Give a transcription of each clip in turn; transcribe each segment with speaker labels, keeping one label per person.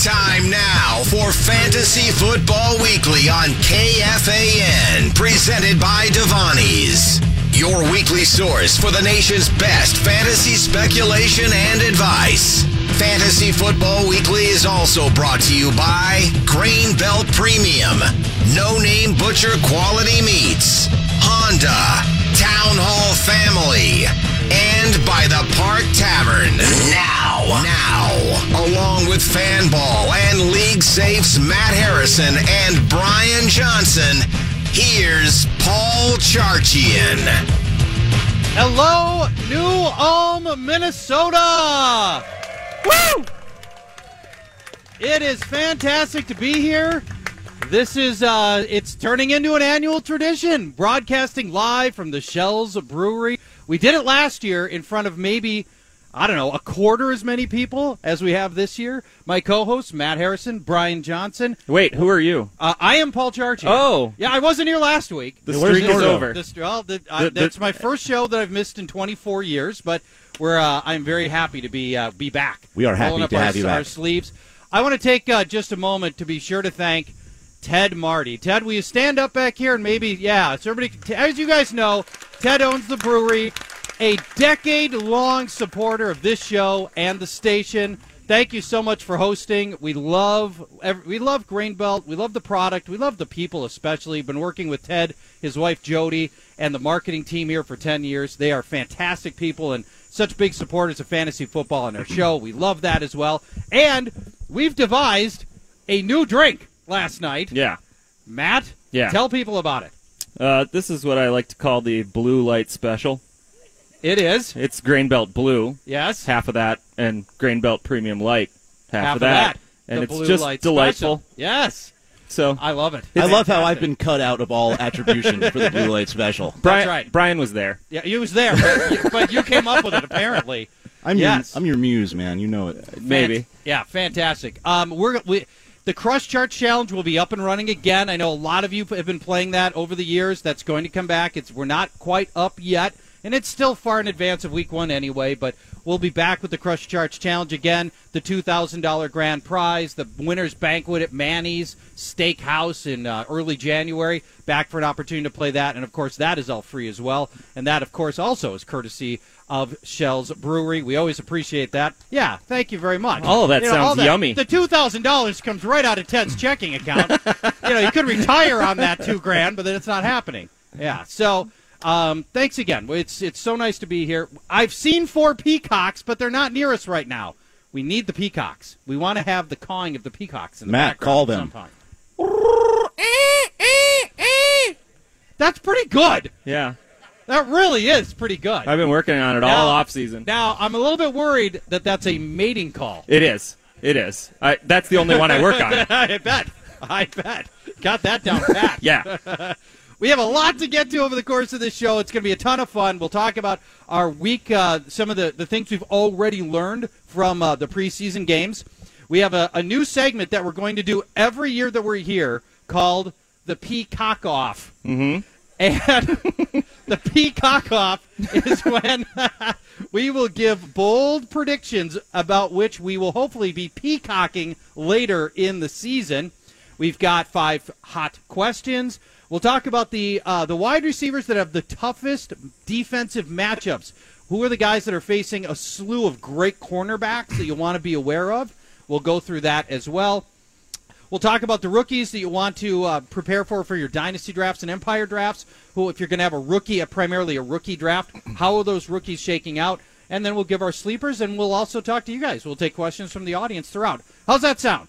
Speaker 1: Time now for Fantasy Football Weekly on KFAN, presented by Devonis. Your weekly source for the nation's best fantasy speculation and advice. Fantasy Football Weekly is also brought to you by Grain Belt Premium, No Name Butcher Quality Meats, Honda, Town Hall Family, and by the Park Tavern. Now, now, along with Fanball and League Safe's Matt Harrison and Brian Johnson, here's Paul Charchian.
Speaker 2: Hello, New Ulm, Minnesota! Woo! It is fantastic to be here. This is, uh, it's turning into an annual tradition, broadcasting live from the Shells Brewery. We did it last year in front of maybe, I don't know, a quarter as many people as we have this year. My co hosts, Matt Harrison, Brian Johnson.
Speaker 3: Wait, who are you?
Speaker 2: Uh, I am Paul Charchi.
Speaker 3: Oh.
Speaker 2: Yeah, I wasn't here last week.
Speaker 3: The Where's streak is Gordo? over.
Speaker 2: The str- well, the- I-
Speaker 3: The- the-
Speaker 2: that's my first show that I've missed in 24 years, but we're uh, I'm very happy to be uh, be back.
Speaker 4: We are happy
Speaker 2: Rolling up
Speaker 4: to
Speaker 2: our,
Speaker 4: have you back.
Speaker 2: Our sleeves. I want to take uh, just a moment to be sure to thank Ted Marty. Ted, will you stand up back here and maybe yeah, so everybody can- as you guys know, Ted owns the brewery, a decade-long supporter of this show and the station. Thank you so much for hosting. We love ev- we love Grain Belt. We love the product. We love the people especially. Been working with Ted, his wife Jody, and the marketing team here for 10 years. They are fantastic people and such big supporters of fantasy football on our show. We love that as well. And we've devised a new drink last night.
Speaker 3: Yeah.
Speaker 2: Matt,
Speaker 3: Yeah.
Speaker 2: tell people about it.
Speaker 3: Uh, this is what I like to call the blue light special.
Speaker 2: It is,
Speaker 3: It's grain belt blue,
Speaker 2: yes,
Speaker 3: half of that, and grain belt premium light, half,
Speaker 2: half
Speaker 3: of that.
Speaker 2: The
Speaker 3: And
Speaker 2: blue
Speaker 3: it's just
Speaker 2: light
Speaker 3: delightful.
Speaker 2: special. Yes,
Speaker 3: So
Speaker 2: I love it.
Speaker 4: I love how I've been cut out of all attribution for the Blue Light Special.
Speaker 3: Brian
Speaker 2: right.
Speaker 3: Brian was there.
Speaker 2: Yeah, you was there, but you, but you came up with it apparently.
Speaker 4: I'm
Speaker 2: Yes.
Speaker 4: your, I'm your muse, man. You know it.
Speaker 3: Maybe.
Speaker 2: Fant- yeah, fantastic. Um, we're we, the Crush Chart Challenge will be up and running again. I know a lot of you have been playing that over the years. That's going to come back. It's we're not quite up yet, and it's still far in advance of Week One anyway. But we'll be back with the Crush Chart Challenge again. The two thousand dollar grand prize, the winners banquet at Manny's Steakhouse in uh, early January. Back for an opportunity to play that, and of course that is all free as well. And that, of course, also is courtesy of Shell's Brewery. We always appreciate that. Yeah, thank you very much.
Speaker 3: All of Oh, that
Speaker 2: You know,
Speaker 3: sounds
Speaker 2: all
Speaker 3: yummy.
Speaker 2: The two thousand dollars comes right out of Ted's checking account. you know, you could retire on that two grand, but then it's not happening. Yeah. So, um, thanks again. It's it's so nice to be here. I've seen four peacocks, but they're not near us right now. We need the peacocks. We want to have the cawing of the peacocks in the
Speaker 4: Matt,
Speaker 2: background
Speaker 4: call
Speaker 2: at
Speaker 4: them.
Speaker 2: some point. That's pretty good.
Speaker 3: Yeah.
Speaker 2: That really is pretty good.
Speaker 3: I've been working on it
Speaker 2: Now-
Speaker 3: all off season.
Speaker 2: now I'm a little bit worried that that's a mating call.
Speaker 3: it is. It is. I, that's the only one I work on.
Speaker 2: I bet. I bet. Got that down pat.
Speaker 3: Yeah.
Speaker 2: We have a lot to get to over the course of this show. It's going to be a ton of fun. We'll talk about our week, uh, some of the, the things we've already learned from uh, the preseason games. We have a, a new segment that we're going to do every year that we're here called the Peacock Off. And the peacock off is when we will give bold predictions about which we will hopefully be peacocking later in the season. We've got five hot questions. We'll talk about the uh, the wide receivers that have the toughest defensive matchups. Who are the guys that are facing a slew of great cornerbacks that you want to be aware of? We'll go through that as well. We'll talk about the rookies that you want to uh, prepare for for your dynasty drafts and empire drafts. Who, if you're going to have a rookie, a primarily a rookie draft, how are those rookies shaking out? And then we'll give our sleepers, and we'll also talk to you guys. We'll take questions from the audience throughout. How's that sound?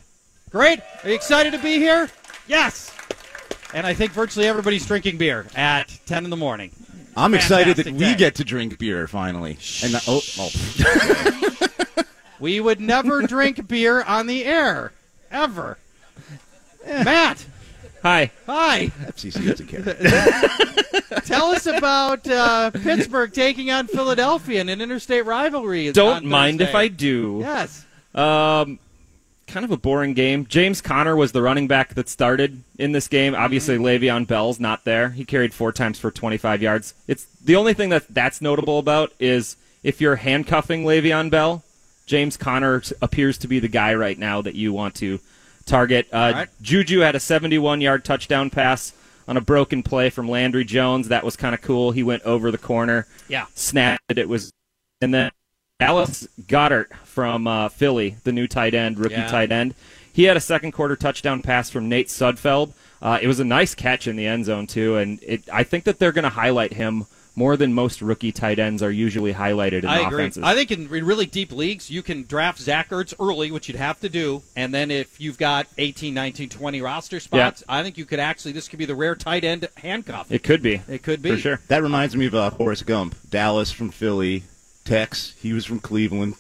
Speaker 2: Great. Are you excited to be here? Yes. And I think virtually everybody's drinking beer at 10 in the morning.
Speaker 4: I'm excited that
Speaker 2: Fantastic
Speaker 4: we
Speaker 2: day.
Speaker 4: get to drink beer finally. And the- oh, oh,
Speaker 2: We would never drink beer on the air, ever. Matt,
Speaker 3: Hi.
Speaker 2: hi.
Speaker 4: FCC doesn't care.
Speaker 2: Tell us about uh, Pittsburgh taking on Philadelphia in an interstate rivalry. It's
Speaker 3: Don't
Speaker 2: on
Speaker 3: mind if
Speaker 2: Thursday.
Speaker 3: I do.
Speaker 2: Yes.
Speaker 3: Um, kind of a boring game. James Conner was the running back that started in this game.
Speaker 2: Mm-hmm.
Speaker 3: Obviously, Le'Veon Bell's not there. He carried four times for 25 yards. It's the only thing that that's notable about is if you're handcuffing Le'Veon Bell, James Conner appears to be the guy right now that you want to target. Uh,
Speaker 2: right.
Speaker 3: Juju had a 71 yard touchdown pass on a broken play from Landry Jones. That was kind of cool. He went over the corner,
Speaker 2: Yeah.
Speaker 3: snapped it. It was, and then Alice Goddard from uh, Philly, the new tight end, rookie
Speaker 2: Yeah.
Speaker 3: tight end. He had a second quarter touchdown pass from Nate Sudfeld. Uh, it was a nice catch in the end zone too, and it, I think that they're going to highlight him more than most rookie tight ends are usually highlighted in
Speaker 2: I agree.
Speaker 3: offenses.
Speaker 2: I think in re- really deep leagues, you can draft Zach Ertz early, which you'd have to do. And then if you've got 18, 19, 20 roster spots, I think you could actually, this could be the rare tight end handcuff. It,
Speaker 3: it could be.
Speaker 2: could be.
Speaker 3: For sure.
Speaker 4: That reminds me of uh, Forrest Gump. Dallas from Philly. Tex, he was from Cleveland.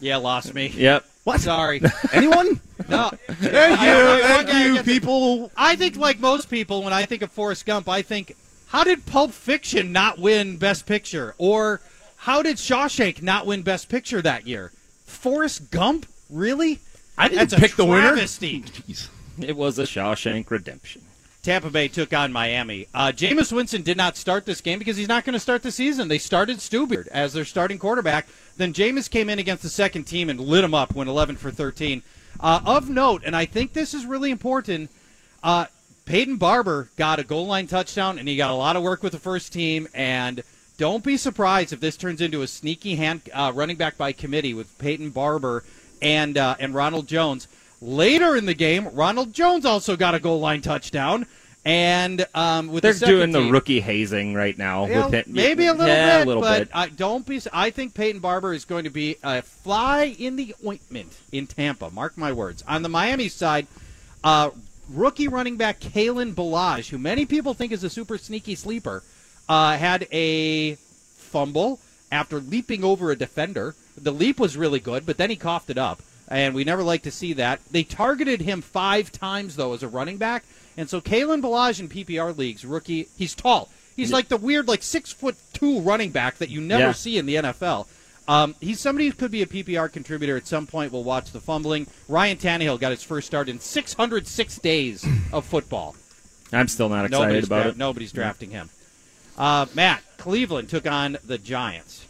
Speaker 2: Yeah, lost me.
Speaker 3: Yep.
Speaker 4: What?
Speaker 2: Sorry.
Speaker 4: Anyone?
Speaker 2: No.
Speaker 4: thank
Speaker 2: I- I- I-
Speaker 4: you,
Speaker 2: I- I-
Speaker 4: thank
Speaker 2: I-
Speaker 4: you, people.
Speaker 2: I think, like most people, when I think of Forrest Gump, I think, how did Pulp Fiction not win Best Picture? Or how did Shawshank not win Best Picture that year? Forrest Gump? Really?
Speaker 4: I
Speaker 2: That's a travesty.
Speaker 4: Jeez.
Speaker 3: It was a Shawshank Redemption.
Speaker 2: Tampa Bay took on Miami. Uh, Jameis Winston did not start this game because he's not going to start the season. They started Stubert as their starting quarterback. Then Jameis came in against the second team and lit him up, went 11 for 13. Uh, of note, and I think this is really important, uh, Peyton Barber got a goal line touchdown, and he got a lot of work with the first team. And don't be surprised if this turns into a sneaky hand uh, running back by committee with Peyton Barber and uh, and Ronald Jones. Later in the game, Ronald Jones also got a goal line touchdown, and um, with
Speaker 3: They're
Speaker 2: the second
Speaker 3: doing the
Speaker 2: team-
Speaker 3: rookie hazing right now
Speaker 2: Yeah,
Speaker 3: with it.
Speaker 2: maybe a little
Speaker 3: yeah,
Speaker 2: bit,
Speaker 3: a little
Speaker 2: but
Speaker 3: bit.
Speaker 2: I don't be. I think Peyton Barber is going to be a fly in the ointment in Tampa. Mark my words. On the Miami side, uh, rookie running back Kalen Balaj, who many people think is a super sneaky sleeper, uh, had a fumble after leaping over a defender. The leap was really good, but then he coughed it up, and we never like to see that. They targeted him five times though as a running back, and so Kalen Balaj in PPR leagues, rookie, he's tall. He's like the weird, like six foot two running back that you never
Speaker 3: Yeah.
Speaker 2: see in the NFL. Um, he's somebody who could be a PPR contributor at some point. We'll watch the fumbling. Ryan Tannehill got his first start in 606 days of football.
Speaker 3: I'm still not excited
Speaker 2: Nobody's,
Speaker 3: about
Speaker 2: dra-
Speaker 3: it.
Speaker 2: nobody's drafting him. Uh, Matt, Cleveland took on the Giants.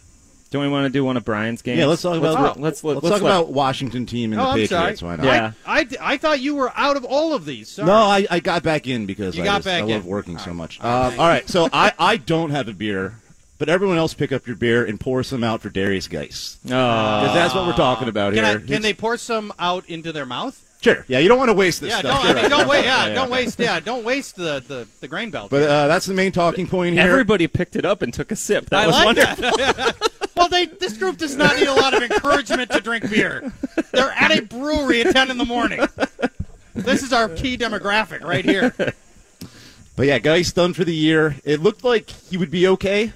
Speaker 3: Don't we want to do one of Brian's games?
Speaker 4: Yeah, let's talk about
Speaker 2: talk-
Speaker 3: let's
Speaker 4: let's,
Speaker 3: let's
Speaker 4: talk
Speaker 3: let-
Speaker 4: about Washington team and
Speaker 2: oh,
Speaker 4: the
Speaker 2: I'm
Speaker 4: Patriots.
Speaker 2: sorry.
Speaker 4: Why not?
Speaker 3: Yeah.
Speaker 2: I, I, I thought you were out of all of these. Sorry.
Speaker 4: No, I, I got back in because
Speaker 2: You
Speaker 4: I,
Speaker 2: got
Speaker 4: just-
Speaker 2: back
Speaker 4: I love
Speaker 2: in.
Speaker 4: working so much. Um, all right, so I, I don't have a beer, but everyone else pick up your beer and pour some out for Darius Geis.
Speaker 3: Oh,
Speaker 4: Because that's what we're talking about
Speaker 2: Uh, Can, I,
Speaker 4: here.
Speaker 2: can they pour some out into their mouth?
Speaker 4: Sure. Yeah, you don't want to waste this
Speaker 2: Yeah, don't, I
Speaker 4: stuff. You're
Speaker 2: mean,
Speaker 4: right.
Speaker 2: don't wait. Yeah,
Speaker 4: yeah.
Speaker 2: don't waste. Yeah, don't waste the, the, the grain belt.
Speaker 4: But uh, that's the main talking point here.
Speaker 3: everybody picked it up and took a sip. That
Speaker 2: I
Speaker 3: was
Speaker 2: like
Speaker 3: wonderful.
Speaker 2: Well, they, this group does not need a lot of encouragement to drink beer. They're at a brewery at 10 in the morning. This is our key demographic right here.
Speaker 4: But yeah, Geis done for the year. It looked like he would be okay.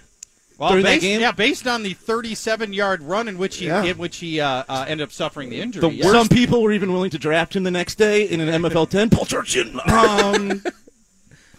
Speaker 2: Well,
Speaker 4: During that
Speaker 2: based,
Speaker 4: game?
Speaker 2: yeah, based on the 37-yard run in which he
Speaker 4: Yeah.
Speaker 2: in which he uh, uh, ended up suffering the injury.
Speaker 3: The
Speaker 2: yeah.
Speaker 4: Some people were even willing to draft him the next day in an MFL 10. Paul Churchin. Um,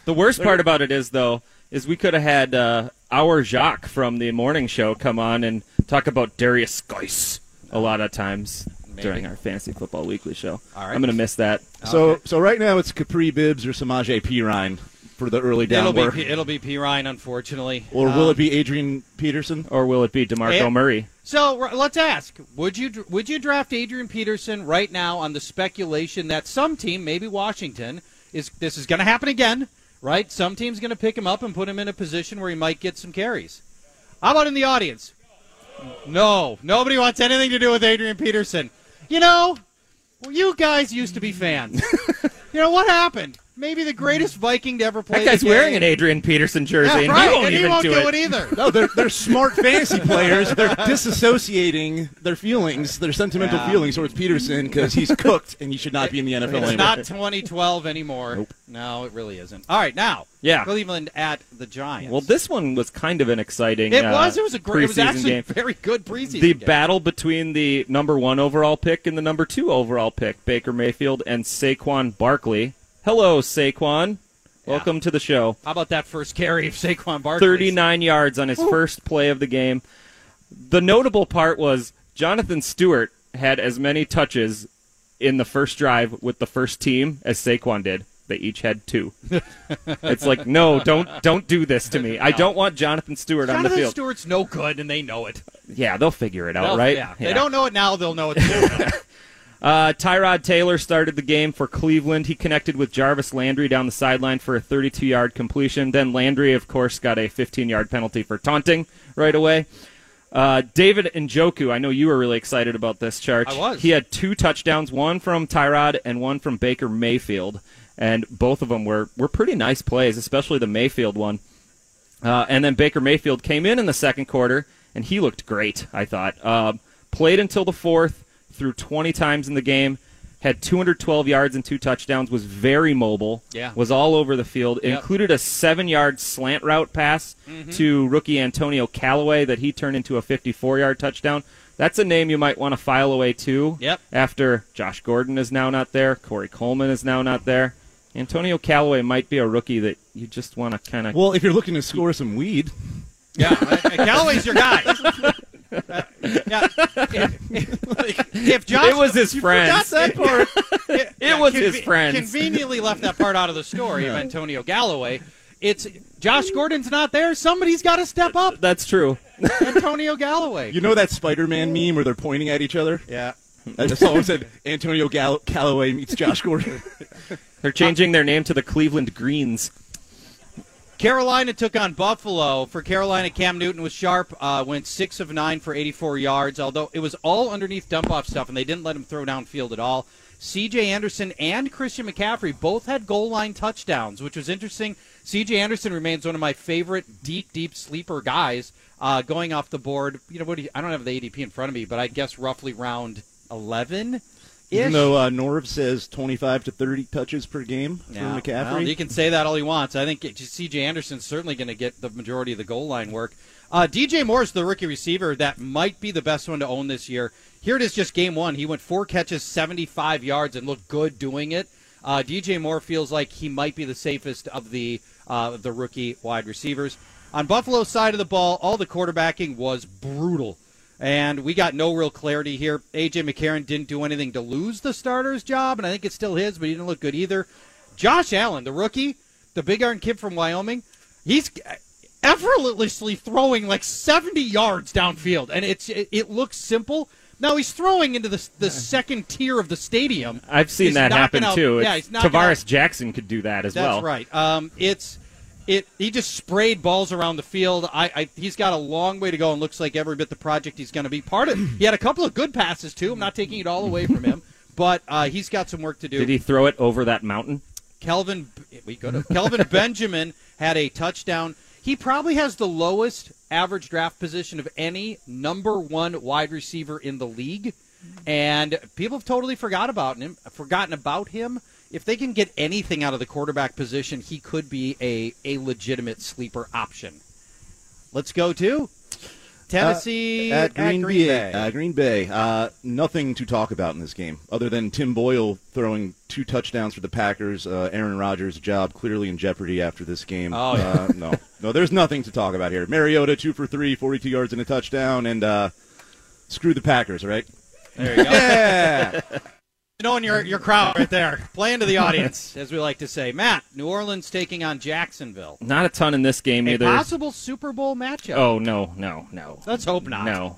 Speaker 3: The worst part about it is though, is we could have had uh, our Jacques from the morning show come on and talk about Darius Geis a lot of times
Speaker 2: Maybe.
Speaker 3: during our fantasy football weekly show.
Speaker 2: All right.
Speaker 3: I'm gonna miss that.
Speaker 4: so so right now it's Capri Bibbs or Samaje Perine for the early down
Speaker 2: it'll be
Speaker 4: work.
Speaker 2: P, it'll be P Ryan, unfortunately.
Speaker 4: or will
Speaker 2: Um,
Speaker 4: it be Adrian Peterson?
Speaker 3: Or will it be Demarco
Speaker 2: And-
Speaker 3: Murray?
Speaker 2: So r- let's ask: Would you dr- would you draft Adrian Peterson right now on the speculation that some team, maybe Washington, is this is going to happen again? Right? Some team's going to pick him up and put him in a position where he might get some carries. How about in the audience? No, nobody wants anything to do with Adrian Peterson. You know, well, you guys used to be fans. you know what happened? Maybe the greatest Viking to ever play.
Speaker 3: That guy's
Speaker 2: the game.
Speaker 3: wearing an Adrian Peterson jersey,
Speaker 2: Yeah,
Speaker 3: and
Speaker 2: right,
Speaker 3: he won't
Speaker 2: and
Speaker 3: even
Speaker 2: he won't
Speaker 3: do, it.
Speaker 2: either.
Speaker 4: No, they're, they're smart fantasy players. They're disassociating their feelings, their sentimental
Speaker 2: Yeah.
Speaker 4: feelings towards Peterson because he's cooked and he should not be in the NFL anymore.
Speaker 2: It's not 2012 anymore. No, it really isn't. All right, now.
Speaker 3: Yeah.
Speaker 2: Cleveland at the Giants.
Speaker 3: Well, this one was kind of an exciting.
Speaker 2: it
Speaker 3: uh,
Speaker 2: was. It was a great. It was
Speaker 3: preseason
Speaker 2: actually
Speaker 3: game.
Speaker 2: very good preseason.
Speaker 3: The
Speaker 2: game.
Speaker 3: battle between the number one overall pick and the number two overall pick, Baker Mayfield and Saquon Barkley. Hello, Saquon. Welcome to the show.
Speaker 2: How about that first carry of Saquon Barkley?
Speaker 3: 39 yards on his first play of the game. The notable part was Jonathan Stewart had as many touches in the first drive with the first team as Saquon did. They each had two. it's like, no, don't don't do this to me. I don't want Jonathan Stewart on the
Speaker 2: Jonathan
Speaker 3: field.
Speaker 2: Stewart's no good, and they know it.
Speaker 3: yeah, they'll figure it out,
Speaker 2: They'll-
Speaker 3: right?
Speaker 2: Yeah. They don't know it now. They'll know it. soon.
Speaker 3: Uh, Tyrod Taylor started the game for Cleveland. He connected with Jarvis Landry down the sideline for a 32 yard completion. Then Landry, of course, got a 15 yard penalty for taunting right away. Uh, David Njoku, I know you were really excited about this charge.
Speaker 2: I was.
Speaker 3: He had two touchdowns, one from Tyrod and one from Baker Mayfield. And both of them were, were pretty nice plays, especially the Mayfield one. Uh, and then Baker Mayfield came in in the second quarter, and he looked great, I thought. Uh, played until the fourth, threw 20 times in the game, had 212 yards and two touchdowns, was very mobile,
Speaker 2: Yeah.
Speaker 3: was all over the field,
Speaker 2: Yep. Mm-hmm.
Speaker 3: included a seven yard slant route pass to rookie Antonio Callaway that he turned into a 54 yard touchdown. That's a name you might want to file away too.
Speaker 2: Yep.
Speaker 3: After Josh Gordon is now not there, Corey Coleman is now not there. Antonio Callaway might be a rookie that you just want to kind of
Speaker 4: Well, if you're looking to score some weed,
Speaker 2: yeah, uh, Callaway's your guy. Uh, yeah. If, if- if Josh,
Speaker 3: it was his friend.
Speaker 4: that part.
Speaker 2: it
Speaker 3: was his friends.
Speaker 2: Conveniently left that part out of the story of Antonio Galloway. It's Josh Gordon's not there. Somebody's got to step up.
Speaker 3: That's true.
Speaker 2: Antonio Galloway.
Speaker 4: you know that Spider-Man meme where they're pointing at each other?
Speaker 2: yeah.
Speaker 4: I just always said Antonio Gall- Callaway meets Josh Gordon.
Speaker 3: They're changing their name to the Cleveland Greens.
Speaker 2: Carolina took on Buffalo. For Carolina, Cam Newton was sharp, uh, went 6 of 9 for 84 yards, although it was all underneath dump off stuff, and they didn't let him throw downfield at all. CJ Anderson and Christian McCaffrey both had goal line touchdowns, which was interesting. CJ Anderson remains one of my favorite deep, deep sleeper guys uh, going off the board. You know what? Do you, I don't have the ADP in front of me, but I guess roughly round 11 ish.
Speaker 4: Even though uh, Norv says 25 to 30 touches per game
Speaker 2: Yeah,
Speaker 4: for McCaffrey.
Speaker 2: well, you can say that all he wants. I think it- C.J. Anderson's certainly going to get the majority of the goal line work. Uh, D.J. Moore's the rookie receiver that might be the best one to own this year. Here it is, just game one. He went four catches, 75 yards, and looked good doing it. Uh, D.J. Moore feels like he might be the safest of the uh, of the rookie wide receivers. On Buffalo's side of the ball, all the quarterbacking was brutal. And we got no real clarity here. A.J. McCarron didn't do anything to lose the starter's job, and I think it's still his, but he didn't look good either. Josh Allen, the rookie, the big iron kid from Wyoming, he's effortlessly throwing like 70 yards downfield, and it's it, it looks simple. Now he's throwing into the the second tier of the stadium.
Speaker 3: I've seen
Speaker 2: He's
Speaker 3: that
Speaker 2: knocking
Speaker 3: happen
Speaker 2: out-
Speaker 3: too.
Speaker 2: yeah,
Speaker 3: It's-
Speaker 2: he's knocking
Speaker 3: Tavares
Speaker 2: out-
Speaker 3: Jackson could do that as
Speaker 2: That's
Speaker 3: well.
Speaker 2: right. Um, it's it. He just sprayed balls around the field. I, I he's got a long way to go, and looks like every bit the project he's going to be part of. He had a couple of good passes too. I'm not taking it all away from him, but uh, he's got some work to do.
Speaker 3: Did he throw it over that mountain?
Speaker 2: Kelvin, we go to Kelvin Benjamin had a touchdown. He probably has the lowest average draft position of any number one wide receiver in the league, and people have totally forgot about him. Forgotten about him. If they can get anything out of the quarterback position, he could be a a legitimate sleeper option. Let's go to Tennessee
Speaker 4: Uh, at Green, Bay.
Speaker 2: Bay.
Speaker 4: Uh, Green Bay. Uh, nothing to talk about in this game other than Tim Boyle throwing two touchdowns for the Packers. Uh, Aaron Rodgers' job clearly in jeopardy after this game.
Speaker 2: Oh, yeah.
Speaker 4: uh, no, no, there's nothing to talk about here. Mariota two for three, 42 yards and a touchdown, and uh, screw the Packers, right?
Speaker 2: there you go.
Speaker 4: Yeah.
Speaker 2: knowing your your crowd right there, playing to the audience, as we like to say. Matt, New Orleans taking on Jacksonville,
Speaker 3: Not a ton in this game
Speaker 2: a
Speaker 3: either.
Speaker 2: possible Super Bowl matchup.
Speaker 3: Oh no, no, no.
Speaker 2: Let's hope not.
Speaker 3: No,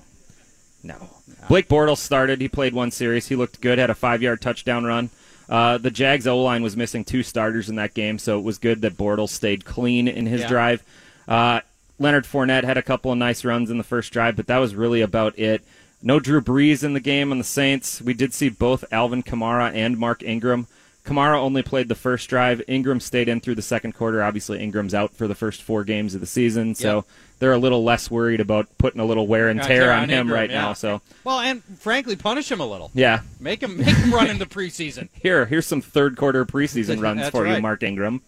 Speaker 3: no. Blake Bortles started. He played one series. He looked good. Had a five-yard touchdown run. Uh, the Jags O line was missing two starters in that game, so it was good that Bortles stayed clean in his
Speaker 2: Yeah.
Speaker 3: drive. Uh, Leonard Fournette had a couple of nice runs in the first drive, but that was really about it. No Drew Brees in the game on the Saints. We did see both Alvin Kamara and Mark Ingram. Kamara only played the first drive. Ingram stayed in through the second quarter. Obviously, Ingram's out for the first four games of the season, so
Speaker 2: Yep.
Speaker 3: they're a little less worried about putting a little wear and
Speaker 2: Yeah,
Speaker 3: tear, on, him
Speaker 2: Ingram,
Speaker 3: right
Speaker 2: yeah.
Speaker 3: now. So
Speaker 2: Well, and frankly, punish him a little.
Speaker 3: yeah,
Speaker 2: Make him make him run in the preseason.
Speaker 3: here here's some third quarter preseason
Speaker 2: That's
Speaker 3: runs for you,
Speaker 2: right.
Speaker 3: Mark Ingram.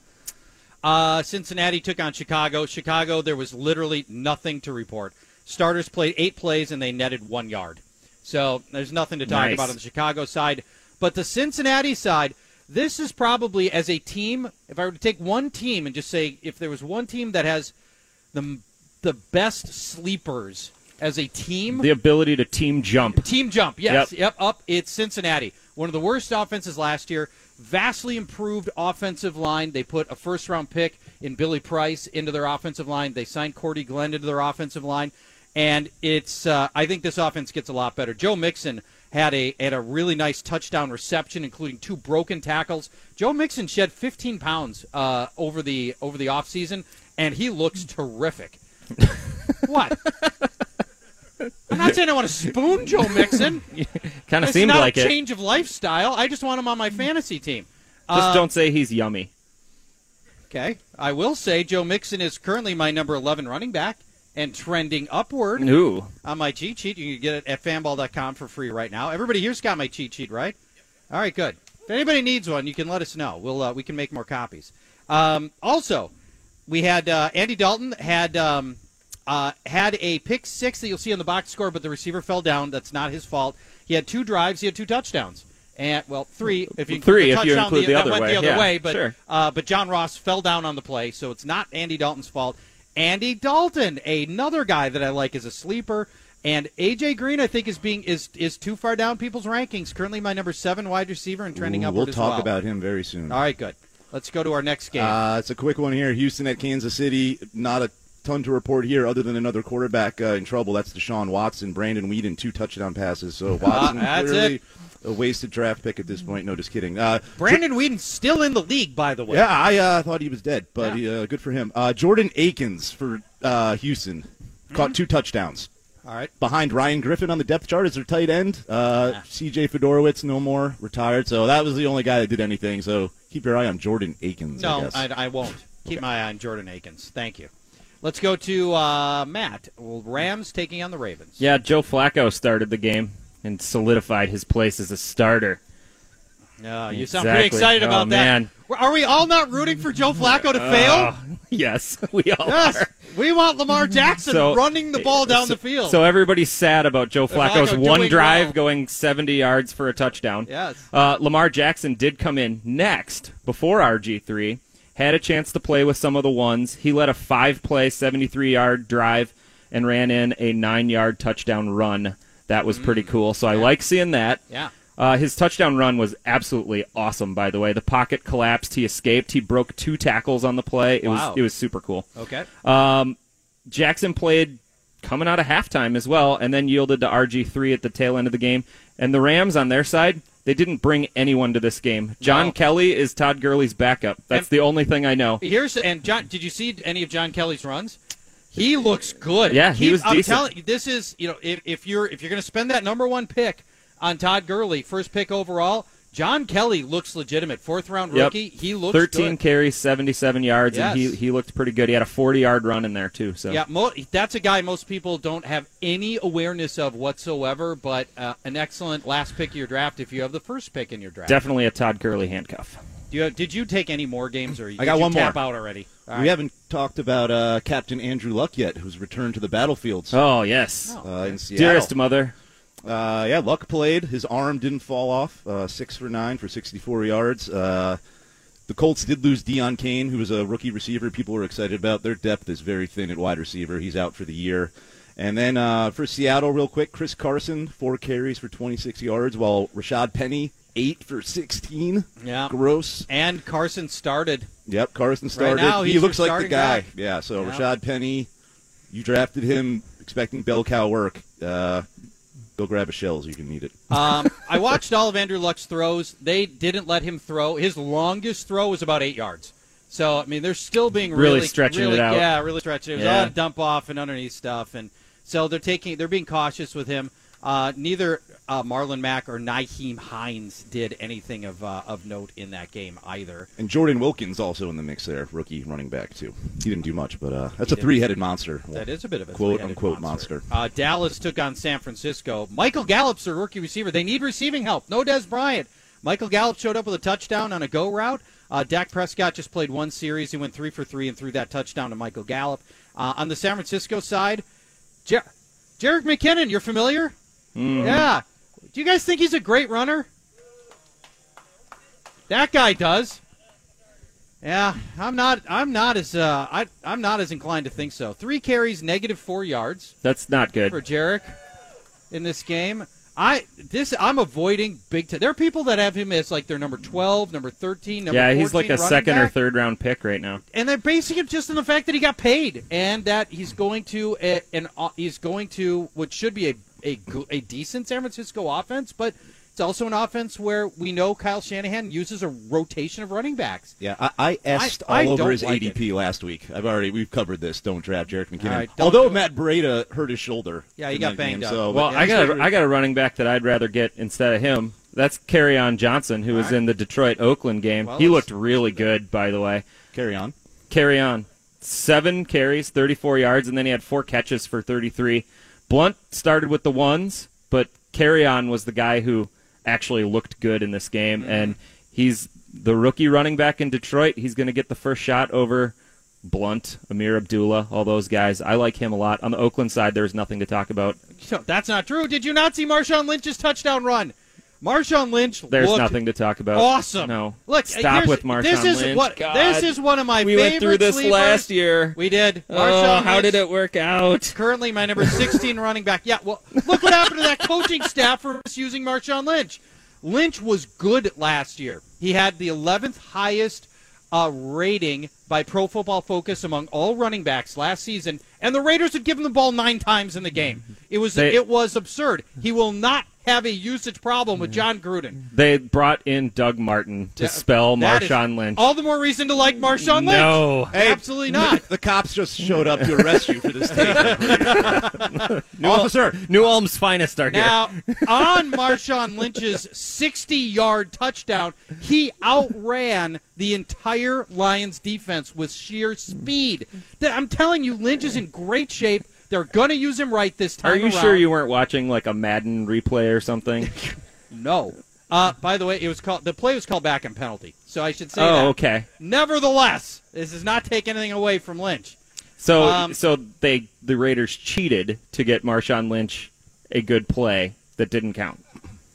Speaker 2: Uh, Cincinnati took on Chicago. Chicago, there was literally nothing to report. Starters played eight plays and they netted one yard. So there's nothing to talk
Speaker 3: Nice.
Speaker 2: about on the Chicago side. But the Cincinnati side, this is probably as a team, if I were to take one team and just say if there was one team that has the the best sleepers as a team.
Speaker 3: The ability to team jump.
Speaker 2: Team jump, yes. Yep. up. It's Cincinnati. One of the worst offenses last year. Vastly improved offensive line. They put a first round pick in Billy Price into their offensive line. They signed Cordy Glenn into their offensive line. And it's uh, I think this offense gets a lot better. Joe Mixon had a had a really nice touchdown reception, including two broken tackles. Joe Mixon shed 15 pounds uh, over the over the offseason, and he looks terrific. what? I'm not saying I want to spoon Joe Mixon.
Speaker 3: Kind of
Speaker 2: It's
Speaker 3: seemed
Speaker 2: not
Speaker 3: like
Speaker 2: a
Speaker 3: it.
Speaker 2: change of lifestyle. I just want him on my fantasy team. Uh,
Speaker 3: Just don't say he's yummy.
Speaker 2: Okay. I will say Joe Mixon is currently my number 11 running back and trending upward
Speaker 3: Ooh.
Speaker 2: on my cheat sheet. You can get it at fanball.com for free right now. Everybody here's got my cheat sheet, right? All right, good. If anybody needs one, you can let us know. We'll uh, we can make more copies. Um, also, we had uh, Andy Dalton had um, uh, had a pick six that you'll see on the box score, but the receiver fell down. That's not his fault. He had two drives. He had two touchdowns. And well, three if you
Speaker 3: Three
Speaker 2: the
Speaker 3: if you
Speaker 2: touchdown,
Speaker 3: include the
Speaker 2: that
Speaker 3: other
Speaker 2: went
Speaker 3: way.
Speaker 2: the other
Speaker 3: Yeah,
Speaker 2: way, but
Speaker 3: sure.
Speaker 2: uh, but John Ross fell down on the play, so it's not Andy Dalton's fault. Andy Dalton, another guy that I like is a sleeper, and AJ Green I think is being is is too far down people's rankings. Currently my number seven wide receiver and trending
Speaker 4: Ooh,
Speaker 2: upward
Speaker 4: we'll
Speaker 2: as
Speaker 4: talk
Speaker 2: well.
Speaker 4: about him very soon.
Speaker 2: All right, good. Let's go to our next game.
Speaker 4: Uh, it's a quick one here. Houston at Kansas City. Not a ton to report here, other than another quarterback uh, in trouble. That's Deshaun Watson, Brandon Whedon, two touchdown passes. So Watson
Speaker 2: that's
Speaker 4: clearly a wasted draft pick at this point. No, just kidding. Uh,
Speaker 2: Brandon Whedon's still in the league, by the way.
Speaker 4: yeah, I uh, thought he was dead, but uh, good for him. Uh, Jordan Akins for uh, Houston
Speaker 2: Mm-hmm.
Speaker 4: caught two touchdowns.
Speaker 2: All right.
Speaker 4: Behind Ryan Griffin on the depth chart as their tight end. Uh, CJ Fedorowicz, no more, retired. So that was the only guy that did anything. So keep your eye on Jordan Akins. I
Speaker 2: No,
Speaker 4: guess.
Speaker 2: I, I won't. Keep my eye on Jordan Akins. Thank you. Let's go to uh, Matt. Well, Rams taking on the Ravens.
Speaker 3: Yeah, Joe Flacco started the game and solidified his place as a starter.
Speaker 2: Uh, you sound pretty
Speaker 3: Exactly.
Speaker 2: excited
Speaker 3: Oh,
Speaker 2: about
Speaker 3: man.
Speaker 2: that. Are we all not rooting for Joe Flacco to fail?
Speaker 3: Uh, Yes, we all
Speaker 2: Yes.
Speaker 3: are.
Speaker 2: We want Lamar Jackson
Speaker 3: So-
Speaker 2: running the ball down
Speaker 3: so,
Speaker 2: the field.
Speaker 3: So everybody's sad about Joe Flacco's
Speaker 2: Flacco
Speaker 3: one
Speaker 2: doing
Speaker 3: drive
Speaker 2: well.
Speaker 3: going 70 yards for a touchdown.
Speaker 2: Yes.
Speaker 3: Uh, Lamar Jackson did come in next before RG3, had a chance to play with some of the ones. He led a five play, 73 yard drive and ran in a nine yard touchdown run. That was pretty cool. So I like seeing that.
Speaker 2: Mm. yeah.
Speaker 3: Uh, his touchdown run was absolutely awesome, by the way. The pocket collapsed. He escaped. He broke two tackles on the play. It
Speaker 2: Wow.
Speaker 3: was it was super cool.
Speaker 2: Okay.
Speaker 3: Uh, Jackson played coming out of halftime as well, and then yielded to RG3 at the tail end of the game. And the Rams on their side, they didn't bring anyone to this game. John
Speaker 2: No.
Speaker 3: Kelly is Todd Gurley's backup. That's
Speaker 2: And-
Speaker 3: the only thing I know.
Speaker 2: Here's and John. Did you see any of John Kelly's runs? He looks good.
Speaker 3: Yeah, he was
Speaker 2: I'm
Speaker 3: decent.
Speaker 2: telling you, this is you know if, if you're if you're going to spend that number one pick on Todd Gurley, first pick overall, John Kelly looks legitimate. Fourth round
Speaker 3: Yep.
Speaker 2: rookie, he looks
Speaker 3: 13
Speaker 2: good.
Speaker 3: carries, 77 yards, and
Speaker 2: Yes.
Speaker 3: he, he looked pretty good. He had a 40 yard run in there, too. So
Speaker 2: Yeah, mo- that's a guy most people don't have any awareness of whatsoever, but uh, an excellent last pick of your draft if you have the first pick in your draft.
Speaker 3: definitely a Todd Gurley handcuff.
Speaker 2: Do you have, did you take any more games, or
Speaker 4: I got
Speaker 2: did you
Speaker 4: one more.
Speaker 2: tap out already? All
Speaker 4: We
Speaker 2: right.
Speaker 4: haven't talked about uh, Captain Andrew Luck yet, who's returned to the battlefields
Speaker 3: Oh, yes.
Speaker 2: Oh.
Speaker 4: uh, in Seattle.
Speaker 3: Dearest mother.
Speaker 4: uh, yeah, Luck played. His arm didn't fall off. Uh, six for nine for 64 yards. Uh, the Colts did lose Deion Kane, who was a rookie receiver people were excited about. Their depth is very thin at wide receiver. He's out for the year. And then uh, for Seattle, real quick, Chris Carson, four carries for 26 yards, while Rashad Penny, eight for 16.
Speaker 2: Yeah.
Speaker 4: Gross.
Speaker 2: And Carson started.
Speaker 4: Yep, Carson started.
Speaker 2: now,
Speaker 4: he
Speaker 2: he's
Speaker 4: looks
Speaker 2: your
Speaker 4: like the
Speaker 2: starting
Speaker 4: guy.
Speaker 2: guy.
Speaker 4: Yeah, so
Speaker 2: Yeah.
Speaker 4: Rashad Penny, you drafted him expecting bell cow work. Uh, go grab a shells, you can need it.
Speaker 2: Um, I watched all of Andrew Luck's throws. They didn't let him throw. His longest throw was about eight yards. So I mean, they're still being
Speaker 3: Really
Speaker 2: really,
Speaker 3: stretching it
Speaker 2: really-
Speaker 3: out.
Speaker 2: Yeah, really stretching. It was
Speaker 3: Yeah.
Speaker 2: a lot of dump off and underneath stuff, and so they're taking they're being cautious with him. Uh, neither uh, Marlon Mack or Naheem Hines did anything of uh, of note in that game either.
Speaker 4: And Jordan Wilkins also in the mix there, rookie running back too. He didn't do much, but uh, that's a three-headed monster.
Speaker 2: That is a bit of a
Speaker 4: quote
Speaker 2: three-headed
Speaker 4: unquote
Speaker 2: monster.
Speaker 4: monster.
Speaker 2: Uh, Dallas took on San Francisco. Michael Gallup's their rookie receiver. They need receiving help. No Des Bryant. Michael Gallup showed up with a touchdown on a go route. Uh, Dak Prescott just played one series. He went three for three and threw that touchdown to Michael Gallup. Uh, on the San Francisco side, Jer- Jarek McKinnon, you're familiar?
Speaker 4: Hmm.
Speaker 2: Yeah. Do you guys think he's a great runner? That guy does. Yeah, I'm not. I'm not as. Uh, I, I'm not as inclined to think so. Three carries, negative four yards
Speaker 3: That's not
Speaker 2: for
Speaker 3: good.
Speaker 2: Jarek in this game. I this I'm avoiding big. T- there are people that have him as like their number 12, number 13, number
Speaker 3: Yeah, he's
Speaker 2: 14
Speaker 3: like a
Speaker 2: running
Speaker 3: second or
Speaker 2: back.
Speaker 3: third round pick right now.
Speaker 2: and they're basing it just on the fact that he got paid and that he's going to a, an uh, he's going to what should be a, a g- a decent San Francisco offense, but it's also an offense where we know Kyle Shanahan uses a rotation of running backs.
Speaker 4: Yeah, I, I asked
Speaker 2: I- I
Speaker 4: all over
Speaker 2: don't
Speaker 4: his
Speaker 2: like
Speaker 4: ADP last week. I've already we've covered this. Don't draft Jarek McKinnon.
Speaker 2: All right, don't
Speaker 4: Although
Speaker 2: do it.
Speaker 4: Matt Breda hurt his shoulder.
Speaker 2: Yeah, he
Speaker 4: in
Speaker 2: got
Speaker 4: that game,
Speaker 2: banged up.
Speaker 4: So,
Speaker 3: Well,
Speaker 4: but
Speaker 3: I got
Speaker 4: he's-
Speaker 3: a, I got a running back that I'd rather get instead of him. That's on Johnson, who was
Speaker 2: Alright.
Speaker 3: in the Detroit Oakland game.
Speaker 2: Well,
Speaker 3: he
Speaker 2: let's-
Speaker 3: looked really good, by the way.
Speaker 4: carry on.
Speaker 3: Carry on, seven carries, 34 yards, and then he had four catches for 33. Blunt started with the ones, but carry on was the guy who actually looked good in this
Speaker 2: Mm-hmm.
Speaker 3: game, and he's the rookie running back in Detroit. He's going to get the first shot over. Blunt, Amir Abdullah, all those guys. I like him a lot. On the Oakland side, there's nothing to talk about.
Speaker 2: So that's not true. Did you not see Marshawn Lynch's touchdown run? Marshawn Lynch
Speaker 3: There's
Speaker 2: looked
Speaker 3: nothing to talk about.
Speaker 2: awesome.
Speaker 3: No.
Speaker 2: look,
Speaker 3: Stop
Speaker 2: here's-
Speaker 3: with Marshawn
Speaker 2: This is
Speaker 3: Lynch.
Speaker 2: what
Speaker 3: God.
Speaker 2: this is one of my
Speaker 3: we
Speaker 2: favorite
Speaker 3: went through this
Speaker 2: sleepers.
Speaker 3: last year.
Speaker 2: We did.
Speaker 3: oh,
Speaker 2: Marshawn
Speaker 3: how
Speaker 2: Lynch
Speaker 3: did it work out?
Speaker 2: currently my number 16 running back. Yeah, well, look what happened to that coaching staff for misusing Marshawn Lynch. Lynch was good last year. He had the 11th highest uh, rating by Pro Football Focus among all running backs last season, and the Raiders had given the ball nine times in the game. It was
Speaker 3: They-
Speaker 2: it was absurd. He will not have a usage problem
Speaker 3: Mm.
Speaker 2: with John Gruden.
Speaker 3: They brought in Doug Martin to
Speaker 2: Yeah,
Speaker 3: spell
Speaker 2: That is
Speaker 3: Marshawn Lynch.
Speaker 2: All the more reason to like Marshawn Lynch.
Speaker 3: No.
Speaker 2: absolutely not.
Speaker 4: The cops just showed up to arrest you for this Officer,
Speaker 3: New Ulm's finest are here.
Speaker 2: Now, on Marshawn Lynch's 60 yard touchdown, he outran the entire Lions defense with sheer speed. Th- I'm telling you, Lynch is in great shape. They're going to use him right this time.
Speaker 3: Are
Speaker 2: around.
Speaker 3: you sure you weren't watching like a Madden replay or something?
Speaker 2: No. Uh, by the way, it was called the play was called back and penalty, so I should say that.
Speaker 3: oh, okay.
Speaker 2: Nevertheless, this does not take anything away from Lynch.
Speaker 3: So
Speaker 2: Um,
Speaker 3: so they the Raiders cheated to get Marshawn Lynch a good play that didn't count.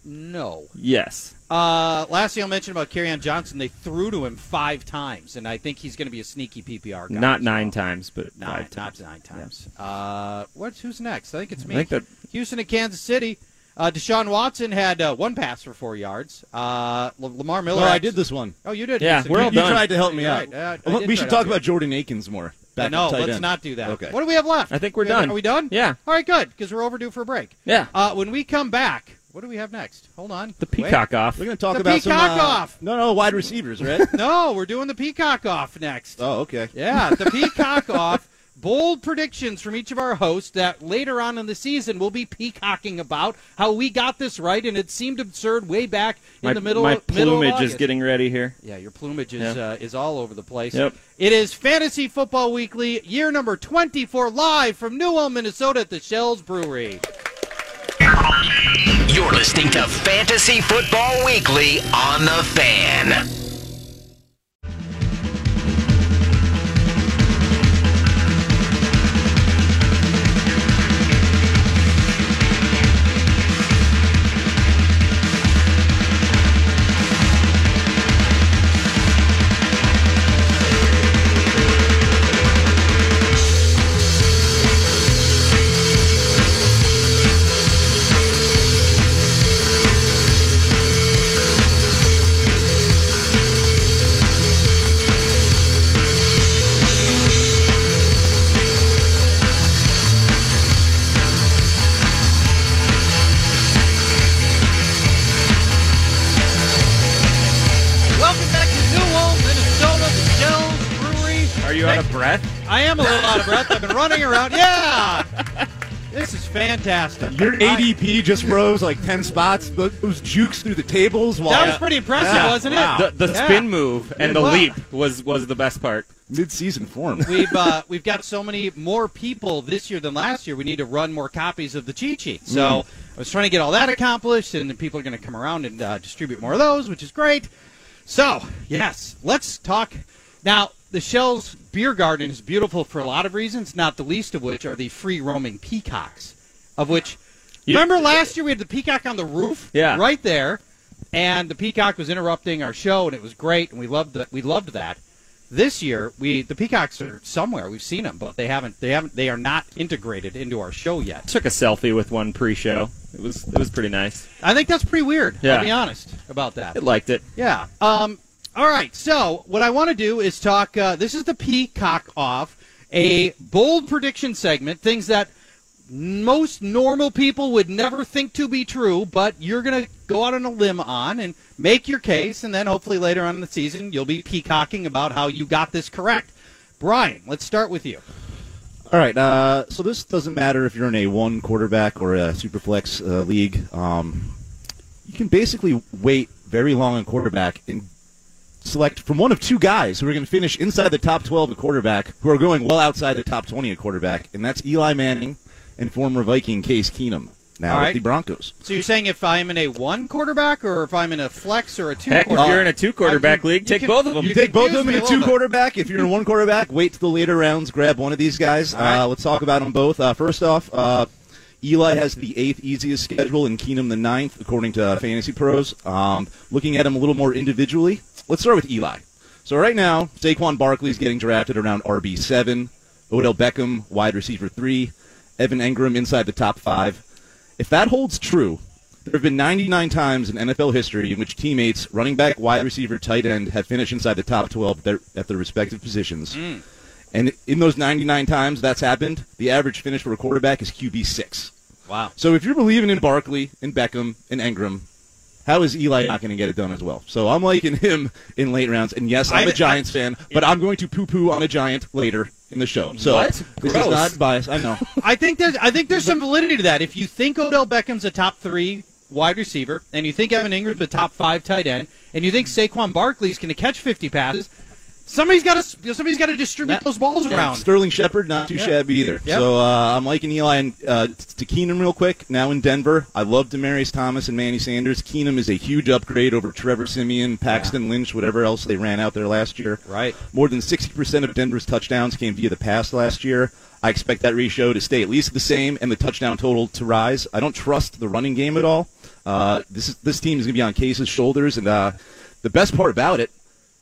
Speaker 2: No.
Speaker 3: Yes.
Speaker 2: Uh, last thing I'll mention about Carryon Johnson, they threw to him five times, and I think he's going to be a sneaky PPR guy.
Speaker 3: Not
Speaker 2: as well.
Speaker 3: nine times, but
Speaker 2: Nine,
Speaker 3: five times.
Speaker 2: nine times. Uh, what's who's next? I think it's me.
Speaker 3: think that-
Speaker 2: Houston and Kansas City. Uh, Deshaun Watson had uh, one pass for four yards. Uh, L- Lamar Miller.
Speaker 4: Well, I did this one.
Speaker 2: Oh, you did.
Speaker 3: Yeah,
Speaker 2: Houston.
Speaker 3: we're all
Speaker 4: you
Speaker 3: done.
Speaker 4: tried to help me
Speaker 2: You're
Speaker 4: out.
Speaker 2: right. Uh, I
Speaker 4: Well,
Speaker 2: did
Speaker 4: we
Speaker 2: try to
Speaker 4: should
Speaker 2: help
Speaker 4: talk
Speaker 2: you.
Speaker 4: about Jordan Akins more. Back
Speaker 2: no,
Speaker 4: up tight
Speaker 2: let's
Speaker 4: end.
Speaker 2: not do that.
Speaker 4: Okay.
Speaker 2: What do we have left?
Speaker 3: I think we're
Speaker 2: We have-
Speaker 3: done.
Speaker 2: Are we done?
Speaker 3: Yeah.
Speaker 2: All right, good, because we're overdue for a break.
Speaker 3: Yeah.
Speaker 2: Uh, when we come back, what do we have next? Hold on.
Speaker 3: The
Speaker 2: Wait.
Speaker 3: peacock off.
Speaker 4: We're going to talk
Speaker 2: The
Speaker 4: about some.
Speaker 2: peacock
Speaker 4: uh,
Speaker 2: off.
Speaker 4: No, no, wide receivers, right?
Speaker 2: No, we're doing the peacock off next.
Speaker 4: oh, okay.
Speaker 2: Yeah, the peacock off. Bold predictions from each of our hosts that later on in the season we'll be peacocking about how we got this right and it seemed absurd way back in
Speaker 3: my,
Speaker 2: the middle.
Speaker 3: my
Speaker 2: middle of
Speaker 3: plumage is
Speaker 2: August.
Speaker 3: getting ready here.
Speaker 2: Yeah, your plumage is uh, is all over the place.
Speaker 3: Yep.
Speaker 2: It is Fantasy Football Weekly, year number twenty four, live from Newell, Minnesota, at the Shells Brewery.
Speaker 1: You're listening to Fantasy Football Weekly on the Fan.
Speaker 2: Welcome back to Newell, Minnesota, the Shells Brewery.
Speaker 3: Are you out of breath?
Speaker 2: I am a little out of breath. I've been running around. Yeah, this is fantastic.
Speaker 4: Your ADP just rose like 10 spots. Th- Those jukes through the tables while
Speaker 2: That was pretty impressive,
Speaker 4: Yeah.
Speaker 2: wasn't it?
Speaker 4: Wow.
Speaker 3: The, the
Speaker 2: Yeah.
Speaker 3: spin move and the
Speaker 2: Wow.
Speaker 3: leap was was the best part.
Speaker 4: mid-season form.
Speaker 2: We've uh, we've got so many more people this year than last year. We need to run more copies of the cheat sheet. So I was trying to get all that accomplished, and then people are going to come around and uh, distribute more of those, which is great. So yes, let's talk now. The Shell's beer garden is beautiful for a lot of reasons, not the least of which are the free roaming peacocks, of which.
Speaker 3: You-
Speaker 2: Remember last year we had the peacock on the roof,
Speaker 3: Yeah.
Speaker 2: right there, and the peacock was interrupting our show, and it was great, and we loved that. We loved that. This year, we the Peacocks are somewhere. We've seen them, but they haven't. They haven't. They are not integrated into our show yet.
Speaker 3: Took a selfie with one pre-show. It was it was pretty nice.
Speaker 2: I think that's pretty weird.
Speaker 3: Yeah.
Speaker 2: I'll be honest about that.
Speaker 3: I liked it.
Speaker 2: Yeah. Um, all right. So what I want to do is talk. Uh, this is the Peacock off, a bold prediction segment. Things that most normal people would never think to be true, but you're going to go out on a limb on and make your case, and then hopefully later on in the season you'll be peacocking about how you got this correct. Brian, let's start with you.
Speaker 4: All right. Uh, so this doesn't matter if you're in a one quarterback or a superflex uh, league. Um, you can basically wait very long on quarterback and select from one of two guys who are going to finish inside the top 12 at quarterback, who are going well outside the top 20 at quarterback, and that's Eli Manning and former Viking Case Keenum. Now
Speaker 2: All
Speaker 4: with
Speaker 2: right.
Speaker 4: the Broncos.
Speaker 2: So you're saying if I'm in a one quarterback, or if I'm in a flex or a two?
Speaker 3: Heck, if
Speaker 2: quarterback?
Speaker 3: you're in a two-quarterback
Speaker 2: I mean,
Speaker 3: league,
Speaker 2: you
Speaker 3: take
Speaker 2: can-
Speaker 3: both of them.
Speaker 2: you
Speaker 4: You take both of
Speaker 2: confused
Speaker 4: them in
Speaker 2: me
Speaker 4: a
Speaker 2: a little
Speaker 4: two
Speaker 2: bit.
Speaker 4: quarterback. If you're in one quarterback, wait to the later rounds. Grab one of these guys.
Speaker 2: right.
Speaker 4: Uh, let's talk about them both. Uh, first off, uh, Eli has the eighth easiest schedule and Keenum the ninth, according to uh, Fantasy Pros. Um, looking at him a little more individually, let's start with Eli. So right now, Saquon Barkley's getting drafted around RB seven. Odell Beckham, wide receiver three. Evan Engram inside the top five. If that holds true, there have been 99 times in NFL history in which teammates, running back, wide receiver, tight end, have finished inside the top 12 at their, at their respective positions. And in those 99 times that's happened, the average finish for a quarterback is QB6.
Speaker 2: Wow.
Speaker 4: So if you're believing in Barkley and Beckham and Engram, how is Eli not going to get it done as well? So I'm liking him in late rounds. And yes, I'm
Speaker 2: I-
Speaker 4: a Giants fan, but I'm going to poo-poo on a Giant later in the show. So
Speaker 3: What?
Speaker 4: this
Speaker 3: Gross.
Speaker 4: is not biased. I know.
Speaker 2: I think there's I think there's some validity to that. If you think Odell Beckham's a top three wide receiver, and you think Evan Ingram's a top five tight end, and you think Saquon Barkley's going to catch 50 passes, somebody's got to somebody's got to distribute
Speaker 4: That-
Speaker 2: those balls around.
Speaker 4: Sterling Shepard, not too
Speaker 2: Yeah.
Speaker 4: shabby either.
Speaker 2: Yeah.
Speaker 4: So uh, I'm liking Eli and uh, t- to Keenum real quick. Now in Denver, I love Demaryius Thomas and Manny Sanders. Keenum is a huge upgrade over Trevor Simeon, Paxton Lynch, whatever else they ran out there last year.
Speaker 2: Right.
Speaker 4: More than 60% of Denver's touchdowns came via the pass last year. I expect that ratio to stay at least the same and the touchdown total to rise. I don't trust the running game at all. Uh, this is, this team is going to be on Case's shoulders, and uh, the best part about it,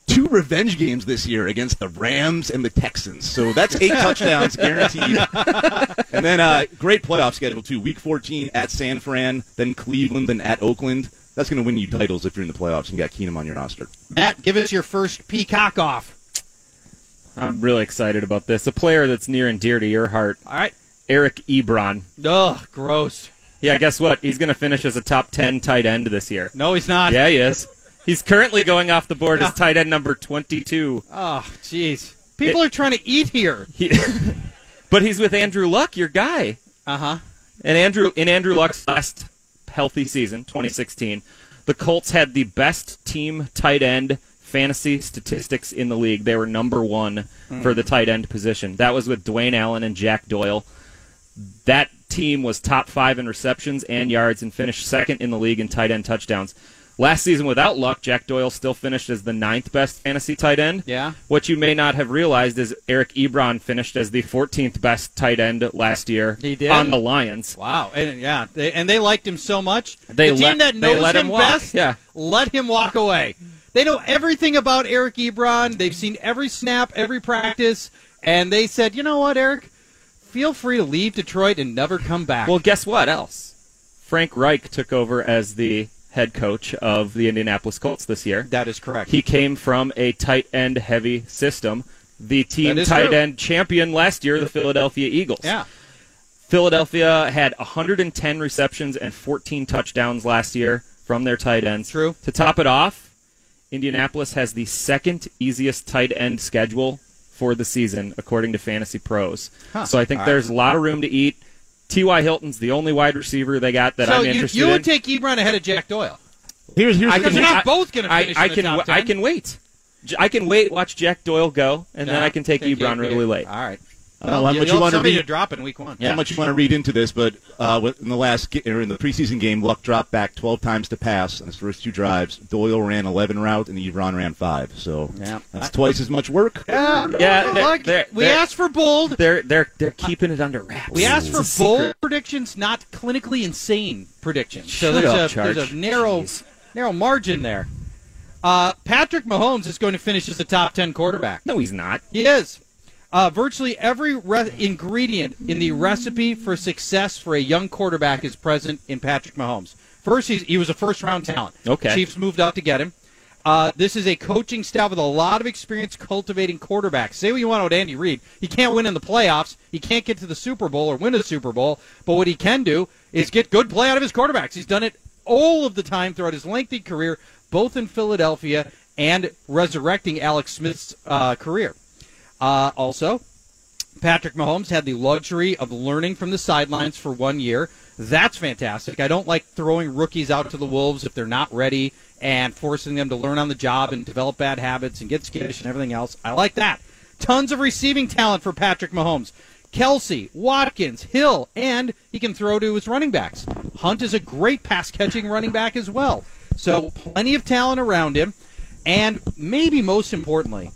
Speaker 4: two revenge games this year against the Rams and the Texans. So that's eight touchdowns guaranteed. And then uh, great playoff schedule too. Week 14 at San Fran, then Cleveland, then at Oakland. That's going to win you titles if you're in the playoffs and got Keenum on your roster.
Speaker 2: Matt, give us your first peacock off.
Speaker 3: I'm really excited about this. A player that's near and dear to your heart,
Speaker 2: All right.
Speaker 3: Eric Ebron.
Speaker 2: Ugh, gross.
Speaker 3: Yeah, guess what? He's going to finish as a top 10 tight end this year.
Speaker 2: No, he's not.
Speaker 3: Yeah, he is. He's currently going off the board as tight end number 22.
Speaker 2: Oh, jeez. People are trying to eat here.
Speaker 3: He, but he's with Andrew Luck, your guy.
Speaker 2: Uh huh.
Speaker 3: And Andrew in Andrew Luck's last healthy season, 2016, the Colts had the best team tight end fantasy statistics in the league. They were number 1 for the tight end position. That was with Dwayne Allen and Jack Doyle. That team was top 5 in receptions and yards and finished second in the league in tight end touchdowns. Last season without Luck, Jack Doyle still finished as the ninth best fantasy tight end.
Speaker 2: Yeah.
Speaker 3: What you may not have realized is Eric Ebron finished as the 14th best tight end last year
Speaker 2: He did?
Speaker 3: on the Lions.
Speaker 2: Wow. And yeah, they, and they liked him so much.
Speaker 3: They
Speaker 2: the team
Speaker 3: let-
Speaker 2: that
Speaker 3: they
Speaker 2: knows
Speaker 3: let him walk,
Speaker 2: best,
Speaker 3: yeah.
Speaker 2: let him walk away. They know everything about Eric Ebron. They've seen every snap, every practice, and they said, "You know what, Eric? Feel free to leave Detroit and never come back."
Speaker 3: Well, guess what else? Frank Reich took over as the head coach of the Indianapolis Colts this year.
Speaker 2: that is correct.
Speaker 3: He came from a tight end heavy system. The team
Speaker 2: That is
Speaker 3: tight
Speaker 2: true.
Speaker 3: end champion last year, the Philadelphia Eagles.
Speaker 2: yeah.
Speaker 3: Philadelphia had 110 receptions and 14 touchdowns last year from their tight ends.
Speaker 2: True.
Speaker 3: To top it off, Indianapolis has the second easiest tight end schedule for the season, according to Fantasy Pros. So I think there's a lot of room to eat. T.Y. Hilton's the only wide receiver they got that
Speaker 2: so
Speaker 3: I'm
Speaker 2: you,
Speaker 3: interested
Speaker 2: you
Speaker 3: in.
Speaker 2: would take Ebron ahead of Jack Doyle.
Speaker 4: Here's here's
Speaker 3: I
Speaker 2: Because
Speaker 3: can-
Speaker 2: they're not
Speaker 3: I-
Speaker 2: both going to
Speaker 3: I,
Speaker 2: finish
Speaker 3: I
Speaker 2: in the
Speaker 3: can
Speaker 2: top
Speaker 3: w- I
Speaker 2: 10.
Speaker 3: can wait. J- I can wait, watch Jack Doyle go, and then
Speaker 2: Yeah,
Speaker 3: I can take, Ebron really late. Uh,
Speaker 2: All right.
Speaker 4: Well, how
Speaker 2: you, you'll
Speaker 4: much you
Speaker 2: have
Speaker 4: want to
Speaker 2: somebody
Speaker 4: read?
Speaker 2: to drop in week one.
Speaker 4: How much you want to read into this, but uh, with- in the last ge- or in the preseason game, Luck dropped back 12 times to pass on his first two drives. Doyle ran 11 routes and Ebron ran five. So
Speaker 2: Yeah.
Speaker 4: that's twice as much work.
Speaker 2: Yeah,
Speaker 3: Yeah, they're-
Speaker 2: look,
Speaker 3: they're-
Speaker 2: we
Speaker 3: they're-
Speaker 2: asked for bold.
Speaker 3: They're they're they're keeping it under wraps.
Speaker 2: We asked for
Speaker 3: It's a
Speaker 2: bold
Speaker 3: secret.
Speaker 2: predictions, not clinically insane predictions. So
Speaker 3: Shut
Speaker 2: there's
Speaker 3: up,
Speaker 2: a
Speaker 3: Charge.
Speaker 2: there's a narrow
Speaker 3: Jeez.
Speaker 2: narrow margin there. Uh, Patrick Mahomes is going to finish as a top 10 quarterback.
Speaker 3: No, he's not.
Speaker 2: He is. Uh, virtually every re- ingredient in the recipe for success for a young quarterback is present in Patrick Mahomes. First, he's, he was a first round talent.
Speaker 3: Okay.
Speaker 2: Chiefs moved up to get him. Uh, this is a coaching staff with a lot of experience cultivating quarterbacks. Say what you want about Andy Reid. He can't win in the playoffs. He can't get to the Super Bowl or win a Super Bowl. But what he can do is get good play out of his quarterbacks. He's done it all of the time throughout his lengthy career, both in Philadelphia and resurrecting Alex Smith's uh, career. Uh, also, Patrick Mahomes had the luxury of learning from the sidelines for one year. That's fantastic. I don't like throwing rookies out to the wolves if they're not ready and forcing them to learn on the job and develop bad habits and get skittish and everything else. I like that. Tons of receiving talent for Patrick Mahomes. Kelsey, Watkins, Hill, and he can throw to his running backs. Hunt is a great pass catching running back as well. So, plenty of talent around him. And maybe most importantly,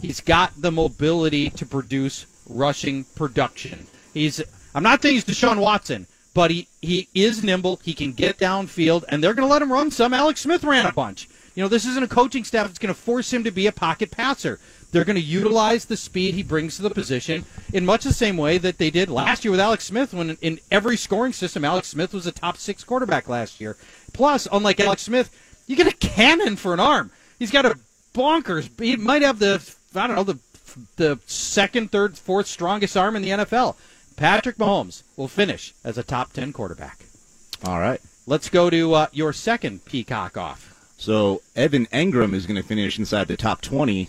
Speaker 2: He's got the mobility to produce rushing production. He's I'm not saying he's Deshaun Watson, but he, he is nimble. He can get downfield, and they're going to let him run some. Alex Smith ran a bunch. You know, this isn't a coaching staff that's going to force him to be a pocket passer. They're going to utilize the speed he brings to the position in much the same way that they did last year with Alex Smith when in every scoring system, Alex Smith was a top six quarterback last year. Plus, unlike Alex Smith, you get a cannon for an arm. He's got a bonkers. He might have the I don't know the the second, third, fourth strongest arm in the NFL. Patrick Mahomes will finish as a top ten quarterback.
Speaker 4: All right.
Speaker 2: Let's go to uh, your second peacock off.
Speaker 4: So Evan Engram is going to finish inside the top 20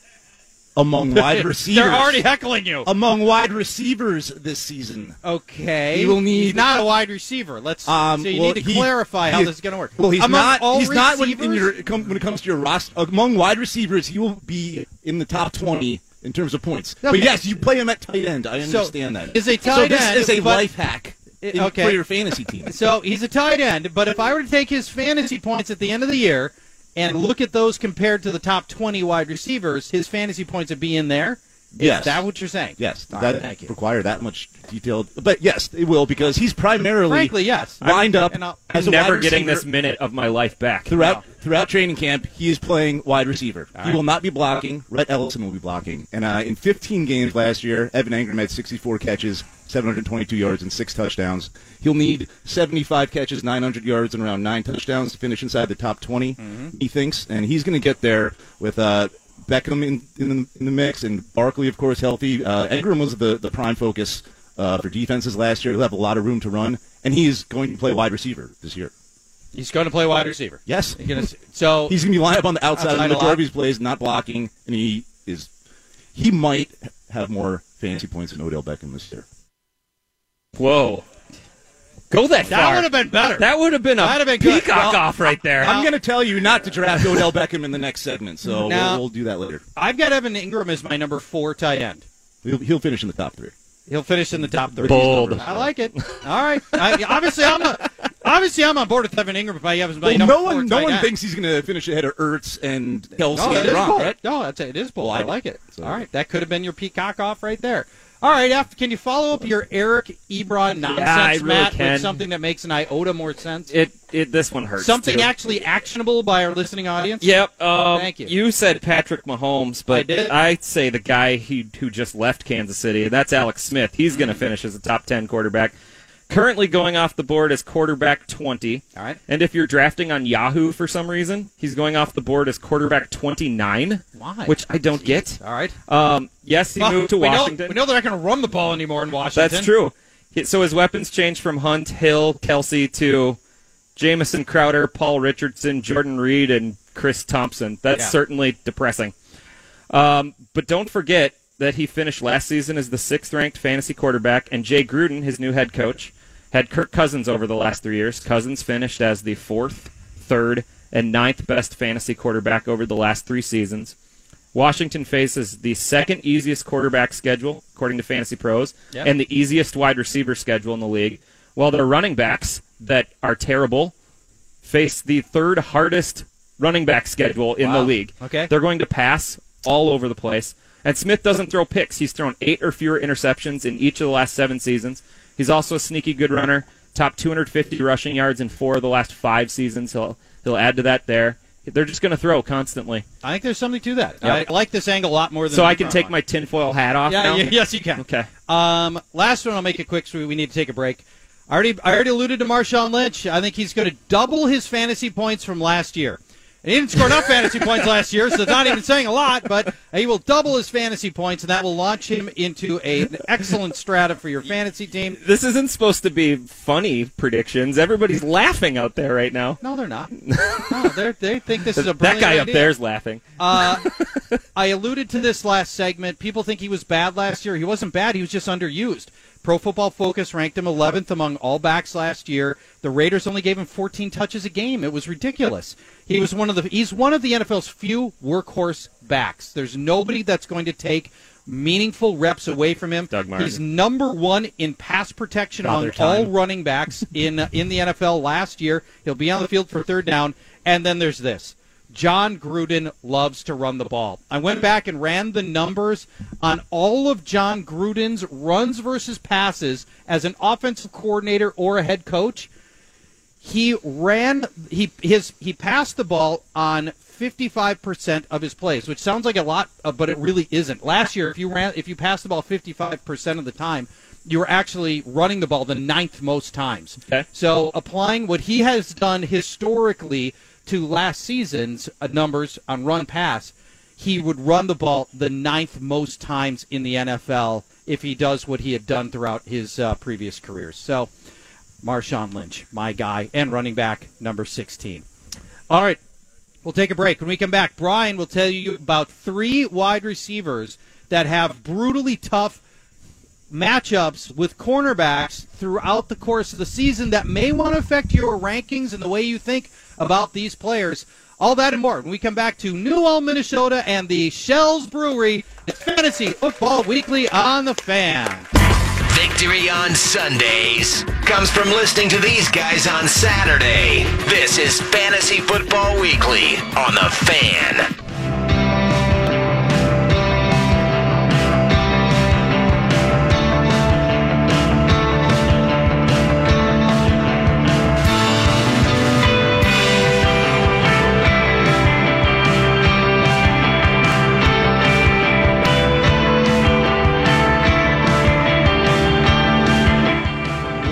Speaker 4: among wide receivers.
Speaker 2: They're already heckling you.
Speaker 4: among wide receivers this season.
Speaker 2: Okay,
Speaker 4: He will need-
Speaker 2: He's not a wide receiver. Let's.
Speaker 4: Um,
Speaker 2: so you
Speaker 4: well,
Speaker 2: need to
Speaker 4: he-
Speaker 2: clarify how
Speaker 4: he-
Speaker 2: this is going to work.
Speaker 4: Well, he's
Speaker 2: Among
Speaker 4: not.
Speaker 2: all
Speaker 4: he's not when, in
Speaker 2: receivers?
Speaker 4: your, com, when it comes to your roster. Among wide receivers, he will be in the top twenty in terms of points. But
Speaker 2: Okay.
Speaker 4: yes, you play him at tight end. I
Speaker 2: So,
Speaker 4: understand that.
Speaker 2: is a
Speaker 4: so
Speaker 2: tight
Speaker 4: this
Speaker 2: end,
Speaker 4: is a
Speaker 2: but-
Speaker 4: life hack in-
Speaker 2: Okay.
Speaker 4: for your fantasy team.
Speaker 2: So he's a tight end, but if I were to take his fantasy points at the end of the year and look at those compared to the top 20 wide receivers, his fantasy points would be in there. Is
Speaker 4: Yes.
Speaker 2: that what you're saying?
Speaker 4: yes,
Speaker 2: All
Speaker 4: that
Speaker 2: right, thank you.
Speaker 4: require that much detailed. But yes, it will because he's primarily
Speaker 2: Frankly, yes.
Speaker 4: lined up
Speaker 2: And I'll-
Speaker 4: as a
Speaker 3: Never
Speaker 4: wide
Speaker 3: getting
Speaker 4: receiver
Speaker 3: this minute of my life back.
Speaker 4: Throughout throughout training camp, he is playing wide receiver. He will not be blocking. Rhett Ellison will be blocking. And uh, in 15 games last year, Evan Engram had 64 catches, 722 yards, and six touchdowns. He'll need 75 catches, 900 yards, and around nine touchdowns to finish inside the top 20. He thinks, and he's going to get there with. Uh, Beckham in, in, the, in the mix, and Barkley, of course, healthy. Uh, Engram was the, the prime focus uh, for defenses last year. He'll have a lot of room to run, and he is going to play wide receiver this year.
Speaker 2: He's going to play wide receiver.
Speaker 4: Yes.
Speaker 2: You're gonna s- so
Speaker 4: He's going to be lined up on the outside,
Speaker 2: Outside
Speaker 4: of the
Speaker 2: a
Speaker 4: majority
Speaker 2: lot.
Speaker 4: of his plays, not blocking, and he is he might have more fantasy points than Odell Beckham this year.
Speaker 3: Whoa. Go that,
Speaker 2: That
Speaker 3: far.
Speaker 2: would've been better.
Speaker 3: That would have been a
Speaker 2: That'd've been good.
Speaker 3: peacock
Speaker 2: Well,
Speaker 3: off right there.
Speaker 4: I'm going to tell you not to draft Odell Beckham in the next segment, so
Speaker 2: Now-
Speaker 4: we'll, we'll do that later.
Speaker 2: I've got Evan Ingram as my number four tight end.
Speaker 4: He'll, he'll finish in the top three.
Speaker 2: He'll finish in the top three.
Speaker 3: Bold.
Speaker 2: I like it. All right. I, obviously, I'm a, obviously I'm on board with Evan Ingram if I have him as my
Speaker 4: Well,
Speaker 2: number
Speaker 4: no
Speaker 2: four
Speaker 4: one, no
Speaker 2: tight
Speaker 4: one
Speaker 2: end.
Speaker 4: thinks he's going to finish ahead of Ertz and Kelsey
Speaker 2: No, it
Speaker 4: and
Speaker 2: Oh, is
Speaker 4: Gronk,
Speaker 2: bold.
Speaker 4: right?
Speaker 2: No, that's it is bold. I like it.
Speaker 4: So-
Speaker 2: All right, that could have been your peacock off right there. All right, F, can you follow up your Eric Ebron nonsense,
Speaker 3: Yeah, I really
Speaker 2: Matt,
Speaker 3: can.
Speaker 2: with something that makes an iota more sense?
Speaker 3: it, it this one hurts.
Speaker 2: something
Speaker 3: too.
Speaker 2: actually actionable by our listening audience?
Speaker 3: Yep. Um,
Speaker 2: Thank you.
Speaker 3: said Patrick Mahomes, but
Speaker 2: I did.
Speaker 3: I'd say the guy who, who just left Kansas City, that's Alex Smith. He's
Speaker 2: Mm-hmm.
Speaker 3: going to finish as a top 10 quarterback. Currently going off the board as quarterback 20.
Speaker 2: All right.
Speaker 3: And if you're drafting on Yahoo for some reason, he's going off the board as quarterback 29.
Speaker 2: Why?
Speaker 3: Which I don't get.
Speaker 2: All right.
Speaker 3: Um, yes, he
Speaker 2: Well,
Speaker 3: moved to
Speaker 2: we know-
Speaker 3: Washington.
Speaker 2: we know they're not going to run the ball anymore in Washington.
Speaker 3: That's true. He- So his weapons changed from Hunt, Hill, Kelsey to Jamison Crowder, Paul Richardson, Jordan Reed, and Chris Thompson. That's
Speaker 2: Yeah.
Speaker 3: certainly depressing. Um, but don't forget that he finished last season as the sixth ranked fantasy quarterback, and Jay Gruden, his new head coach, had Kirk Cousins over the last three years. Cousins finished as the fourth, third, and ninth best fantasy quarterback over the last three seasons. Washington faces the second easiest quarterback schedule, according to Fantasy Pros,
Speaker 2: Yeah.
Speaker 3: and the easiest wide receiver schedule in the league, while their running backs that are terrible face the third hardest running back schedule in
Speaker 2: Wow.
Speaker 3: the league.
Speaker 2: Okay.
Speaker 3: They're going to pass all over the place. And Smith doesn't throw picks. He's thrown eight or fewer interceptions in each of the last seven seasons. He's also a sneaky good runner, top 250 rushing yards in four of the last five seasons. He'll, he'll add to that there. They're just going to throw constantly.
Speaker 2: I think there's something to that.
Speaker 3: Yep.
Speaker 2: I like this angle a lot more than
Speaker 3: So
Speaker 2: the
Speaker 3: I can
Speaker 2: front
Speaker 3: take
Speaker 2: one.
Speaker 3: my tinfoil hat off
Speaker 2: Yeah,
Speaker 3: now?
Speaker 2: yeah, yes, you can.
Speaker 3: Okay.
Speaker 2: Um, last one, I'll make it quick, so we need to take a break. I already, I already alluded to Marshawn Lynch. I think he's going to double his fantasy points from last year. And he didn't score enough fantasy points last year, so it's not even saying a lot, but he will double his fantasy points, and that will launch him into a, an excellent strata for your fantasy team.
Speaker 3: This isn't supposed to be funny predictions. Everybody's laughing out there right now.
Speaker 2: No, they're not. No, they're, they think this is a
Speaker 3: that
Speaker 2: brilliant
Speaker 3: guy up
Speaker 2: idea.
Speaker 3: there is laughing.
Speaker 2: Uh, I alluded to this last segment. People think he was bad last year. He wasn't bad. He was just underused. Pro Football Focus ranked him 11th among all backs last year. The Raiders only gave him 14 touches a game. It was ridiculous. He was one of the he's one of the NFL's few workhorse backs. There's nobody that's going to take meaningful reps away from him.
Speaker 3: Doug Martin.
Speaker 2: He's number 1 in pass protection
Speaker 3: Father
Speaker 2: among all
Speaker 3: time.
Speaker 2: running backs in uh, in the NFL last year. He'll be on the field for third down, and then there's this. John Gruden loves to run the ball. I went back and ran the numbers on all of John Gruden's runs versus passes as an offensive coordinator or a head coach. He ran he his he passed the ball on 55% of his plays, which sounds like a lot, uh, but it really isn't. Last year, if you ran if you passed the ball 55% of the time, you were actually running the ball the ninth most times.
Speaker 3: Okay.
Speaker 2: So applying what he has done historically to last season's uh, numbers on run pass, he would run the ball the ninth most times in the NFL if he does what he had done throughout his uh, previous careers. So Marshawn Lynch, my guy, and running back number 16. All right, we'll take a break. When we come back, Brian will tell you about three wide receivers that have brutally tough matchups with cornerbacks throughout the course of the season that may want to affect your rankings and the way you think about these players. All that and more when we come back to Newell, Minnesota and the Shells Brewery. It's Fantasy Football Weekly on the Fan.
Speaker 1: Victory on Sundays comes from listening to these guys on Saturday. This is Fantasy Football Weekly on The Fan.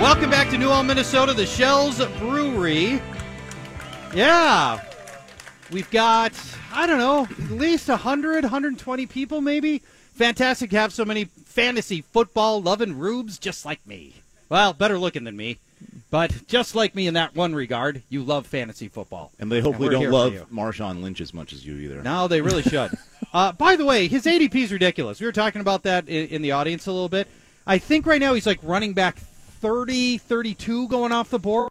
Speaker 2: Welcome back to Newell, Minnesota, the Shells Brewery. Yeah. We've got, I don't know, at least 100, 120 people maybe. Fantastic to have so many fantasy football loving rubes just like me. Well, better looking than me, but just like me in that one regard, you love fantasy football.
Speaker 4: And they hopefully
Speaker 2: we're here for
Speaker 4: don't love
Speaker 2: you.
Speaker 4: Marshawn Lynch as much as you either.
Speaker 2: No, they really should. uh, by the way, his ADP is ridiculous. We were talking about that in, in the audience a little bit. I think right now he's like running back 30, 32 going off the board.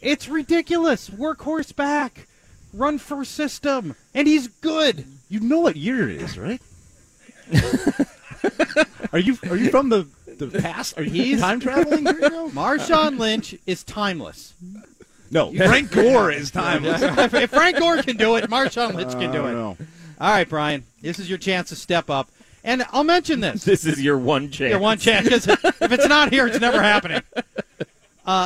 Speaker 2: It's ridiculous. Workhorse back, run first system, and he's good.
Speaker 4: You know what year it is, right? are you are you from the the past? Are you
Speaker 2: He's-
Speaker 4: time traveling right now?
Speaker 2: Marshawn Lynch is timeless.
Speaker 4: No, Frank Gore is timeless.
Speaker 2: if Frank Gore can do it, Marshawn Lynch
Speaker 4: I
Speaker 2: can do
Speaker 4: don't
Speaker 2: it.
Speaker 4: know.
Speaker 2: All right, Brian, this is your chance to step up. And I'll mention this.
Speaker 3: This is your one chance.
Speaker 2: Your one chance. 'cause if it's not here, it's never happening. Uh,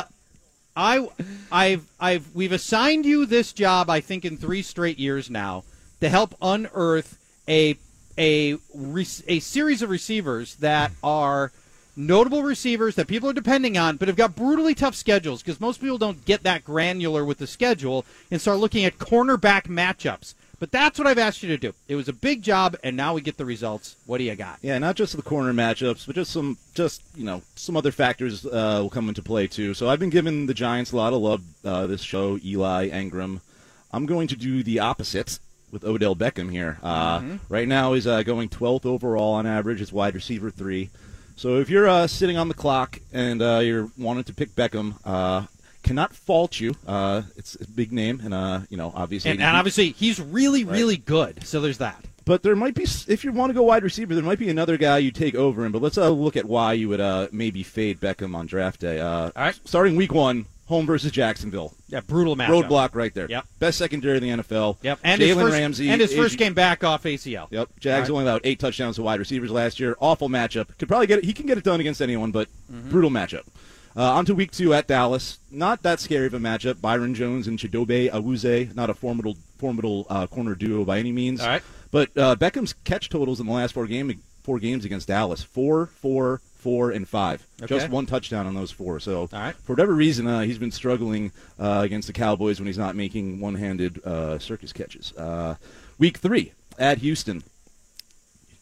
Speaker 2: I, I've, I've, we've assigned you this job. I think in three straight years now to help unearth a a re- a series of receivers that are notable receivers that people are depending on, but have got brutally tough schedules because most people don't get that granular with the schedule and start looking at cornerback matchups. But that's what I've asked you to do. It was a big job, and now we get the results. What do you got?
Speaker 4: Yeah, not just the corner matchups, but just some, just you know, some other factors uh, will come into play too. So I've been giving the Giants a lot of love uh, this show. Eli Engram. I'm going to do the opposite with Odell Beckham here. Uh,
Speaker 2: Mm-hmm.
Speaker 4: Right now, he's uh, going 12th overall on average as wide receiver three. So if you're uh, sitting on the clock and uh, you're wanting to pick Beckham, uh, cannot fault you. Uh, it's a big name, and uh, you know, obviously,
Speaker 2: And, and obviously, he's really, really good. So there's that.
Speaker 4: But there might be, if you want to go wide receiver, there might be another guy you take over him. But let's uh, look at why you would uh, maybe fade Beckham on draft day. Uh,
Speaker 2: All right.
Speaker 4: Starting week one, home versus Jacksonville.
Speaker 2: Yeah, brutal matchup.
Speaker 4: Roadblock right there.
Speaker 2: Yep.
Speaker 4: Best secondary in the NFL.
Speaker 2: Yep. And his
Speaker 4: Jalen
Speaker 2: first,
Speaker 4: Ramsey.
Speaker 2: And his first game
Speaker 4: Adrian-
Speaker 2: back off ACL.
Speaker 4: Yep. Jags
Speaker 2: All right.
Speaker 4: only allowed eight
Speaker 2: Mm-hmm.
Speaker 4: touchdowns to wide receivers last year. Awful matchup. Could probably get it. He can get it done against anyone, but brutal matchup. Uh, on to week two at Dallas. Not that scary of a matchup. Byron Jones and Chidobe Awuzie, not a formidable formidable uh, corner duo by any means.
Speaker 2: All right.
Speaker 4: But uh, Beckham's catch totals in the last four game four games against Dallas four, four, four, and five. Just
Speaker 2: Okay.
Speaker 4: one touchdown on those four. So
Speaker 2: All right.
Speaker 4: for whatever reason, uh, he's been struggling uh, against the Cowboys when he's not making one-handed uh, circus catches. Uh, week three at Houston.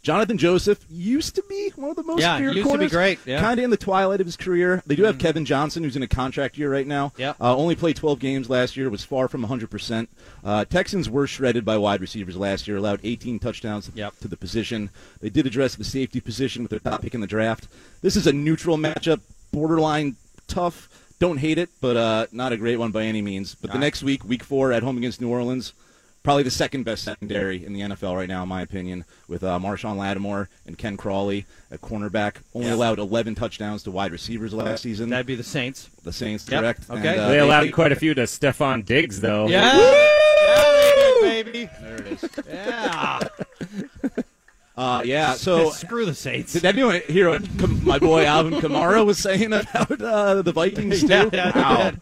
Speaker 4: Jonathan Joseph used to be one of the most
Speaker 2: Yeah,
Speaker 4: feared
Speaker 2: used to be
Speaker 4: corners.
Speaker 2: great, yeah. Mm-hmm.
Speaker 4: Kind of in the twilight of his career. They do have Kevin Johnson, who's in a contract year right now.
Speaker 2: Yep.
Speaker 4: Uh, only played 12 games last year, was far from 100%. Uh, Texans were shredded by wide receivers last year, allowed 18 touchdowns
Speaker 2: Yep.
Speaker 4: to the position. They did address the safety position with their top pick in the draft. This is a neutral matchup, borderline tough. Don't hate it, but uh, not a great one by any means. But the next week, week four, at home against New Orleans, probably the second best secondary in the NFL right now, in my opinion, with uh, Marshawn Lattimore and Ken Crawley at cornerback. Only
Speaker 2: Yeah.
Speaker 4: allowed 11 touchdowns to wide receivers last season.
Speaker 2: That'd be the Saints.
Speaker 4: the Saints,
Speaker 2: Yep.
Speaker 4: correct?
Speaker 2: Okay.
Speaker 4: And, uh,
Speaker 3: they allowed quite a few to Stefan Diggs,
Speaker 4: Oh.
Speaker 3: though.
Speaker 2: Yeah. Yeah, they did, baby.
Speaker 4: There it is.
Speaker 2: Yeah.
Speaker 4: Uh, yeah, so
Speaker 2: screw the Saints.
Speaker 4: Did anyone hear what Kam- my boy Alvin Kamara was saying about uh, the Vikings too?
Speaker 2: Yeah, yeah, I
Speaker 4: wow.
Speaker 2: did.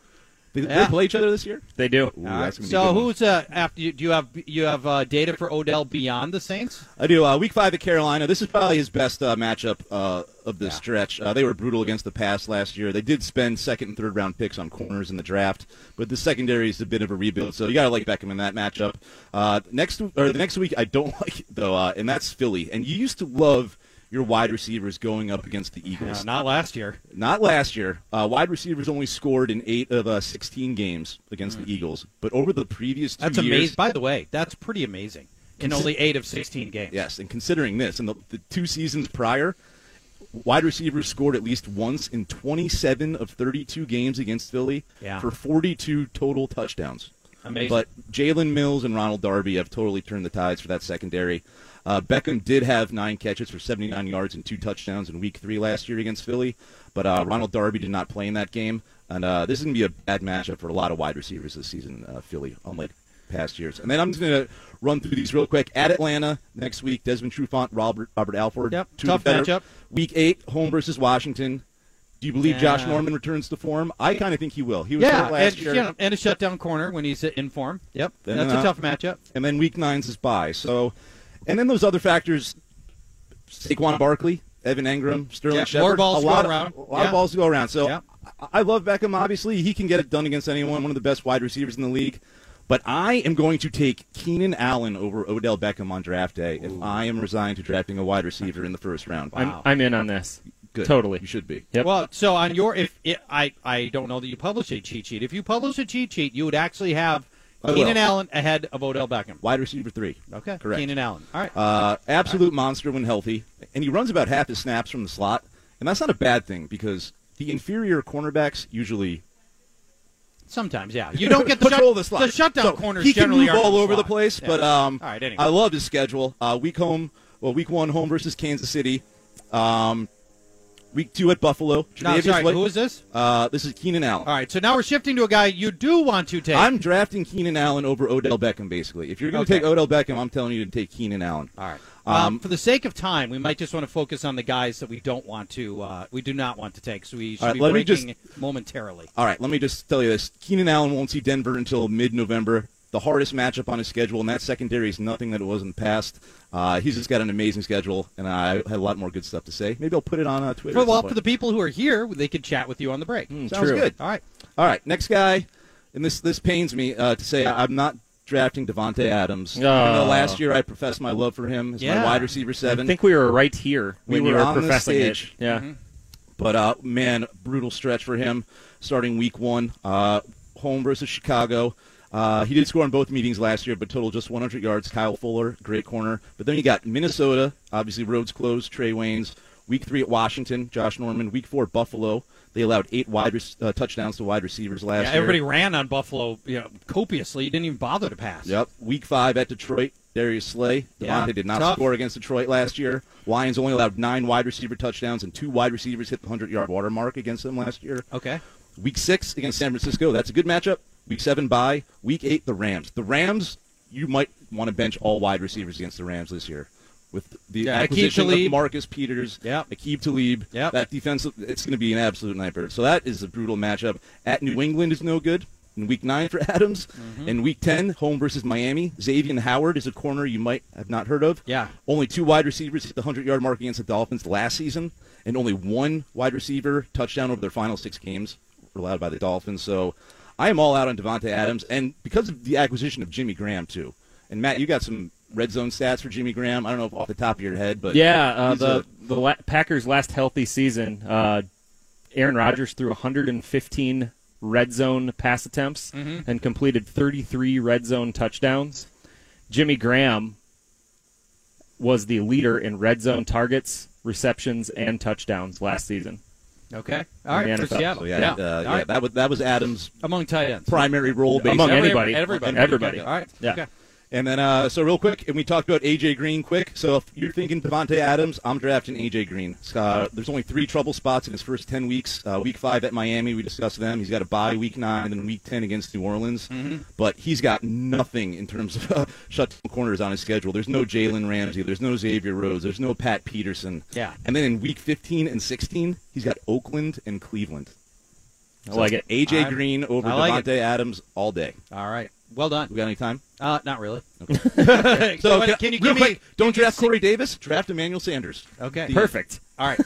Speaker 4: Did
Speaker 2: Yeah.
Speaker 4: they play each other this year?
Speaker 3: They do.
Speaker 4: Ooh,
Speaker 2: All right.
Speaker 4: that's gonna be a
Speaker 2: So
Speaker 4: good one.
Speaker 2: who's uh, after you? Do you have you have uh, data for Odell beyond the Saints?
Speaker 4: I do. Uh, week five at Carolina. This is probably his best uh, matchup uh, of the
Speaker 2: Yeah.
Speaker 4: stretch. Uh, they were brutal against the pass last year. They did spend second and third round picks on corners in the draft, but the secondary is a bit of a rebuild. So you got to like Beckham in that matchup. Uh, next or the next week, I don't like it, though, uh, and that's Philly. And you used to love your wide receivers going up against the Eagles.
Speaker 2: not last year.
Speaker 4: Not last year. Uh, wide receivers only scored in eight of uh, 16 games against the Eagles, but over the previous two
Speaker 2: Hmm. That's
Speaker 4: years.
Speaker 2: amazing. By the way, that's pretty amazing. In only eight of sixteen games.
Speaker 4: Yes, and considering this, in the, the two seasons prior, wide receivers scored at least once in 27 of 32 games against Philly
Speaker 2: Yeah.
Speaker 4: for 42 total touchdowns.
Speaker 2: Amazing.
Speaker 4: But Jalen Mills and Ronald Darby have totally turned the tides for that secondary. Uh, Beckham did have nine catches for 79 yards and two touchdowns in Week Three last year against Philly, but uh, Ronald Darby did not play in that game, and uh, this is going to be a bad matchup for a lot of wide receivers this season. Uh, Philly, unlike past years, and then I'm just going to run through these real quick. At Atlanta next week, Desmond Trufant, Robert Robert Alford.
Speaker 2: Yep,
Speaker 4: two of the
Speaker 2: tough
Speaker 4: better-
Speaker 2: matchup.
Speaker 4: Week Eight, home versus Washington. Do you believe Josh
Speaker 2: Yeah.
Speaker 4: Norman returns to form? I kind of think he will. He was
Speaker 2: Yeah,
Speaker 4: hurt last
Speaker 2: and,
Speaker 4: year.
Speaker 2: you know, and a shutdown corner when he's in form. Yep,
Speaker 4: Then,
Speaker 2: that's
Speaker 4: uh,
Speaker 2: a tough matchup.
Speaker 4: and then week nine's is bye. So, and then those other factors: Saquon Barkley, Evan Engram, Sterling
Speaker 2: Yeah,
Speaker 4: Shepard.
Speaker 2: more balls
Speaker 4: a lot
Speaker 2: go
Speaker 4: of-
Speaker 2: around.
Speaker 4: A lot
Speaker 2: Yeah.
Speaker 4: of balls to go around. So,
Speaker 2: Yeah.
Speaker 4: I I love Beckham. Obviously, he can get it done against anyone. One of the best wide receivers in the league. But I am going to take Keenan Allen over Odell Beckham on draft day if I am resigned to drafting a wide receiver in the first round.
Speaker 3: I'm,
Speaker 2: Wow.
Speaker 3: I'm in on this.
Speaker 4: Good.
Speaker 3: Totally.
Speaker 4: You should be.
Speaker 3: Yep.
Speaker 2: Well, so on your if it, I I don't know that you publish a cheat sheet. If you publish a cheat sheet, you would actually have
Speaker 4: I will.
Speaker 2: Keenan Allen ahead of Odell Beckham.
Speaker 4: Wide receiver three.
Speaker 2: Okay,
Speaker 4: Correct.
Speaker 2: Keenan Allen. All right.
Speaker 4: Uh, absolute monster when healthy, and he runs about half his snaps from the slot, and that's not a bad thing because the inferior cornerbacks usually
Speaker 2: Sometimes, yeah, you don't get the shut,
Speaker 4: control of the slot.
Speaker 2: shutdown
Speaker 4: so
Speaker 2: corners
Speaker 4: He can
Speaker 2: generally
Speaker 4: move
Speaker 2: aren't
Speaker 4: all
Speaker 2: in
Speaker 4: over the
Speaker 2: slot.
Speaker 4: place,
Speaker 2: Yeah.
Speaker 4: but um,
Speaker 2: all right. Anyway,
Speaker 4: I love his schedule. Uh, week home, well, week one home versus Kansas City, um, week two at Buffalo.
Speaker 2: no,
Speaker 4: Tre'Davious
Speaker 2: sorry.
Speaker 4: White-
Speaker 2: Who is this?
Speaker 4: uh, this is Keenan Allen.
Speaker 2: All right. So now we're shifting to a guy you do want to take.
Speaker 4: I'm drafting Keenan Allen over Odell Beckham. Basically, if you're going to
Speaker 2: Okay.
Speaker 4: take Odell Beckham, I'm telling you to take Keenan Allen.
Speaker 2: All right.
Speaker 4: Um,
Speaker 2: Um, for the sake of time, we might just want to focus on the guys that we don't want to, uh, we do not want to take. So we should
Speaker 4: All right,
Speaker 2: be
Speaker 4: let me
Speaker 2: breaking momentarily.
Speaker 4: All right, let me just tell you this. Keenan Allen won't see Denver until mid-November. The hardest matchup on his schedule, and that secondary is nothing that it was in the past. Uh, he's just got an amazing schedule, and I had a lot more good stuff to say. Maybe I'll put it on uh, Twitter.
Speaker 2: For,
Speaker 4: at some
Speaker 2: well,
Speaker 4: point.
Speaker 2: for the people who are here, they could chat with you on the break.
Speaker 4: Sounds true. good.
Speaker 2: All right.
Speaker 4: All right, next guy, and this this pains me uh, to say I- I'm not drafting Devonte Adams. Even though
Speaker 3: Oh.
Speaker 4: last year I professed my love for him as my
Speaker 2: Yeah.
Speaker 4: wide receiver
Speaker 3: I
Speaker 4: seven.
Speaker 3: think we were right here
Speaker 4: We
Speaker 3: when you
Speaker 4: were
Speaker 3: were
Speaker 4: on the
Speaker 3: professing
Speaker 4: stage.
Speaker 3: it. Yeah.
Speaker 4: But uh, man, brutal stretch for him starting week one, uh, home versus Chicago. Uh, he did score in both meetings last year, but total just 100 yards. Kyle Fuller, great corner. But then you got Minnesota, obviously roads closed. Trey Waynes, week three at Washington. Josh Norman, week four at Buffalo. They allowed eight wide rec- uh, touchdowns to wide receivers last
Speaker 2: Yeah,
Speaker 4: year.
Speaker 2: everybody ran on Buffalo you know, copiously. You didn't even bother to pass.
Speaker 4: Yep. Week five at Detroit, Darius Slay. Devontae
Speaker 2: Yeah,
Speaker 4: did not
Speaker 2: tough.
Speaker 4: score against Detroit last year. Lions only allowed nine wide receiver touchdowns, and two wide receivers hit the 100 yard watermark against them last year.
Speaker 2: Okay.
Speaker 4: Week six against San Francisco, that's a good matchup. Week seven by. Week eight, the Rams. The Rams, you might want to bench all wide receivers against the Rams this year. with the
Speaker 2: Yeah,
Speaker 4: acquisition
Speaker 2: Aqib Talib.
Speaker 4: of Marcus Peters,
Speaker 2: Yep.
Speaker 4: Akib Talib.
Speaker 2: Yep.
Speaker 4: That defense, it's going to be an absolute nightmare. So that is a brutal matchup. At New England is no good. In week nine for Adams,
Speaker 2: Mm-hmm.
Speaker 4: and week ten, home versus Miami. Xavier Howard is a corner you might have not heard of.
Speaker 2: Yeah.
Speaker 4: Only two wide receivers hit the 100 yard mark against the Dolphins last season, and only one wide receiver touchdown over their final six games were allowed by the Dolphins. So I am all out on Devonte Adams, and because of the acquisition of Jimmy Graham, too. And Matt, you got some red zone stats for Jimmy Graham. I don't know if off the top of your head, but
Speaker 3: Yeah, uh,
Speaker 4: he's
Speaker 3: the
Speaker 4: a-
Speaker 3: the la- Packers' last healthy season, uh, Aaron Rodgers threw 115 red zone pass attempts
Speaker 2: Mm-hmm.
Speaker 3: and completed 33 red zone touchdowns. Jimmy Graham was the leader in red zone targets, receptions, and touchdowns last season.
Speaker 2: Okay. All right.
Speaker 3: In the
Speaker 2: For
Speaker 3: NFL.
Speaker 2: Seattle.
Speaker 4: so yeah,
Speaker 2: yeah.
Speaker 4: uh,
Speaker 2: All
Speaker 4: yeah,
Speaker 2: right.
Speaker 4: that was that was Adams'
Speaker 2: Among tight ends.
Speaker 4: primary role. based
Speaker 3: Among
Speaker 4: on-
Speaker 2: Every-
Speaker 3: anybody,
Speaker 2: Everybody.
Speaker 3: everybody.
Speaker 2: All right.
Speaker 3: Yeah.
Speaker 2: Okay.
Speaker 4: And then, uh, so real quick, and we talked about AJ Green quick. So if you're thinking Devonte Adams, I'm drafting AJ Green. Uh, there's only three trouble spots in his first ten weeks. Uh, week five at Miami, we discussed them. He's got a bye week nine, and then week ten against New Orleans.
Speaker 3: Mm-hmm.
Speaker 4: But he's got nothing in terms of uh, shutdown corners on his schedule. There's no Jalen Ramsey. There's no Xavier Rhodes. There's no Pat Peterson.
Speaker 2: Yeah.
Speaker 4: And then in week 15 and 16, he's got Oakland and Cleveland.
Speaker 3: I like it.
Speaker 4: AJ
Speaker 2: I'm-
Speaker 4: Green over
Speaker 2: I like
Speaker 4: Devonte Adams all day.
Speaker 2: All right. Well
Speaker 4: We
Speaker 2: done.
Speaker 4: got any time?
Speaker 2: Uh, not really.
Speaker 4: So
Speaker 2: What-
Speaker 4: can,
Speaker 2: can you
Speaker 4: real
Speaker 2: give me?
Speaker 4: quick, don't draft Corey Davis. Draft Emmanuel Sanders. Uh,
Speaker 2: Okay.
Speaker 3: Perfect.
Speaker 2: All right.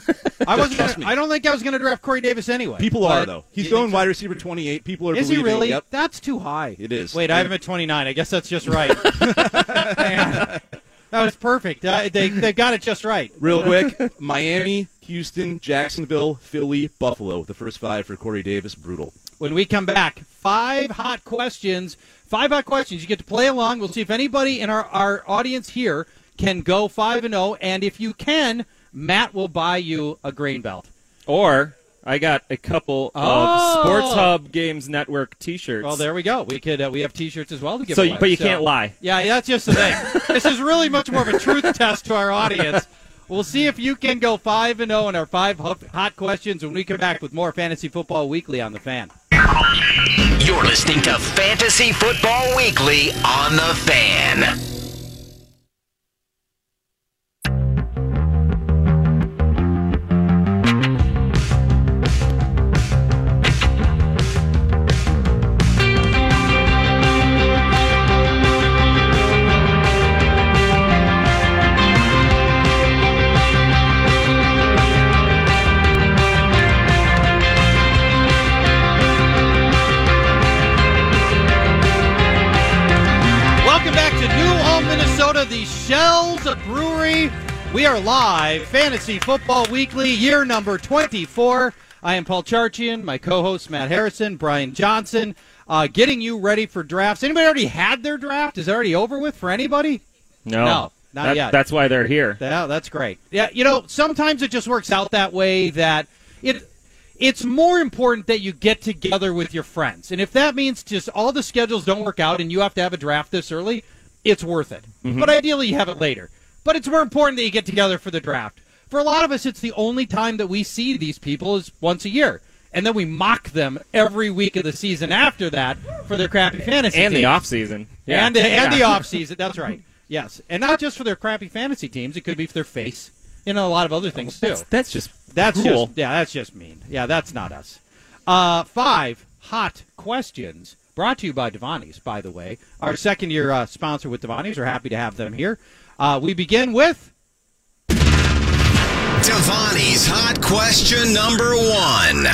Speaker 2: I wasn't.
Speaker 4: trust
Speaker 2: Gonna,
Speaker 4: me.
Speaker 2: I don't think I was going to draft Corey Davis anyway.
Speaker 4: People are
Speaker 2: but-
Speaker 4: though. He's
Speaker 2: You
Speaker 4: going
Speaker 2: think
Speaker 4: wide receiver 28. People are.
Speaker 2: so? Is he
Speaker 4: believing-
Speaker 2: really?
Speaker 4: Yep.
Speaker 2: That's too high.
Speaker 4: It is.
Speaker 2: Wait, I have him at 29. I guess that's just right. Man, that was perfect. Uh, they they got it just right.
Speaker 4: Real quick, Miami, Houston, Jacksonville, Philly, Buffalo. The first five for Corey Davis. Brutal.
Speaker 2: when we come back. Five hot questions. Five hot questions. You get to play along. We'll see if anybody in our, our audience here can go 5 and 0. And if you can, Matt will buy you a grain belt.
Speaker 3: Or I got a couple
Speaker 2: Oh.
Speaker 3: of Sports Hub Games Network T-shirts.
Speaker 2: Well, there we go. We could uh, we have T-shirts as well to give.
Speaker 3: So,
Speaker 2: away.
Speaker 3: but you can't lie.
Speaker 2: Yeah, that's just the thing. this is really much more of a truth test to our audience. We'll see if you can go five and zero in our five hot hot questions when we come back with more fantasy football weekly on the fan.
Speaker 1: You're listening to Fantasy Football Weekly on The Fan.
Speaker 2: Welcome back to New Ulm, Minnesota, the Shells Brewery. We are live, Fantasy Football Weekly, year number 24. I am Paul Charchian, my co-host Matt Harrison, Brian Johnson, uh, getting you ready for drafts. Anybody already had their draft? Is it already over with for anybody? No,
Speaker 3: No,
Speaker 2: not
Speaker 3: That-
Speaker 2: yet.
Speaker 3: That's why they're here.
Speaker 2: Yeah, that's great. Yeah, you know, sometimes it just works out that way that it it's more important that you get together with your friends. And if that means just all the schedules don't work out and you have to have a draft this early, it's worth it. But ideally you have it later. But it's more important that you get together for the draft. For a lot of us it's the only time that we see these people is once a year. And then we mock them every week of the season after that for their crappy fantasy
Speaker 3: and the
Speaker 2: teams
Speaker 3: off season.
Speaker 2: and the, and the off season. That's right. Yes, and not just for their crappy fantasy teams. It could be for their face. You know, a lot of other things too.
Speaker 3: That's, that's just
Speaker 2: That's
Speaker 3: cruel.
Speaker 2: just yeah. That's just mean. Yeah, that's not us. Uh, five hot questions brought to you by Devani's. By the way, our second year uh, sponsor with Devani's. We're happy to have them here. Uh, we begin with
Speaker 1: Devani's hot question number one.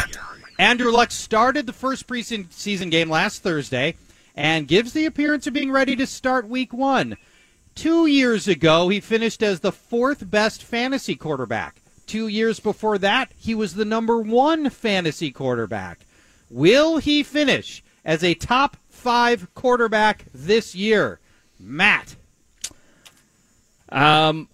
Speaker 2: Andrew Luck started the first preseason game last Thursday and gives the appearance of being ready to start week one. Two years ago, he finished as the fourth best fantasy quarterback. Two years before that, he was the number one fantasy quarterback. Will he finish as a top five quarterback this year? Matt.
Speaker 3: Um,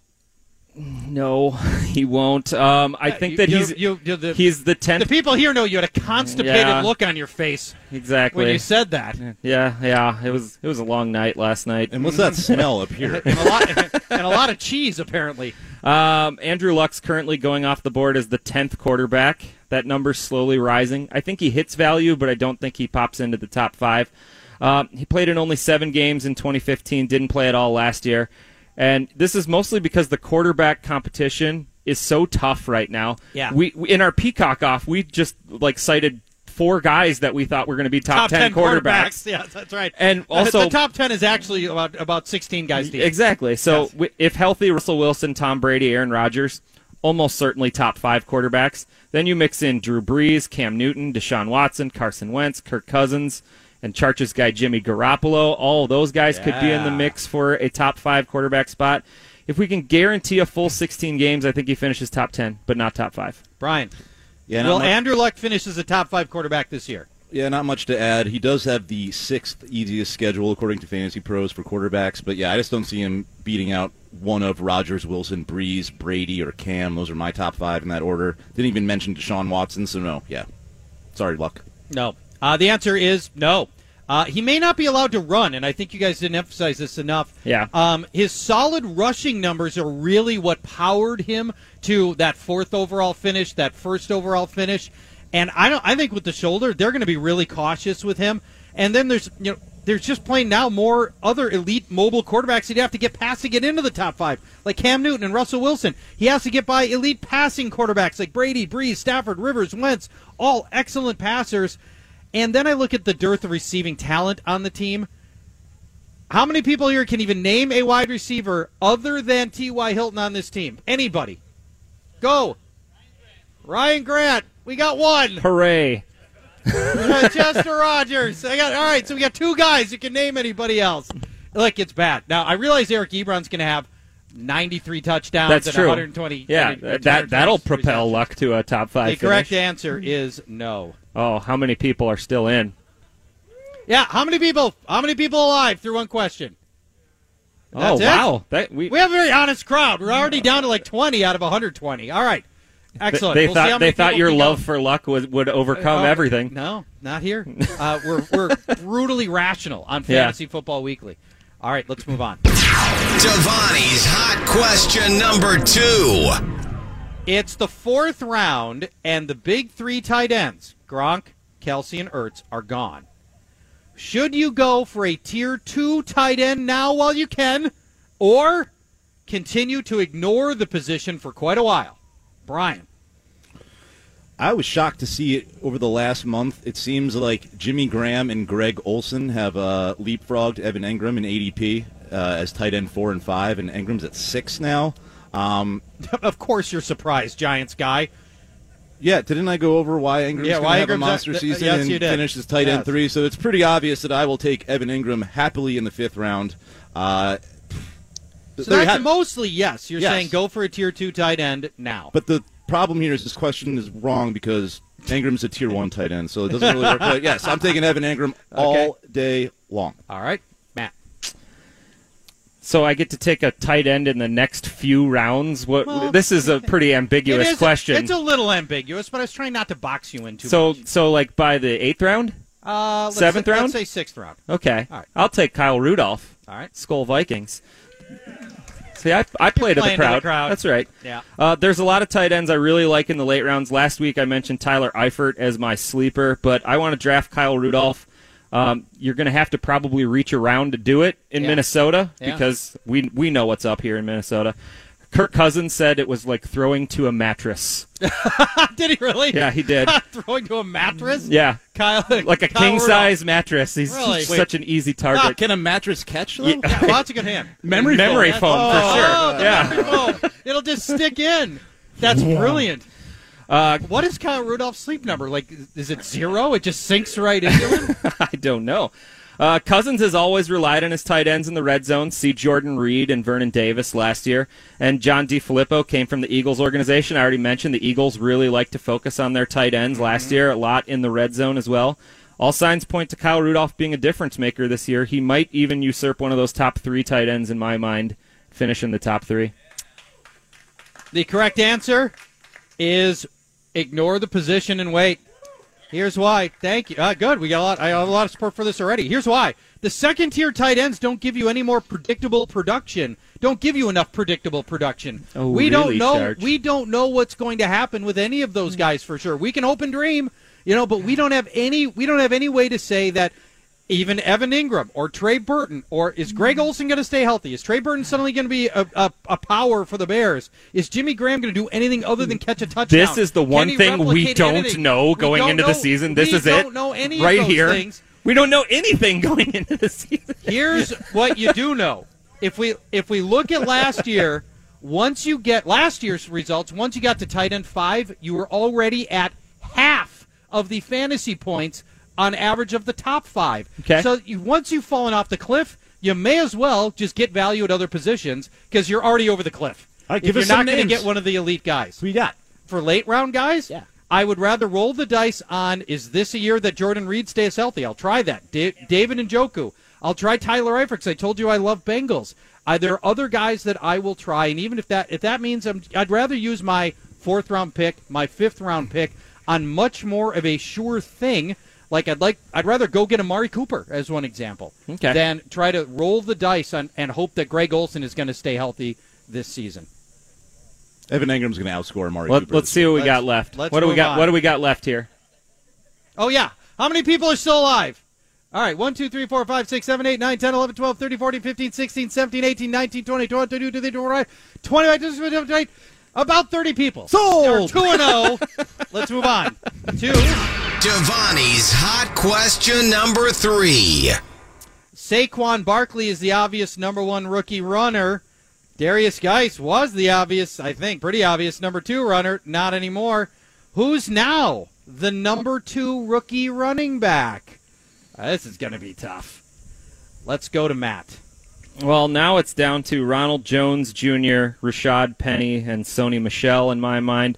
Speaker 3: no, he won't. Um, I think that
Speaker 2: You-
Speaker 3: he's
Speaker 2: you- you- the,
Speaker 3: he's
Speaker 2: the
Speaker 3: the tenth.
Speaker 2: people here know you had a constipated
Speaker 3: Yeah.
Speaker 2: look on your face
Speaker 3: Exactly.
Speaker 2: when you said that.
Speaker 3: yeah, yeah. It was it was a long night last night.
Speaker 4: And what's that smell up here?
Speaker 2: And a lot, and a lot of cheese, apparently.
Speaker 3: Um, Andrew Luck's currently going off the board as the tenth quarterback. That number's slowly rising. I think he hits value, but I don't think he pops into the top five. Um, he played in only seven games in 2015. Didn't play at all last year. And this is mostly because the quarterback competition is so tough right now.
Speaker 5: Yeah.
Speaker 3: We, we in our Peacock off, we just like cited four guys that we thought were going to be top, 10, quarterbacks.
Speaker 2: Yeah, that's right.
Speaker 3: And
Speaker 2: The-
Speaker 3: also-
Speaker 2: the top ten is actually about about sixteen guys deep.
Speaker 3: Exactly. So
Speaker 2: Yes.
Speaker 3: wi- if healthy, Russell Wilson, Tom Brady, Aaron Rodgers, almost certainly top five quarterbacks. Then you mix in Drew Brees, Cam Newton, Deshaun Watson, Carson Wentz, Kirk Cousins, and Charch's guy Jimmy Garoppolo. All those guys could be in the
Speaker 2: Yeah.
Speaker 3: mix for a top five quarterback spot. If we can guarantee a full 16 games, I think he finishes top 10, but not top five.
Speaker 2: Brian.
Speaker 4: Yeah, not
Speaker 2: will
Speaker 4: much-
Speaker 2: Andrew Luck finish as a top five quarterback this year?
Speaker 4: Yeah, not much to add. He does have the sixth easiest schedule according to Fantasy Pros for quarterbacks, but yeah, I just don't see him beating out one of Rogers, Wilson, Breeze, Brady, or Cam. Those are my top five in that order. Didn't even mention Deshaun Watson, so no. Yeah, sorry, luck.
Speaker 2: No. Uh, the answer is no. Uh, he may not be allowed to run, and I think you guys didn't emphasize this enough.
Speaker 3: Yeah.
Speaker 2: Um, his solid rushing numbers are really what powered him to that fourth overall finish, that first overall finish. And I don't. I think with the shoulder, they're going to be really cautious with him. And then there's you know there's just playing now more other elite mobile quarterbacks that you have to get past to get into the top five, like Cam Newton and Russell Wilson. He has to get by elite passing quarterbacks like Brady, Breeze, Stafford, Rivers, Wentz, all excellent passers. And then I look at the dearth of receiving talent on the team. How many people here can even name a wide receiver other than T.Y. Hilton on this team? Anybody? Go. Ryan Grant. We got one.
Speaker 3: Hooray.
Speaker 2: Chester Rogers. I got all right. So we got two guys. You can name anybody else. Look, it's bad. Now I realize Eric Ebron's going to have 93 touchdowns
Speaker 3: That's
Speaker 2: and
Speaker 3: true.
Speaker 2: 120.
Speaker 3: Yeah,
Speaker 2: and a-
Speaker 3: that, that'll
Speaker 2: 200
Speaker 3: propel
Speaker 2: receptions.
Speaker 3: luck to a top
Speaker 2: The
Speaker 3: five.
Speaker 2: correct
Speaker 3: finish.
Speaker 2: answer is no.
Speaker 3: Oh, how many people are still in?
Speaker 2: Yeah. How many people? How many people alive through one question? That's
Speaker 3: oh,
Speaker 2: it?
Speaker 3: wow. That, we,
Speaker 2: We have a very honest crowd. We're already down to like 20 out of 120. All right.
Speaker 3: Th-
Speaker 2: Excellent.
Speaker 3: They
Speaker 2: We'll see how
Speaker 3: thought
Speaker 2: many
Speaker 3: they thought
Speaker 2: people
Speaker 3: your
Speaker 2: we
Speaker 3: love
Speaker 2: got.
Speaker 3: for luck was, would overcome
Speaker 2: Oh,
Speaker 3: everything.
Speaker 2: No, not here. Uh, we're, we're brutally rational on
Speaker 3: Yeah.
Speaker 2: Fantasy Football Weekly. All right, let's move on.
Speaker 1: Devani's hot question number two.
Speaker 2: It's the fourth round, and the big three tight ends, Gronk, Kelsey, and Ertz, are gone. Should you go for a tier two tight end now while you can, or continue to ignore the position for quite a while? Brian.
Speaker 4: I was shocked to see it over the last month. It seems like Jimmy Graham and Greg Olson have uh, leapfrogged Evan Engram in ADP uh, as tight end four and five, and Engram's at six now. Um,
Speaker 2: of course you're surprised, Giants guy.
Speaker 4: Yeah, didn't I go over why Ingram's
Speaker 2: Yeah,
Speaker 4: going to
Speaker 2: why
Speaker 4: have a
Speaker 2: Ingram's not-
Speaker 4: monster
Speaker 2: th-
Speaker 4: season
Speaker 2: yes,
Speaker 4: and
Speaker 2: you did.
Speaker 4: finish as tight end
Speaker 2: Yes.
Speaker 4: three? So it's pretty obvious that I will take Evan Ingram happily in the fifth round. Uh,
Speaker 2: So
Speaker 4: there you
Speaker 2: that's
Speaker 4: have it.
Speaker 2: mostly yes. You're
Speaker 4: Yes.
Speaker 2: saying go for a tier two tight end now.
Speaker 4: but the problem here is this question is wrong because Ingram's a tier one tight end, so it doesn't really work. But yes, I'm taking Evan Ingram all day long.
Speaker 2: all right, Matt.
Speaker 3: So I get to take a tight end in the next few rounds. What
Speaker 2: Well,
Speaker 3: this is a pretty
Speaker 2: It
Speaker 3: ambiguous
Speaker 2: is-
Speaker 3: question.
Speaker 2: It's a little ambiguous, but I was trying not to box you into.
Speaker 3: so so like by the eighth round.
Speaker 2: uh, let's
Speaker 3: seventh
Speaker 2: say,
Speaker 3: round?
Speaker 2: Let's say sixth round.
Speaker 3: Okay,
Speaker 2: All right.
Speaker 3: I'll take Kyle Rudolph.
Speaker 2: All right.
Speaker 3: Skull Vikings. See, I I play to the
Speaker 2: playing to the
Speaker 3: crowd.
Speaker 2: crowd.
Speaker 3: That's right.
Speaker 2: Yeah.
Speaker 3: Uh, there's a lot of tight ends I really like in the late rounds. Last week I mentioned Tyler Eifert as my sleeper, but I want to draft Kyle Rudolph. Um, you're going to have to probably reach around to do it in
Speaker 2: Yeah.
Speaker 3: Minnesota
Speaker 2: Yeah.
Speaker 3: because we we know what's up here in Minnesota. Kirk Cousins said it was like throwing to a mattress.
Speaker 2: Did he really?
Speaker 3: Yeah, he did.
Speaker 2: Throwing to a mattress.
Speaker 3: yeah,
Speaker 2: Kyle,
Speaker 3: like a
Speaker 2: Kyle
Speaker 3: king
Speaker 2: Rudolph.
Speaker 3: size mattress. He's
Speaker 2: Really?
Speaker 3: such an easy target.
Speaker 4: can a mattress catch though?
Speaker 2: Yeah, well, that's a good hand.
Speaker 3: memory memory foam,
Speaker 2: oh,
Speaker 3: for sure.
Speaker 2: the
Speaker 3: yeah.
Speaker 2: memory foam. it'll just stick in. That's brilliant.
Speaker 3: Uh,
Speaker 2: What is Kyle Rudolph's sleep number? Like, is it zero? It just sinks right into him.
Speaker 3: I don't know. Uh, Cousins has always relied on his tight ends in the red zone. See Jordan Reed and Vernon Davis last year. And John DiFilippo came from the Eagles organization. I already mentioned the Eagles really like to focus on their tight ends
Speaker 2: Mm-hmm.
Speaker 3: last year, a lot in the red zone as well. All signs point to Kyle Rudolph being a difference maker this year. He might even usurp one of those top three tight ends in my mind, finish in the top three.
Speaker 2: The correct answer is ignore the position and wait. Here's why. Thank you. Uh, good. We got a lot. I have a lot of support for this already. Here's why. The second tier tight ends don't give you any more predictable production. Don't give you enough predictable production.
Speaker 3: Oh,
Speaker 2: we don't
Speaker 3: really,
Speaker 2: know.
Speaker 3: Sarge?
Speaker 2: We don't know what's going to happen with any of those guys for sure. We can hope and dream, you know, but we don't have any. We don't have any way to say that even Evan Ingram or Trey Burton, or is Greg
Speaker 3: Mm-hmm.
Speaker 2: Olson going to stay healthy? Is Trey Burton suddenly going to be a, a, a power for the Bears? Is Jimmy Graham going to do anything other
Speaker 3: Mm.
Speaker 2: than catch a touchdown?
Speaker 3: This is the
Speaker 2: Can
Speaker 3: one
Speaker 2: he
Speaker 3: thing we
Speaker 2: replicate
Speaker 3: don't
Speaker 2: anything?
Speaker 3: know
Speaker 2: We
Speaker 3: going
Speaker 2: don't
Speaker 3: into
Speaker 2: know-
Speaker 3: the season. This
Speaker 2: we
Speaker 3: is it.
Speaker 2: don't know any of
Speaker 3: right
Speaker 2: those
Speaker 3: here.
Speaker 2: things.
Speaker 3: We don't know anything going into the season.
Speaker 2: Here's what you do know. If we if we look at last year, once you get last year's results, once you got to tight end five, you were already at half of the fantasy points on average of the top five.
Speaker 3: Okay.
Speaker 2: So you, once you've fallen off the cliff, you may as well just get value at other positions because you're already over the cliff.
Speaker 5: All right,
Speaker 2: If
Speaker 5: give
Speaker 2: you're
Speaker 5: us
Speaker 2: not
Speaker 5: some
Speaker 2: gonna
Speaker 5: names.
Speaker 2: get one of the elite guys
Speaker 5: Who you got?
Speaker 2: for late round guys,
Speaker 5: Yeah.
Speaker 2: I would rather roll the dice on is this a year that Jordan Reed stays healthy? I'll try that. Da- David and Joku. I'll try Tyler Eifert 'cause I told you I love Bengals. Uh, there are other guys that I will try, and even if that if that means I'm, I'd rather use my fourth round pick, my fifth round pick, on much more of a sure thing. Like I'd like, I'd rather go get Amari Cooper as one example,
Speaker 3: Okay.
Speaker 2: than try to roll the dice on, and hope that Greg Olson is going to stay healthy this season.
Speaker 4: Evan Ingram's going to outscore Amari
Speaker 3: Let,
Speaker 4: Cooper.
Speaker 3: us see what we
Speaker 2: Let's-
Speaker 3: got left.
Speaker 2: let's
Speaker 3: What do we
Speaker 2: move
Speaker 3: got?
Speaker 2: on.
Speaker 3: What do we got left here?
Speaker 2: Oh yeah. How many people are still alive? All right, 1, 2, 3, 4, 5, 6, 7, 8, 9, 10, 11, 12, 13, 14, 15, 16, 17, 18, 19, 20, 21, 22, 23, 24, 25, 26, 27, 28. About 30 people.
Speaker 5: Sold.
Speaker 2: They're 2 and 0. Let's move on. Two.
Speaker 1: Devani's hot question number three.
Speaker 2: Saquon Barkley is the obvious number one rookie runner. Darius Geis was the obvious, I think, pretty obvious number two runner. Not anymore. Who's now the number two rookie running back? Uh, this is going to be tough. Let's go to Matt.
Speaker 3: Well, now it's down to Ronald Jones Jr., Rashad Penny, and Sony Michelle in my mind.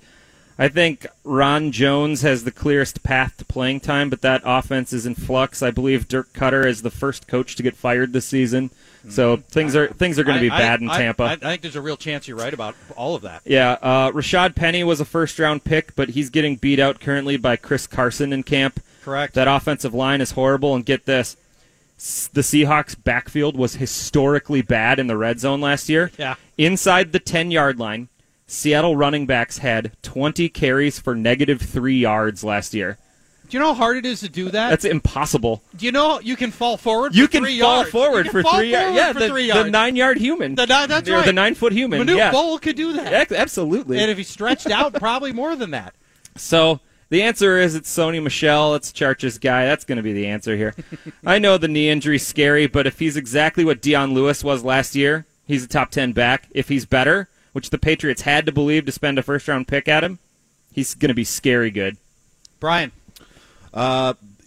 Speaker 3: I think Ron Jones has the clearest path to playing time, but that offense is in flux. I believe Dirk Cutter is the first coach to get fired this season, so things are things are going to be
Speaker 2: Mm-hmm. I-
Speaker 3: bad in
Speaker 2: I-
Speaker 3: Tampa.
Speaker 2: I, I think there's a real chance you're right about all of that.
Speaker 3: Yeah, uh, Rashad Penny was a first round pick, but he's getting beat out currently by Chris Carson in camp.
Speaker 2: Correct.
Speaker 3: That offensive line is horrible, and get this. s- The Seahawks' backfield was historically bad in the red zone last year.
Speaker 2: Yeah.
Speaker 3: Inside the 10 yard line, Seattle running backs had 20 carries for negative three yards last year.
Speaker 2: Do you know how hard it is to do that?
Speaker 3: That's impossible.
Speaker 2: do you know you can fall forward?
Speaker 3: You
Speaker 2: for
Speaker 3: can
Speaker 2: three
Speaker 3: fall
Speaker 2: yards.
Speaker 3: forward
Speaker 2: You can
Speaker 3: for
Speaker 2: fall
Speaker 3: three yards.
Speaker 2: forward
Speaker 3: Yeah,
Speaker 2: for
Speaker 3: the,
Speaker 2: three yards.
Speaker 3: nine yard human.
Speaker 2: The ni- that's
Speaker 3: Or
Speaker 2: right.
Speaker 3: The nine foot human.
Speaker 2: Manute
Speaker 3: yeah.
Speaker 2: Bol could do that.
Speaker 3: Yeah, absolutely.
Speaker 2: And if he stretched out, probably more than that.
Speaker 3: So the answer is it's Sony Michelle. It's Charch's guy. That's going to be the answer here. I know the knee injury's scary, but if he's exactly what Dion Lewis was last year, he's a top 10 back. If he's better, which the Patriots had to believe to spend a first round pick at him, he's going to be scary good.
Speaker 2: Brian.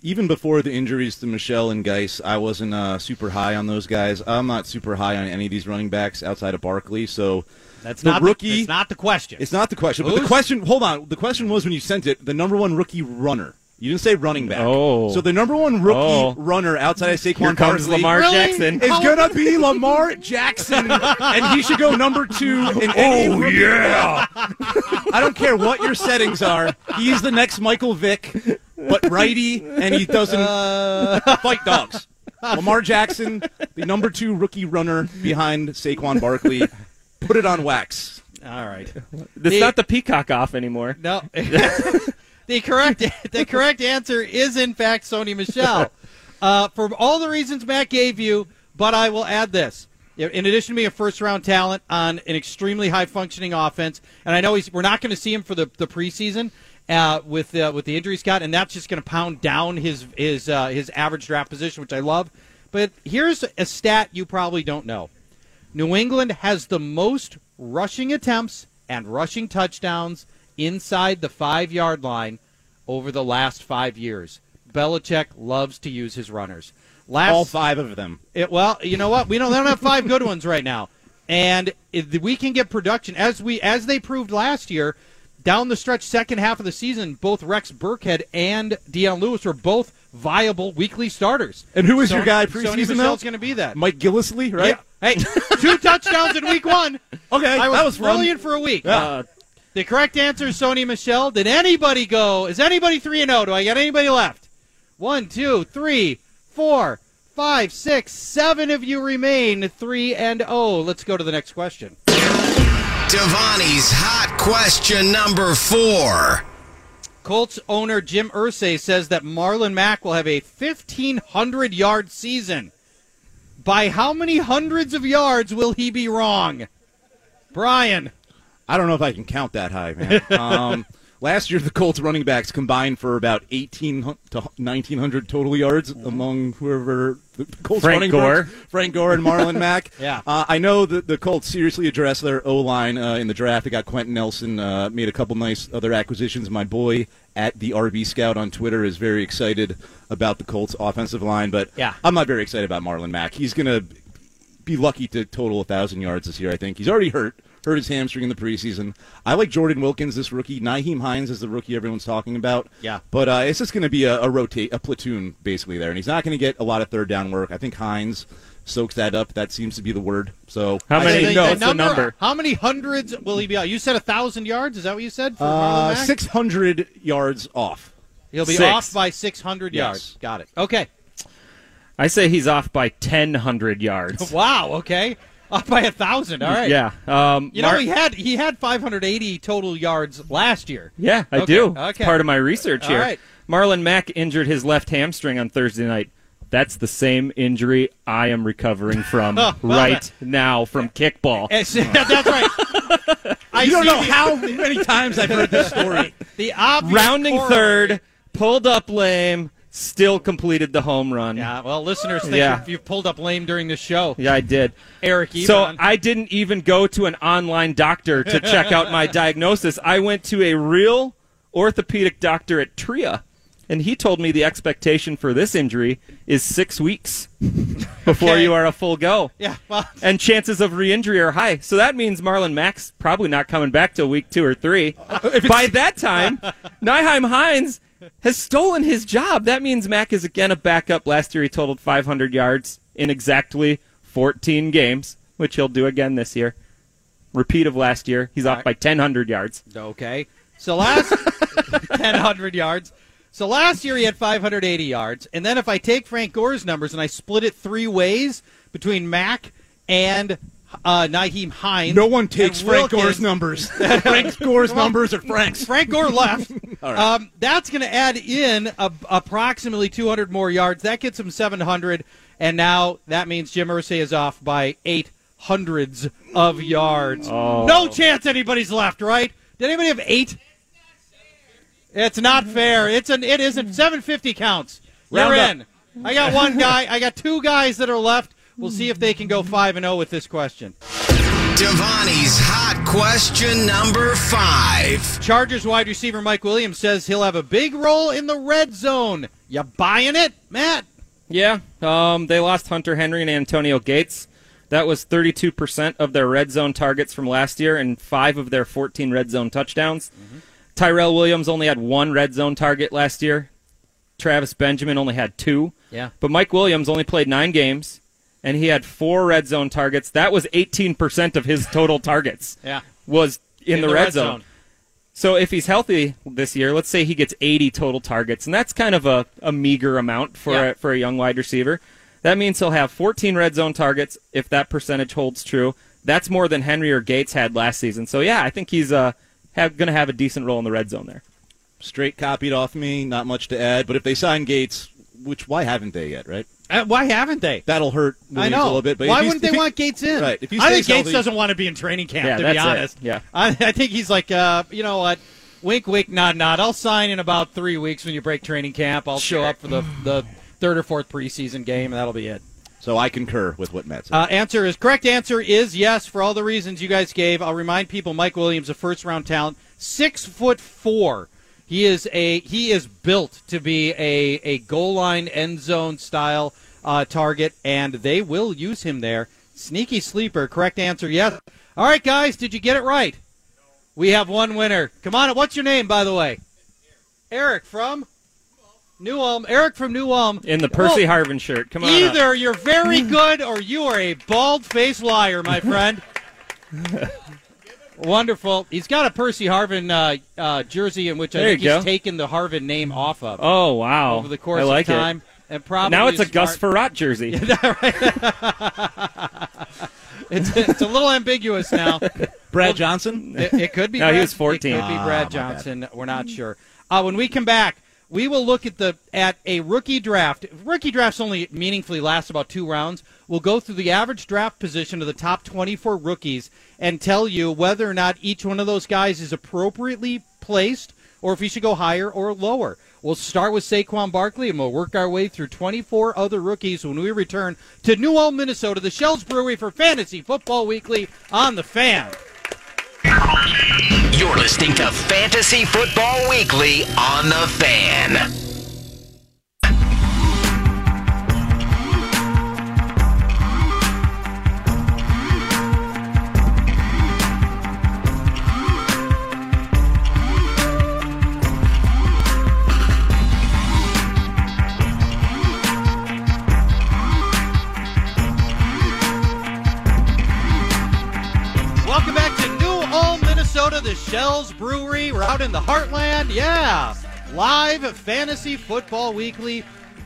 Speaker 4: even before the injuries to Michelle and Geis, I wasn't uh, super high on those guys. I'm not super high on any of these running backs outside of Barkley. So
Speaker 2: That's
Speaker 4: The
Speaker 2: not
Speaker 4: rookie-
Speaker 2: it's not the question.
Speaker 4: it's not the question. But the
Speaker 2: Who's-
Speaker 4: question, hold on. The question was when you sent it, the number one rookie runner. You didn't say running back.
Speaker 3: Oh.
Speaker 4: So the number one rookie
Speaker 3: Oh.
Speaker 4: runner outside of Saquon
Speaker 3: Here comes
Speaker 4: Barkley
Speaker 3: Lamar
Speaker 2: Really?
Speaker 3: Jackson.
Speaker 4: is going to be Lamar Jackson, and he should go number two. In oh, yeah. I don't care what your settings are. He's the next Michael Vick, but righty, and he doesn't
Speaker 2: Uh.
Speaker 4: fight dogs. Lamar Jackson, the number two rookie runner behind Saquon Barkley. Put it on wax.
Speaker 2: All right.
Speaker 3: It's not the peacock off anymore.
Speaker 2: No. the correct the correct answer is in fact Sony Michelle. Uh, for all the reasons Matt gave you, but I will add this. In addition to being a first round talent on an extremely high functioning offense, and I know he's, we're not going to see him for the, the preseason uh, with uh, with the injury Scott, and that's just going to pound down his his uh, his average draft position, which I love. But here's a stat you probably don't know. New England has the most rushing attempts and rushing touchdowns inside the five yard line over the last five years. Belichick loves to use his runners. Last
Speaker 4: All five of them.
Speaker 2: it, well, you know what? We don't, they don't have five good ones right now, and if we can get production as we as they proved last year. Down the stretch, second half of the season, both Rex Burkhead and Deion Lewis were both viable weekly starters.
Speaker 4: And who is your guy
Speaker 2: Sony
Speaker 4: preseason, though?
Speaker 2: Michelle's going to be that.
Speaker 4: Mike Gillisley, right?
Speaker 2: Hey, two touchdowns in week one.
Speaker 4: Okay,
Speaker 2: I was,
Speaker 4: that was fun.
Speaker 2: brilliant for a week.
Speaker 3: Uh,
Speaker 2: The correct answer is Sony Michelle. Did anybody go? Is anybody 3 and 0? Do I got anybody left? One, two, three, four, five, six, seven of you remain 3 and 0. Let's go to the next question.
Speaker 1: Devani's hot question number four.
Speaker 2: Colts owner Jim Ursay says that Marlon Mack will have a 1,500 yard season. By how many hundreds of yards will he be wrong? Brian.
Speaker 4: I don't know if I can count that high, man. um, last year, the Colts running backs combined for about 18 hun- to 1,900 total yards among whoever the Colts
Speaker 3: Frank
Speaker 4: running
Speaker 3: Gore.
Speaker 4: backs- Frank Gore and Marlon Mack.
Speaker 2: Yeah.
Speaker 4: Uh, I know that the Colts seriously addressed their O line uh, in the draft. They got Quentin Nelson, uh, made a couple nice other acquisitions. My boy at the RB Scout on Twitter is very excited about the Colts offensive line, but
Speaker 2: Yeah.
Speaker 4: I'm not very excited about Marlon Mack. He's going to be lucky to total a thousand yards this year. I think he's already hurt, hurt his hamstring in the preseason. I like Jordan Wilkins, this rookie. Naheem Hines is the rookie everyone's talking about.
Speaker 2: Yeah.
Speaker 4: but uh, it's just going to be a, a rotate, a platoon basically there, and he's not going to get a lot of third down work. I think Hines soaks that up. That seems to be the word. So
Speaker 3: How
Speaker 4: I
Speaker 3: many-
Speaker 4: think-
Speaker 3: no, it's the number.
Speaker 2: How many hundreds will he be out? You said a 1,000 yards? Is that what you said? For Marlon
Speaker 4: Uh,
Speaker 2: Mack?
Speaker 4: six hundred yards off.
Speaker 2: He'll be
Speaker 3: Six.
Speaker 2: off by 600
Speaker 4: Yes.
Speaker 2: yards. Got it. Okay.
Speaker 3: I say he's off by 1,000 yards.
Speaker 2: Wow. Okay. Off by a 1,000. All right.
Speaker 3: Yeah. Um,
Speaker 2: You know,
Speaker 3: Mar-
Speaker 2: he had he had 580 total yards last year.
Speaker 3: Yeah, I
Speaker 2: Okay,
Speaker 3: do. It's
Speaker 2: okay.
Speaker 3: part of my research
Speaker 2: All
Speaker 3: here.
Speaker 2: right.
Speaker 3: Marlon Mack injured his left hamstring on Thursday night. That's the same injury I am recovering from right now from kickball.
Speaker 2: Yes, that's right. I
Speaker 4: You don't
Speaker 2: see
Speaker 4: know
Speaker 2: the-
Speaker 4: how many times I've heard this story.
Speaker 2: the obvious
Speaker 3: Rounding
Speaker 2: correlate.
Speaker 3: third, pulled up lame, still completed the home run.
Speaker 2: Yeah, well, listeners think
Speaker 3: Yeah.
Speaker 2: you've, you've pulled up lame during the show,
Speaker 3: Yeah, I did.
Speaker 2: Eric.
Speaker 3: So
Speaker 2: Ebron.
Speaker 3: I didn't even go to an online doctor to check out my diagnosis. I went to a real orthopedic doctor at TRIA, and he told me the expectation for this injury is six weeks before
Speaker 2: Okay.
Speaker 3: you are a full go.
Speaker 2: yeah, well,
Speaker 3: And chances of re-injury are high. So that means Marlon Mack's probably not coming back till week two or three. By that time, Nyheim Hines has stolen his job. That means Mack is again a backup. Last year he totaled 500 yards in exactly 14 games, which he'll do again this year. Repeat of last year. He's off by 1,000 yards.
Speaker 2: okay. So last 1,000 yards. So last year he had 580 yards, and then if I take Frank Gore's numbers and I split it three ways between Mac and uh, Naheem Hines,
Speaker 4: No one takes
Speaker 2: and
Speaker 4: Frank
Speaker 2: Wilkins-
Speaker 4: Gore's numbers. Frank Gore's numbers are Frank's.
Speaker 2: Frank Gore left.
Speaker 4: All right.
Speaker 2: um, that's going to add in a, approximately 200 more yards. That gets him 700, and now that means Jim Irsay is off by eight hundreds of yards.
Speaker 4: Oh.
Speaker 2: No chance anybody's left, right? Did anybody have eight? It's not fair. It's an it isn't 750 counts. You're
Speaker 3: Round
Speaker 2: in. I got one guy. I got two guys that are left. We'll see if they can go five and zero with this question.
Speaker 1: Devani's hot question number five.
Speaker 2: Chargers wide receiver Mike Williams says he'll have a big role in the red zone. You buying it, Matt?
Speaker 3: Yeah, um, they lost Hunter Henry and Antonio Gates. That was 32% of their red zone targets from last year and five of their 14 red zone touchdowns. Tyrell Williams only had one red zone target last year. Travis Benjamin only had two.
Speaker 2: Yeah.
Speaker 3: But Mike Williams only played nine games, and he had four red zone targets. That was 18% of his total targets.
Speaker 2: Yeah.
Speaker 3: Was in, the, red, zone. So if he's healthy this year, let's say he gets 80 total targets, and that's kind of a, a meager amount for
Speaker 2: Yeah.
Speaker 3: a, for a young wide receiver. That means he'll have 14 red zone targets if that percentage holds true. That's more than Henry or Gates had last season. So yeah, I think he's uh have, gonna have a decent role in the red zone there.
Speaker 4: straight copied off me. Not much to add. But if they sign Gates, which why haven't they yet? Right,
Speaker 2: Uh, why haven't they?
Speaker 4: that'll hurt
Speaker 2: I
Speaker 4: Williams a
Speaker 2: know.
Speaker 4: little bit. But if
Speaker 2: why
Speaker 4: he's-
Speaker 2: wouldn't they
Speaker 4: if he-
Speaker 2: want Gates in?
Speaker 4: Right, if he
Speaker 2: I think
Speaker 4: stays
Speaker 2: Gates
Speaker 4: healthy-
Speaker 2: doesn't want to be in training camp.
Speaker 3: Yeah,
Speaker 2: to
Speaker 3: that's
Speaker 2: be
Speaker 3: it.
Speaker 2: honest,
Speaker 3: Yeah.
Speaker 2: I, I think he's like, uh, you know what? Wink, wink, nod, nod. I'll sign in about three weeks when you break training camp. I'll show up for the the third or fourth preseason game, and that'll be it.
Speaker 4: So I concur with what Matt said.
Speaker 2: Uh, answer is correct. Answer is yes for all the reasons you guys gave. I'll remind people: Mike Williams, a first-round talent, six foot four. He is a he is built to be a a goal line end zone style uh, target, and they will use him there. Sneaky sleeper. Correct answer. Yes. All right, guys, did you get it right? We have one winner. Come on, what's your name, by the way? Eric from New Ulm. Eric from New Ulm.
Speaker 3: In the Percy
Speaker 2: Well,
Speaker 3: Harvin shirt. Come on. up.
Speaker 2: Either you're very good or you are a bald faced liar, my friend. Wonderful. He's got a Percy Harvin uh, uh, jersey in which I
Speaker 3: There
Speaker 2: think
Speaker 3: you
Speaker 2: he's
Speaker 3: go.
Speaker 2: taken the Harvin name off of
Speaker 3: Oh wow.
Speaker 2: over the course
Speaker 3: I like
Speaker 2: of time. And
Speaker 3: It.
Speaker 2: probably
Speaker 3: Now it's a
Speaker 2: smart-
Speaker 3: Gus Ferrat jersey.
Speaker 2: It's, it's a little ambiguous now.
Speaker 4: Brad Johnson.
Speaker 2: It, it could be.
Speaker 3: No, he
Speaker 2: Brad,
Speaker 3: was 14.
Speaker 2: It could be
Speaker 4: Ah,
Speaker 2: Brad
Speaker 4: my
Speaker 2: Johnson. We're not sure. Uh, when we come back, we will look at the at a rookie draft. Rookie drafts only meaningfully last about two rounds. We'll go through the average draft position of the top 24 rookies and tell you whether or not each one of those guys is appropriately placed or if he should go higher or lower. We'll start with Saquon Barkley and we'll work our way through 24 other rookies when we return to New Ulm, Minnesota, the Shells Brewery for Fantasy Football Weekly on the Fan.
Speaker 1: You're listening to Fantasy Football Weekly on the Fan.
Speaker 2: Welcome back to New Ulm, Minnesota, the Shells Brewery. We're out in the heartland. Yeah. Live Fantasy Football Weekly.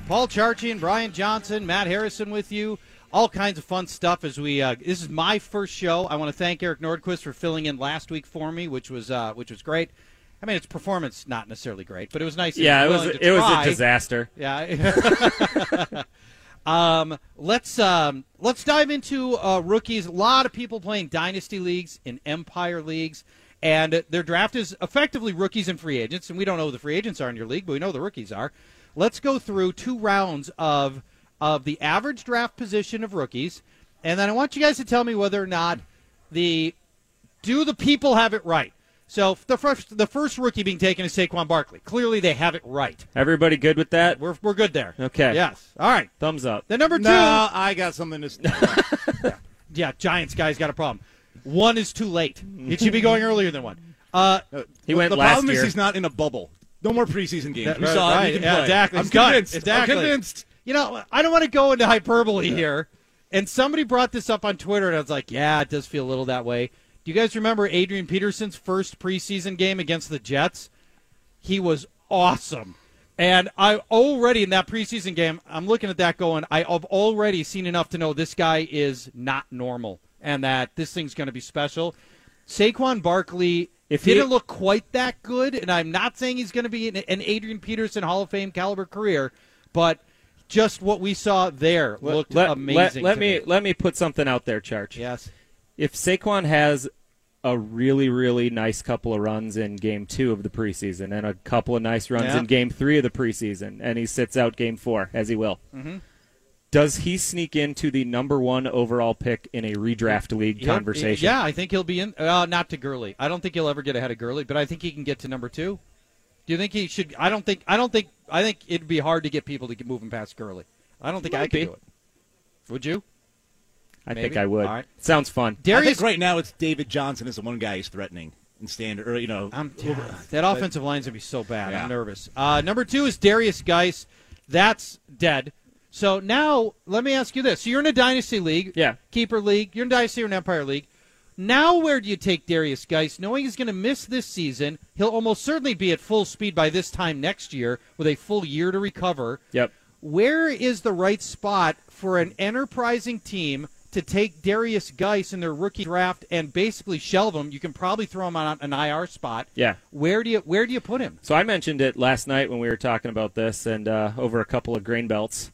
Speaker 2: Paul Charchian, Brian Johnson, Matt Harrison with you. All kinds of fun stuff as we. Uh, this is my first show. I want to thank Eric Nordquist for filling in last week for me, which was uh, which was great. I mean, its performance not necessarily great, but it was nice. that he
Speaker 3: Yeah, it was
Speaker 2: willing to
Speaker 3: it was a
Speaker 2: try.
Speaker 3: disaster.
Speaker 2: Yeah. um, let's um, let's dive into uh, rookies. A lot of people playing dynasty leagues in empire leagues, and their draft is effectively rookies and free agents. And we don't know who the free agents are in your league, but we know who the rookies are. Let's go through two rounds of of the average draft position of rookies, and then I want you guys to tell me whether or not the do the people have it right. So the first the first rookie being taken is Saquon Barkley. Clearly, they have it right.
Speaker 3: Everybody good with that?
Speaker 2: We're, we're good there.
Speaker 3: Okay.
Speaker 2: Yes. All right.
Speaker 3: Thumbs up.
Speaker 2: The number two.
Speaker 4: No, I got something to.
Speaker 2: Yeah, Giants guy's got a problem. One is too late. It should be going earlier than one. Uh,
Speaker 3: He went
Speaker 4: the
Speaker 3: last
Speaker 4: problem
Speaker 3: year.
Speaker 4: is he's not in a bubble. No more preseason games.
Speaker 2: that-
Speaker 4: we saw
Speaker 2: right,
Speaker 4: it. He can
Speaker 2: yeah,
Speaker 4: play.
Speaker 2: Exactly.
Speaker 4: I'm
Speaker 2: It's done.
Speaker 4: convinced.
Speaker 2: Exactly.
Speaker 4: I'm convinced.
Speaker 2: You know, I don't want to go into hyperbole here. And somebody brought this up on Twitter, and I was like, yeah, it does feel a little that way. Do you guys remember Adrian Peterson's first preseason game against the Jets? He was awesome. And I already in that preseason game, I'm looking at that going, I have already seen enough to know this guy is not normal and that this thing's going to be special. Saquon Barkley
Speaker 3: If he-
Speaker 2: didn't look quite that good, and I'm not saying he's going to be an, an Adrian Peterson Hall of Fame caliber career, but just what we saw there looked
Speaker 3: let,
Speaker 2: amazing.
Speaker 3: Let, let
Speaker 2: to
Speaker 3: me let me put something out there, Charge.
Speaker 2: Yes.
Speaker 3: If Saquon has a really really nice couple of runs in game two of the preseason and a couple of nice runs
Speaker 2: Yeah.
Speaker 3: in game three of the preseason, and he sits out game four as he will.
Speaker 2: Mm-hmm.
Speaker 3: Does he sneak into the number one overall pick in a redraft league
Speaker 2: He'll-
Speaker 3: conversation?
Speaker 2: Yeah, I think he'll be in. Uh, not to Gurley. I don't think he'll ever get ahead of Gurley, but I think he can get to number two. Do you think he should? I don't think. I don't think. I think it'd be hard to get people to get, move him past Gurley. I don't think I
Speaker 3: Might
Speaker 2: could
Speaker 3: be.
Speaker 2: do it. Would you?
Speaker 3: I
Speaker 2: Maybe.
Speaker 3: think I would.
Speaker 2: All right.
Speaker 3: Sounds fun.
Speaker 4: I
Speaker 2: Darius,
Speaker 4: think right now it's David Johnson is the one guy he's threatening in standard, or you know,
Speaker 2: I'm, that offensive line's gonna be so bad.
Speaker 4: Yeah.
Speaker 2: I'm nervous. Uh, number two is Darius Geis. That's dead. So now let me ask you this: so you're in a dynasty league,
Speaker 3: Yeah.
Speaker 2: keeper league. You're in dynasty or an empire league. Now where do you take Darius Geis, knowing he's going to miss this season? He'll almost certainly be at full speed by this time next year, with a full year to recover.
Speaker 3: Yep.
Speaker 2: Where is the right spot for an enterprising team to take Darius Geis in their rookie draft and basically shelve him? You can probably throw him on an IR spot.
Speaker 3: Yeah.
Speaker 2: Where do you where do you put him?
Speaker 3: So I mentioned it last night when we were talking about this and uh, over a couple of grain belts.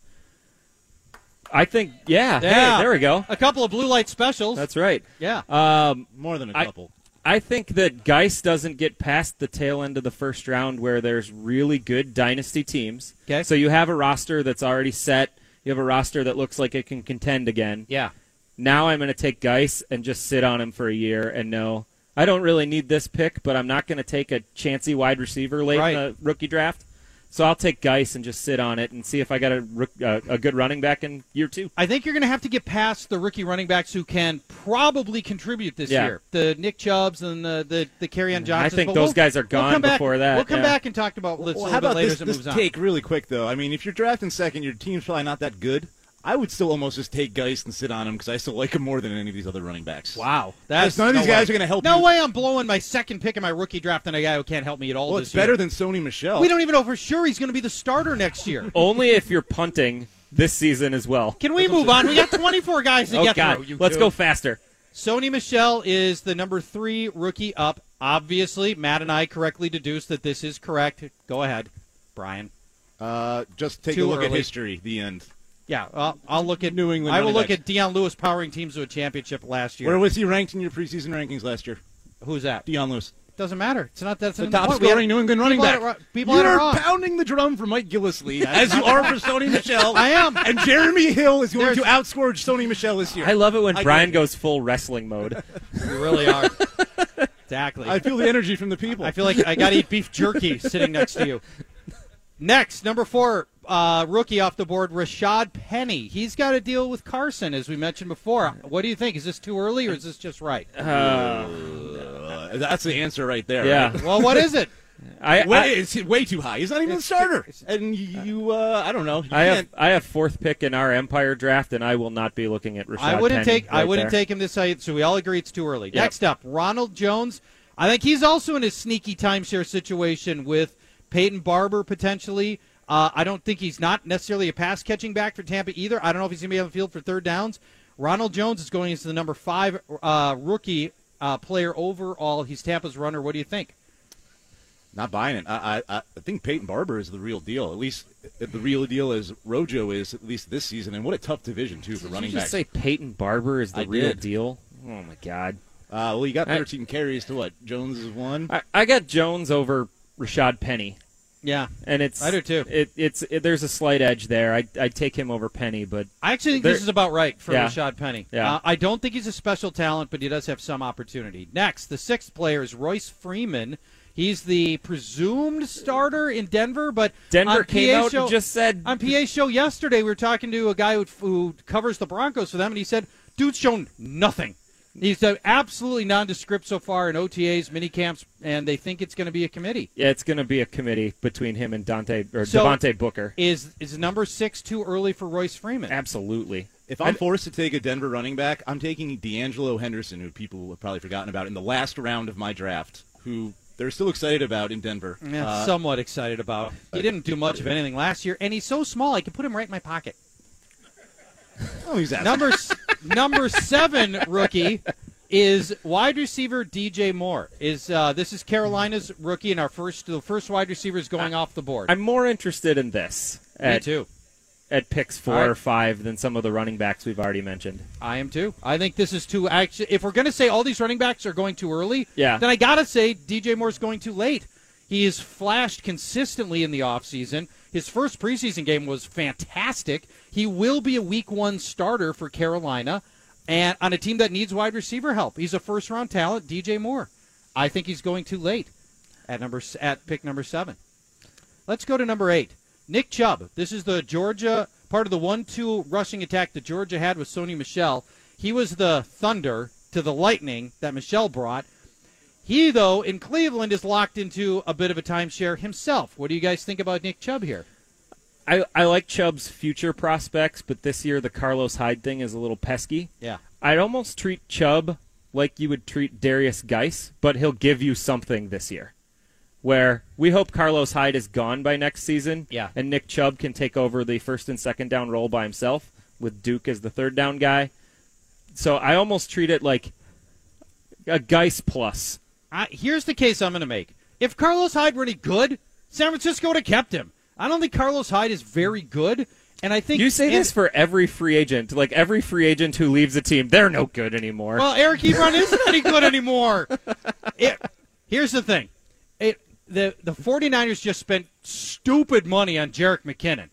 Speaker 3: I think, yeah, hey,
Speaker 2: Yeah.
Speaker 3: there we go.
Speaker 2: A couple of blue light specials.
Speaker 3: That's right.
Speaker 2: yeah.
Speaker 3: Um,
Speaker 4: more than a
Speaker 3: I-
Speaker 4: couple.
Speaker 3: I think that Geist doesn't get past the tail end of the first round where there's really good dynasty teams.
Speaker 2: 'Kay.
Speaker 3: So you have a roster that's already set. You have a roster that looks like it can contend again.
Speaker 2: yeah.
Speaker 3: Now I'm going to take Geist and just sit on him for a year and know I don't really need this pick, but I'm not going to take a chancy wide receiver late
Speaker 2: Right.
Speaker 3: in the rookie draft. So I'll take Geist and just sit on it and see if I got a, rook- uh, a good running back in year two.
Speaker 2: I think you're going to have to get past the rookie running backs who can probably contribute this
Speaker 3: Yeah.
Speaker 2: year. The Nick Chubbs and the the, the Carrion Johnson.
Speaker 3: think those guys are gone
Speaker 2: come back-
Speaker 3: before that,
Speaker 2: We'll come
Speaker 3: yeah.
Speaker 2: back and talk about this a
Speaker 4: Well,
Speaker 2: little
Speaker 4: how about
Speaker 2: bit later
Speaker 4: this,
Speaker 2: as it
Speaker 4: this
Speaker 2: moves on.
Speaker 4: take really quick though? I mean, if you're drafting second, your team's probably not that good. I would still almost just take Geist and sit on him because I still like him more than any of these other running backs.
Speaker 2: Wow,
Speaker 4: Because
Speaker 2: that's
Speaker 4: none of these
Speaker 2: no
Speaker 4: guys
Speaker 2: way.
Speaker 4: are going to help
Speaker 2: No
Speaker 4: you.
Speaker 2: way I'm blowing my second pick in my rookie draft on a guy who can't help me at all
Speaker 4: Well,
Speaker 2: this
Speaker 4: it's better
Speaker 2: year.
Speaker 4: than Sony Michelle.
Speaker 2: we don't even know for sure he's going to be the starter next year.
Speaker 3: Only if you're punting this season as well.
Speaker 2: Can we move on? We got 24 guys to
Speaker 3: Oh,
Speaker 2: get
Speaker 3: God.
Speaker 2: through.
Speaker 3: Let's go faster.
Speaker 2: Sony Michelle is the number three rookie up. Obviously, Matt and I correctly deduced that this is correct. Go ahead, Brian.
Speaker 4: Uh, just take
Speaker 2: Too
Speaker 4: a look at
Speaker 2: early.
Speaker 4: history. The end.
Speaker 2: Yeah, I'll, I'll look at
Speaker 4: New England
Speaker 2: I will
Speaker 4: running
Speaker 2: look at Deion Lewis powering teams to a championship last year.
Speaker 4: Where was he ranked in your preseason rankings last year?
Speaker 2: Who's that?
Speaker 4: Deion Lewis,
Speaker 2: Doesn't matter. It's not that's
Speaker 5: The
Speaker 2: not
Speaker 5: top
Speaker 2: point. We
Speaker 5: scoring
Speaker 2: had-
Speaker 5: New England running
Speaker 2: people had
Speaker 5: back.
Speaker 2: it wrong- people had it
Speaker 5: You're
Speaker 2: wrong.
Speaker 5: pounding the drum for Mike Gillisley, as you are for Sony Michelle.
Speaker 2: I am.
Speaker 5: And Jeremy Hill is going
Speaker 2: There's-
Speaker 5: to outscore Sony Michelle this year.
Speaker 3: I love it when
Speaker 5: I-
Speaker 3: Brian goes full wrestling mode.
Speaker 2: You really are. exactly.
Speaker 5: I feel the energy from the people.
Speaker 2: I feel like I got to eat beef jerky sitting next to you. Next, number four, uh, rookie off the board, Rashad Penny. He's got to deal with Carson, as we mentioned before. What do you think? Is this too early or is this just right?
Speaker 4: Uh, that's the answer right there.
Speaker 3: yeah,
Speaker 4: right?
Speaker 2: Well, what is it?
Speaker 3: I,
Speaker 5: way,
Speaker 3: I,
Speaker 5: it's way too high. He's not even a starter. And you, uh, I don't know. You
Speaker 3: I have
Speaker 5: can't-
Speaker 3: I have fourth pick in our Empire draft, and I will not be looking at Rashad.
Speaker 2: I wouldn't
Speaker 3: Penny
Speaker 2: take.
Speaker 3: right
Speaker 2: I wouldn't
Speaker 3: there.
Speaker 2: take him this high. So we all agree it's too early.
Speaker 3: Yep.
Speaker 2: Next up, Ronald Jones. I think he's also in a sneaky timeshare situation with Peyton Barber potentially. Uh, I don't think he's not necessarily a pass catching back for Tampa either. I don't know if he's going to be on the field for third downs. Ronald Jones is going into the number five uh, rookie uh, player overall. He's Tampa's runner. What do you think?
Speaker 4: Not buying it. I, I I think Peyton Barber is the real deal. At least uh, the real deal is Rojo is at least this season. And what a tough division too for
Speaker 3: Did
Speaker 4: running
Speaker 3: you just
Speaker 4: back.
Speaker 3: say Peyton Barber is the
Speaker 4: I
Speaker 3: real
Speaker 4: did.
Speaker 3: deal? Oh my god!
Speaker 4: Uh, well, you got
Speaker 3: I-
Speaker 4: 13 carries to what? Jones is one.
Speaker 3: I, I got Jones over Rashad Penny,
Speaker 2: Yeah,
Speaker 3: and it's
Speaker 2: I do too.
Speaker 3: It, it's it, there's a slight edge there. I I take him over Penny, but
Speaker 2: I actually think
Speaker 3: There-
Speaker 2: this is about right for
Speaker 3: Yeah.
Speaker 2: Rashad Penny.
Speaker 3: Yeah.
Speaker 2: Uh, I don't think he's a special talent, but he does have some opportunity. Next, the sixth player is Royce Freeman. He's the presumed starter in Denver, but
Speaker 3: Denver
Speaker 2: on
Speaker 3: came
Speaker 2: PA
Speaker 3: out
Speaker 2: show,
Speaker 3: and just said
Speaker 2: on PA's show yesterday. We were talking to a guy who, who covers the Broncos for them, and he said, "Dude's shown nothing. He's done absolutely nondescript so far in OTAs, mini camps, and they think it's going to be a committee."
Speaker 3: yeah, it's going to be a committee between him and Dante or
Speaker 2: So-
Speaker 3: Devontae Booker.
Speaker 2: Is is number six too early for Royce Freeman?
Speaker 3: Absolutely.
Speaker 4: If I'm
Speaker 3: And-
Speaker 4: forced to take a Denver running back, I'm taking D'Angelo Henderson, who people have probably forgotten about in the last round of my draft, who they're still excited about in Denver.
Speaker 2: Yeah,
Speaker 4: Uh,
Speaker 2: somewhat excited about. He didn't do much of anything last year, and he's so small I can put him right in my pocket.
Speaker 4: oh, he's asking.
Speaker 2: Number s- number seven rookie is wide receiver DJ Moore. Is uh, this is Carolina's rookie, and our first the first wide receiver is going off the board.
Speaker 3: I'm more interested in this
Speaker 2: Me
Speaker 3: at,
Speaker 2: too.
Speaker 3: at picks four
Speaker 2: All right.
Speaker 3: or five than some of the running backs we've already mentioned.
Speaker 2: I am too. I think this is too. Actually, if we're going to say all these running backs are going too early,
Speaker 3: Yeah.
Speaker 2: then I gotta say DJ Moore's going too late. He has flashed consistently in the offseason. His first preseason game was fantastic. He will be a Week One starter for Carolina, and on a team that needs wide receiver help. He's a first round talent, DJ Moore. I think he's going too late at number s- at pick number seven. Let's go to number eight. Nick Chubb. This is the Georgia part of the one-two rushing attack that Georgia had with Sony Michelle. He was the thunder to the lightning that Michelle brought. He, though, in Cleveland is locked into a bit of a timeshare himself. What do you guys think about Nick Chubb here?
Speaker 3: I, I like Chubb's future prospects, but this year the Carlos Hyde thing is a little pesky.
Speaker 2: Yeah.
Speaker 3: I'd almost treat Chubb like you would treat Darius Geis, but he'll give you something this year. Where we hope Carlos Hyde is gone by next season,
Speaker 2: Yeah.
Speaker 3: and Nick Chubb can take over the first and second down role by himself with Duke as the third down guy. So I almost treat it like a Geis plus.
Speaker 2: I, here's the case I'm going to make. If Carlos Hyde were any good, San Francisco would have kept him. I don't think Carlos Hyde is very good, and I think
Speaker 3: You say
Speaker 2: and-
Speaker 3: this for every free agent, like every free agent who leaves a team, they're no good anymore.
Speaker 2: Well, Eric Ebron isn't any good anymore. It- here's the thing. It, the, the 49ers just spent stupid money on Jarek McKinnon.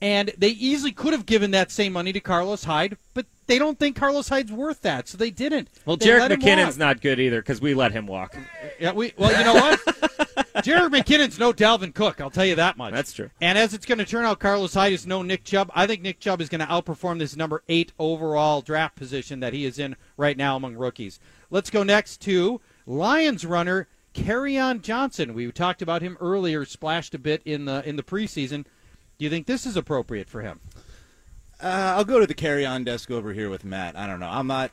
Speaker 2: And they easily could have given that same money to Carlos Hyde, but they don't think Carlos Hyde's worth that, so they didn't.
Speaker 3: Well,
Speaker 2: They
Speaker 3: Jarek
Speaker 2: let him
Speaker 3: McKinnon's
Speaker 2: walk.
Speaker 3: not good either because we let him walk.
Speaker 2: Yeah, we, well, you know what? Jared McKinnon's no Dalvin Cook. I'll tell you that much.
Speaker 3: That's true.
Speaker 2: And as it's going to turn out, Carlos Hyde is no Nick Chubb. I think Nick Chubb is going to outperform this number eight overall draft position that he is in right now among rookies. Let's go next to Lions runner Carryon Johnson. We talked about him earlier, splashed a bit in the in the preseason. Do you think this is appropriate for him?
Speaker 4: Uh, I'll go to the carry-on desk over here with Matt. I don't know. I'm not.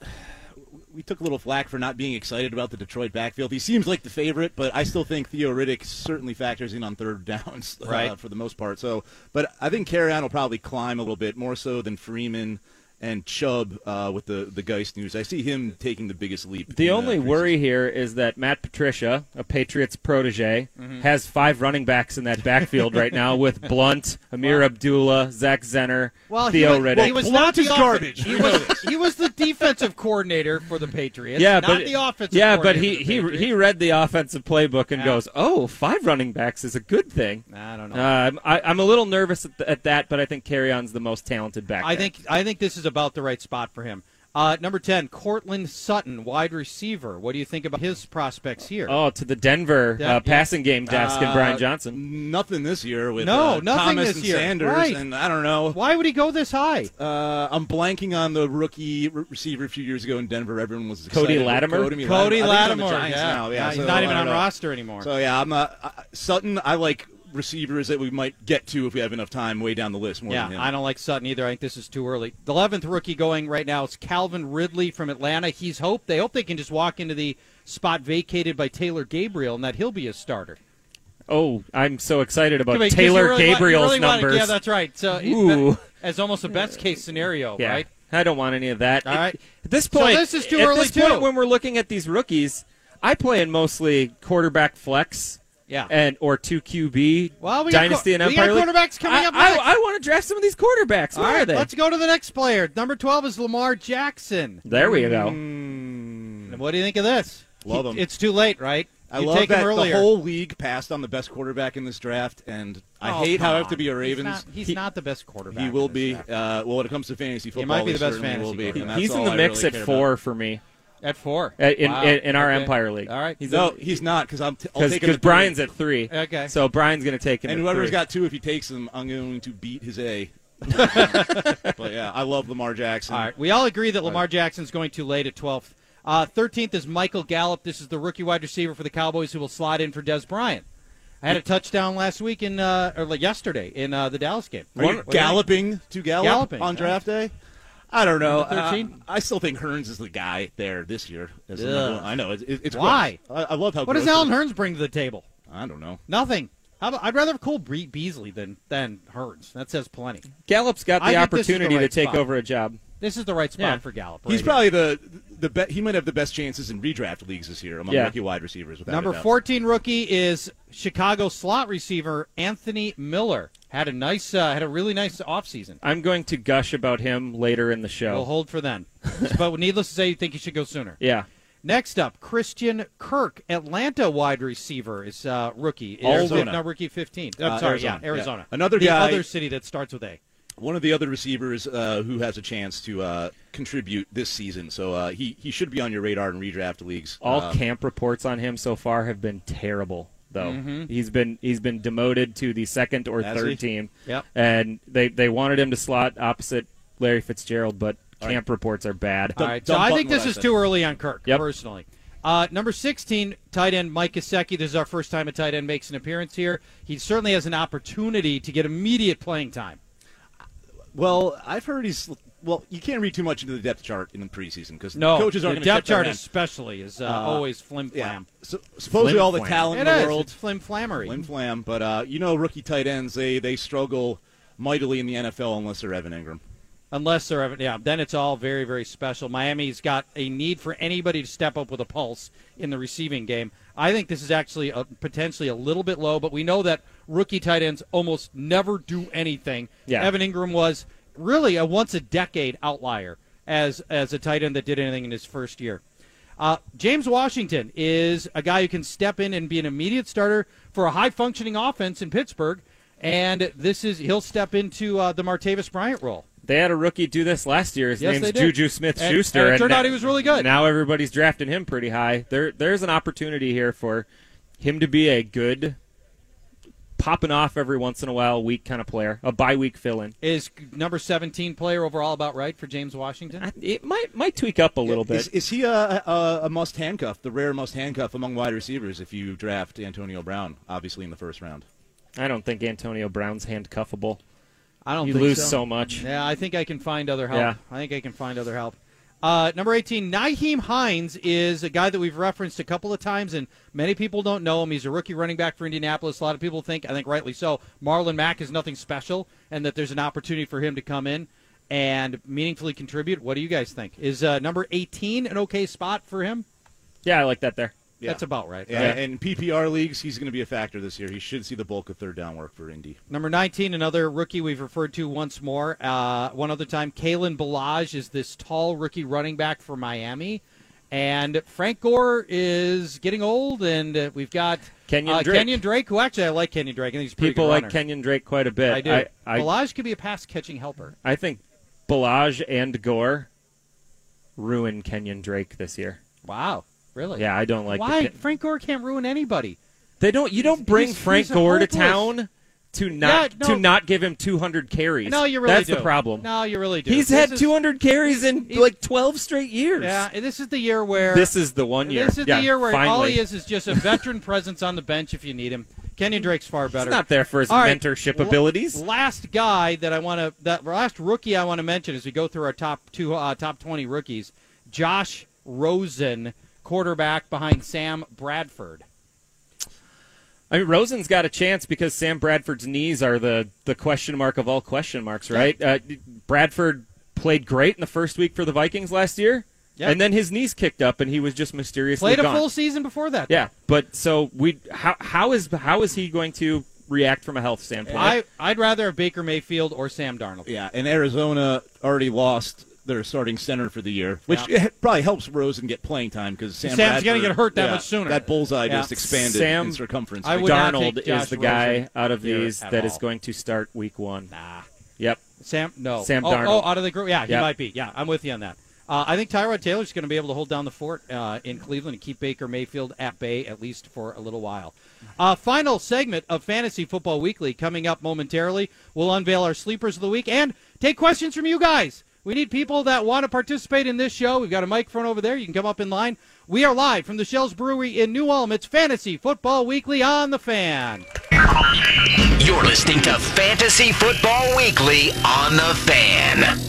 Speaker 4: We took a little flack for not being excited about the Detroit backfield. He seems like the favorite, but I still think Theo Riddick certainly factors in on third downs uh,
Speaker 2: Right.
Speaker 4: for the most part. So, but I think carry-on will probably climb a little bit more so than Freeman and Chubb uh, with the the Geist news. I see him taking the biggest leap.
Speaker 3: The
Speaker 4: in, uh,
Speaker 3: only
Speaker 4: preseason.
Speaker 3: worry here is that Matt Patricia, a Patriots protege,
Speaker 2: Mm-hmm.
Speaker 3: has five running backs in that backfield right now with Blunt, Amir Abdullah, Zach Zenner,
Speaker 2: Well, he
Speaker 3: Theo
Speaker 2: was,
Speaker 3: Riddick.
Speaker 2: well, he was
Speaker 5: Blunt
Speaker 2: not the
Speaker 5: is
Speaker 2: offen-
Speaker 5: garbage.
Speaker 2: He was, he was the defensive coordinator for the Patriots.
Speaker 3: yeah,
Speaker 2: not
Speaker 3: but
Speaker 2: the offensive.
Speaker 3: yeah, but he
Speaker 2: coordinator for the
Speaker 3: he
Speaker 2: Patriots.
Speaker 3: he read the offensive playbook and
Speaker 2: Yeah.
Speaker 3: goes, "Oh, five running backs is a good thing."
Speaker 2: I don't know.
Speaker 3: Um, I, I'm a little nervous at, th- at that, but I think Carrion's the most talented back.
Speaker 2: I
Speaker 3: there.
Speaker 2: think I think this is about the right spot for him. Uh, number ten, Cortland Sutton, wide receiver. What do you think about his prospects here?
Speaker 3: Oh, to the Denver
Speaker 2: Yeah,
Speaker 3: uh,
Speaker 2: yeah.
Speaker 3: passing game desk and Brian
Speaker 4: Uh,
Speaker 3: Johnson.
Speaker 4: Nothing this year with
Speaker 2: No,
Speaker 4: uh,
Speaker 2: nothing
Speaker 4: Thomas
Speaker 2: this
Speaker 4: and
Speaker 2: year.
Speaker 4: Sanders,
Speaker 2: Right.
Speaker 4: and I don't know.
Speaker 2: Why would he go this high?
Speaker 4: Uh, I'm blanking on the rookie re- receiver a few years ago in Denver. Everyone was excited.
Speaker 3: Cody
Speaker 4: with
Speaker 3: Latimer?
Speaker 4: Cody,
Speaker 2: Cody
Speaker 4: I think he's on the
Speaker 2: Lattimore.
Speaker 4: Giants
Speaker 2: yeah.
Speaker 4: now, yeah,
Speaker 2: he's
Speaker 4: so
Speaker 2: not
Speaker 4: I
Speaker 2: even on
Speaker 4: don't know.
Speaker 2: roster anymore.
Speaker 4: So yeah, I'm uh, I- Sutton. I like receivers that we might get to if we have enough time way down the list. More
Speaker 2: yeah,
Speaker 4: than him.
Speaker 2: I don't like Sutton either. I think this is too early. The eleventh rookie going right now is Calvin Ridley from Atlanta. He's hope they hope they can just walk into the spot vacated by Taylor Gabriel and that he'll be a starter.
Speaker 3: Oh, I'm so excited about
Speaker 2: Wait, 'cause you
Speaker 3: Taylor
Speaker 2: really want- you
Speaker 3: Gabriel's
Speaker 2: really want-
Speaker 3: numbers.
Speaker 2: yeah, that's right. So
Speaker 3: Ooh.
Speaker 2: as almost a best case scenario,
Speaker 3: Yeah.
Speaker 2: right?
Speaker 3: I don't want any of that.
Speaker 2: All right.
Speaker 3: At this
Speaker 2: So
Speaker 3: point,
Speaker 2: this is too
Speaker 3: at
Speaker 2: early,
Speaker 3: this point
Speaker 2: too.
Speaker 3: when we're looking at these rookies, I play in mostly quarterback flex.
Speaker 2: Yeah.
Speaker 3: And or two QB
Speaker 2: Well, we got
Speaker 3: dynasty
Speaker 2: quar-
Speaker 3: and
Speaker 2: we got
Speaker 3: empire. League.
Speaker 2: quarterbacks coming
Speaker 3: I,
Speaker 2: up
Speaker 3: I-
Speaker 2: next.
Speaker 3: I, want to draft some of these quarterbacks. Where
Speaker 2: All
Speaker 3: are
Speaker 2: right,
Speaker 3: they?
Speaker 2: let's go to the next player. Number 12 is Lamar Jackson.
Speaker 3: There we go.
Speaker 4: Mm,
Speaker 2: And what do you think of this?
Speaker 4: Hmm. Love
Speaker 2: He-
Speaker 4: him.
Speaker 2: It's too late, right?
Speaker 4: I
Speaker 2: you
Speaker 4: love
Speaker 2: take
Speaker 4: that
Speaker 2: him earlier.
Speaker 4: the whole league passed on the best quarterback in this draft, and I
Speaker 2: Oh,
Speaker 4: hate how
Speaker 2: come
Speaker 4: I have to be a
Speaker 2: on.
Speaker 4: Ravens.
Speaker 2: He's not, he's
Speaker 3: He-
Speaker 2: not the best quarterback.
Speaker 4: he will
Speaker 2: in this
Speaker 4: be.
Speaker 2: draft.
Speaker 4: Uh, well, when it comes to fantasy football,
Speaker 2: might be
Speaker 4: he
Speaker 2: the best
Speaker 4: certainly
Speaker 2: fantasy
Speaker 4: will be, and
Speaker 2: quarterback.
Speaker 4: that's
Speaker 3: He's in
Speaker 4: all
Speaker 3: the
Speaker 4: I
Speaker 3: mix
Speaker 4: really
Speaker 3: at
Speaker 4: care
Speaker 3: four
Speaker 4: about.
Speaker 3: for me.
Speaker 2: at four.
Speaker 3: Uh, in-
Speaker 2: Wow.
Speaker 3: in- in our
Speaker 2: Okay.
Speaker 3: Empire League.
Speaker 2: All right.
Speaker 3: He's
Speaker 4: No, he's not because I'm. T- I'll take him
Speaker 3: because
Speaker 4: at three.
Speaker 3: Brian's at three.
Speaker 2: Okay.
Speaker 3: So Brian's going to take him.
Speaker 4: and
Speaker 3: at
Speaker 4: whoever's
Speaker 3: three.
Speaker 4: got two, if he takes him, I'm going to beat his A. but yeah, I love Lamar Jackson.
Speaker 2: All right. We all agree that Lamar Jackson's going too late at 12th. Uh, 13th is Michael Gallup. This is the rookie wide receiver for the Cowboys who will slide in for Des Bryant. I had a touchdown last week in uh, or like yesterday in uh, the Dallas game.
Speaker 4: Are you
Speaker 2: What do you think?
Speaker 4: galloping to Gallup
Speaker 2: Galloping,
Speaker 4: on
Speaker 2: yeah.
Speaker 4: draft day? I don't know.
Speaker 2: Number 13?
Speaker 4: Uh, I still think Hearns is the guy there this year. as the
Speaker 2: Ugh.
Speaker 4: number one. I know it's, it's
Speaker 2: Why?
Speaker 4: gross. I, I love how.
Speaker 2: What does
Speaker 4: gross it
Speaker 2: Alan
Speaker 4: is.
Speaker 2: Hearns bring to the table?
Speaker 4: I don't know.
Speaker 2: Nothing. How about, I'd rather have Cole Bre- Beasley than than Hearns. That says plenty.
Speaker 3: Gallup's got
Speaker 2: I
Speaker 3: the
Speaker 2: think this is the
Speaker 3: opportunity
Speaker 2: right
Speaker 3: to take
Speaker 2: spot.
Speaker 3: over a job.
Speaker 2: This is the right spot
Speaker 3: Yeah.
Speaker 2: for Gallup.
Speaker 4: He's
Speaker 2: right
Speaker 4: probably the the be- he might have the best chances in redraft leagues this year among
Speaker 3: Yeah.
Speaker 4: rookie wide receivers. Without
Speaker 2: here.
Speaker 4: a
Speaker 2: Number
Speaker 4: doubt.
Speaker 2: 14 rookie is Chicago slot receiver Anthony Miller. Had a nice, uh, had a really nice offseason.
Speaker 3: I'm going to gush about him later in the show.
Speaker 4: Oh.
Speaker 2: We'll hold for then. but needless to say, you think he should go sooner.
Speaker 3: yeah.
Speaker 2: Next up, Christian Kirk, Atlanta wide receiver, is uh, rookie. Is
Speaker 4: Arizona.
Speaker 2: number rookie 15. I'm
Speaker 4: Uh,
Speaker 2: sorry,
Speaker 4: Arizona,
Speaker 2: yeah, Arizona.
Speaker 4: yeah. Another
Speaker 2: the
Speaker 4: guy-
Speaker 2: other city that starts with A.
Speaker 4: one of the other receivers uh, who has a chance to uh, contribute this season. So uh, he he should be on your radar in redraft leagues.
Speaker 3: All
Speaker 4: Uh,
Speaker 3: camp reports on him so far have been terrible, though. He's been he's been demoted to the second or
Speaker 4: Mm-hmm. Has
Speaker 3: third
Speaker 4: he?
Speaker 3: team.
Speaker 2: Yep.
Speaker 3: And they they wanted him to slot opposite Larry Fitzgerald, but camp reports are bad.
Speaker 2: All right, so
Speaker 4: dumb
Speaker 2: I
Speaker 4: button
Speaker 2: think
Speaker 4: what
Speaker 2: this
Speaker 4: I
Speaker 2: is
Speaker 4: said.
Speaker 2: too early on Kirk,
Speaker 3: Yep.
Speaker 2: personally. Uh, number 16, tight end Mike Gesicki. This is our first time a tight end makes an appearance here. He certainly has an opportunity to get immediate playing time.
Speaker 4: well, I've heard he's well. You can't read too much into the depth chart in the preseason because
Speaker 2: No,
Speaker 4: coaches
Speaker 2: the
Speaker 4: aren't going to
Speaker 2: depth chart especially is uh, always flim
Speaker 4: Yeah.
Speaker 2: flam.
Speaker 4: So, supposedly
Speaker 3: Flim
Speaker 4: all the
Speaker 3: flam.
Speaker 4: talent
Speaker 2: It
Speaker 4: in the
Speaker 2: is.
Speaker 4: world,
Speaker 2: It's flim flammery.
Speaker 4: flim flam. But uh, you know, rookie tight ends they they struggle mightily in the NFL unless they're Evan Ingram.
Speaker 2: Unless they're ever, yeah, then it's all very very special. Miami's got a need for anybody to step up with a pulse in the receiving game. I think this is actually a, potentially a little bit low, but we know that rookie tight ends almost never do anything.
Speaker 3: Yeah.
Speaker 2: Evan Ingram was really a once a decade outlier as as a tight end that did anything in his first year. Uh, James Washington is a guy who can step in and be an immediate starter for a high functioning offense in Pittsburgh, and this is he'll step into uh, the Martavis Bryant role.
Speaker 3: They had a rookie do this last year. His
Speaker 2: Yes, they
Speaker 3: name's
Speaker 2: did.
Speaker 3: Juju Smith
Speaker 2: And- and
Speaker 3: Schuster.
Speaker 2: it turned out he was really good.
Speaker 3: Now everybody's drafting him pretty high. There, there's an opportunity here for him to be a good, popping off every once in a while, week kind of player, a bye week fill in.
Speaker 2: Is number 17 player overall about right for James Washington?
Speaker 3: It might might tweak up a little
Speaker 4: Is,
Speaker 3: bit.
Speaker 4: is he a, a, a must handcuff, the rare must handcuff among wide receivers if you draft Antonio Brown, obviously in the first round?
Speaker 3: I don't think Antonio Brown's handcuffable.
Speaker 2: I don't
Speaker 3: You
Speaker 2: think
Speaker 3: lose
Speaker 2: so.
Speaker 3: so, much.
Speaker 2: Yeah, I think I can find other help.
Speaker 3: Yeah.
Speaker 2: I think I can find other help. Uh, number 18, Naheem Hines is a guy that we've referenced a couple of times, and many people don't know him. He's a rookie running back for Indianapolis. A lot of people think, I think rightly so, Marlon Mack is nothing special and that there's an opportunity for him to come in. and meaningfully contribute. What do you guys think? Is uh, number 18 an okay spot for him?
Speaker 3: Yeah, I like that there.
Speaker 4: Yeah.
Speaker 2: That's about right.
Speaker 4: Yeah, and PPR leagues, he's going to be a factor this year. He should see the bulk of third down work for Indy.
Speaker 2: Number 19, another rookie we've referred to once more. Uh, one other time, Kalen Balaj is this tall rookie running back for Miami. And Frank Gore is getting old, and uh, we've got
Speaker 3: Kenyon
Speaker 2: uh,
Speaker 3: Drake.
Speaker 2: Kenyon Drake, who actually I like Kenyon Drake. I think he's a pretty
Speaker 3: People
Speaker 2: good
Speaker 3: like
Speaker 2: runner.
Speaker 3: Kenyon Drake quite a bit.
Speaker 2: I do.
Speaker 3: I, I,
Speaker 2: Balaj could be a pass catching helper.
Speaker 3: I think Balaj and Gore ruin Kenyon Drake this year.
Speaker 2: Wow, really?
Speaker 3: Yeah, I don't like. the
Speaker 2: Why
Speaker 3: Ken-
Speaker 2: Frank Gore can't ruin anybody?
Speaker 3: they don't. You don't bring
Speaker 2: he's-
Speaker 3: Frank
Speaker 2: he's a
Speaker 3: Gore to
Speaker 2: hopeless-
Speaker 3: town to not
Speaker 2: no.
Speaker 3: to not give him 200 carries.
Speaker 2: No, you really
Speaker 3: That's
Speaker 2: do.
Speaker 3: the problem.
Speaker 2: No, you really do.
Speaker 3: He's
Speaker 2: This
Speaker 3: had
Speaker 2: is-
Speaker 3: 200 carries in
Speaker 2: he-
Speaker 3: like 12 straight years.
Speaker 2: Yeah, and this is the year where
Speaker 3: This is the one year.
Speaker 2: This is
Speaker 3: Yeah,
Speaker 2: the year where
Speaker 3: finally.
Speaker 2: all he is is just a veteran presence on the bench if you need him. Kenyon Drake's far
Speaker 3: He's
Speaker 2: better.
Speaker 3: not there for his
Speaker 2: All right.
Speaker 3: mentorship
Speaker 2: L-
Speaker 3: abilities.
Speaker 2: Last guy that I want to, that last rookie I want to mention as we go through our top two, uh, top twenty rookies, Josh Rosen, quarterback behind Sam Bradford.
Speaker 3: I mean, Rosen's got a chance because Sam Bradford's knees are the, the question mark of all question marks, right? Uh, Bradford played great in the first week for the Vikings last year,
Speaker 2: Yeah.
Speaker 3: and then his knees kicked up, and he was just mysteriously
Speaker 2: Played a
Speaker 3: gone.
Speaker 2: full season before that.
Speaker 3: yeah, but so we how how is how is he going to react from a health standpoint?
Speaker 2: I I'd rather have Baker Mayfield or Sam Darnold.
Speaker 4: Yeah, and Arizona already lost their starting center for the year, which
Speaker 2: Yeah.
Speaker 4: it probably helps Rosen get playing time because Sam
Speaker 2: Sam's
Speaker 4: going
Speaker 2: gonna get
Speaker 4: to
Speaker 2: hurt that much sooner.
Speaker 4: That bullseye
Speaker 2: Yeah.
Speaker 4: just expanded
Speaker 3: Sam-
Speaker 4: in circumference.
Speaker 2: I would not
Speaker 3: Darnold
Speaker 2: take Josh
Speaker 3: is the guy
Speaker 2: Rosen
Speaker 3: out of
Speaker 2: here
Speaker 3: these
Speaker 2: at
Speaker 3: that is
Speaker 2: all.
Speaker 3: going to start week one.
Speaker 2: Nah.
Speaker 3: Yep.
Speaker 2: Sam, no.
Speaker 3: Sam
Speaker 2: oh,
Speaker 3: Darnold.
Speaker 2: Oh, out of the group. Yeah, he
Speaker 3: Yeah.
Speaker 2: might be. Yeah, I'm with you on that. Uh, I think Tyrod Taylor's going to be able to hold down the fort uh, in Cleveland and keep Baker Mayfield at bay at least for a little while. Uh, final segment of Fantasy Football Weekly coming up momentarily. We'll unveil our sleepers of the week and take questions from you guys. We need people that want to participate in this show. We've got a microphone over there. You can come up in line. We are live from the Shells Brewery in New Ulm. It's Fantasy Football Weekly on the Fan.
Speaker 1: You're listening to Fantasy Football Weekly on the Fan.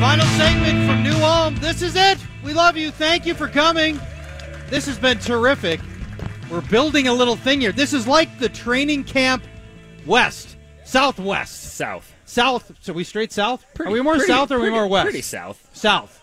Speaker 2: Final segment from New Ulm. This is it. We love you. Thank you for coming. This has been terrific. We're building a little thing here. This is like the training camp west, southwest,
Speaker 3: South.
Speaker 2: south. So we straight south?
Speaker 3: Pretty-
Speaker 2: are we more
Speaker 3: pretty-
Speaker 2: south or are we
Speaker 3: pretty-
Speaker 2: more west?
Speaker 3: Pretty south.
Speaker 2: South.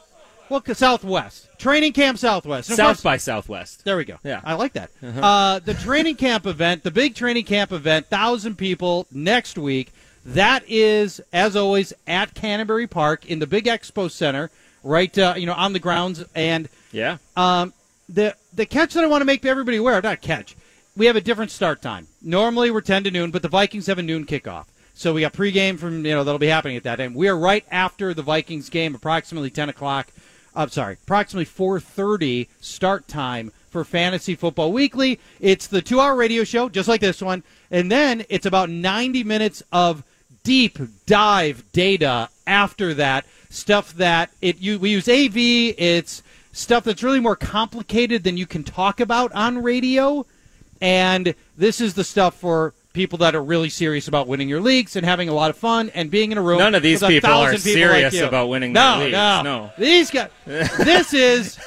Speaker 2: Well, c- southwest. Training camp southwest. And of
Speaker 3: South
Speaker 2: course-
Speaker 3: by Southwest.
Speaker 2: there we go.
Speaker 3: Yeah.
Speaker 2: I like that. uh the training camp event, the big training camp event, thousand people next week. That is, as always, at Canterbury Park in the Big Expo Center, right? Uh, you know, on the grounds, and
Speaker 3: Yeah.
Speaker 2: um, the the catch that I want to make everybody aware, not catch. We have a different start time. Normally we're ten to noon, but the Vikings have a noon kickoff, so we got pregame from you know that'll be happening at that time. We are right after the Vikings game, approximately ten o'clock. I'm sorry, approximately four thirty start time for Fantasy Football Weekly. It's the two hour radio show, just like this one, and then it's about ninety minutes of deep dive data after that stuff that it you, we use AV. It's stuff that's really more complicated than you can talk about on radio. And this is the stuff for people that are really serious about winning your leagues and having a lot of fun and being in a room.
Speaker 3: None of these
Speaker 2: with a
Speaker 3: people are
Speaker 2: thousand people like
Speaker 3: serious
Speaker 2: you.
Speaker 3: about winning
Speaker 2: no,
Speaker 3: their leagues,
Speaker 2: No,
Speaker 3: no.
Speaker 2: These guys. this is.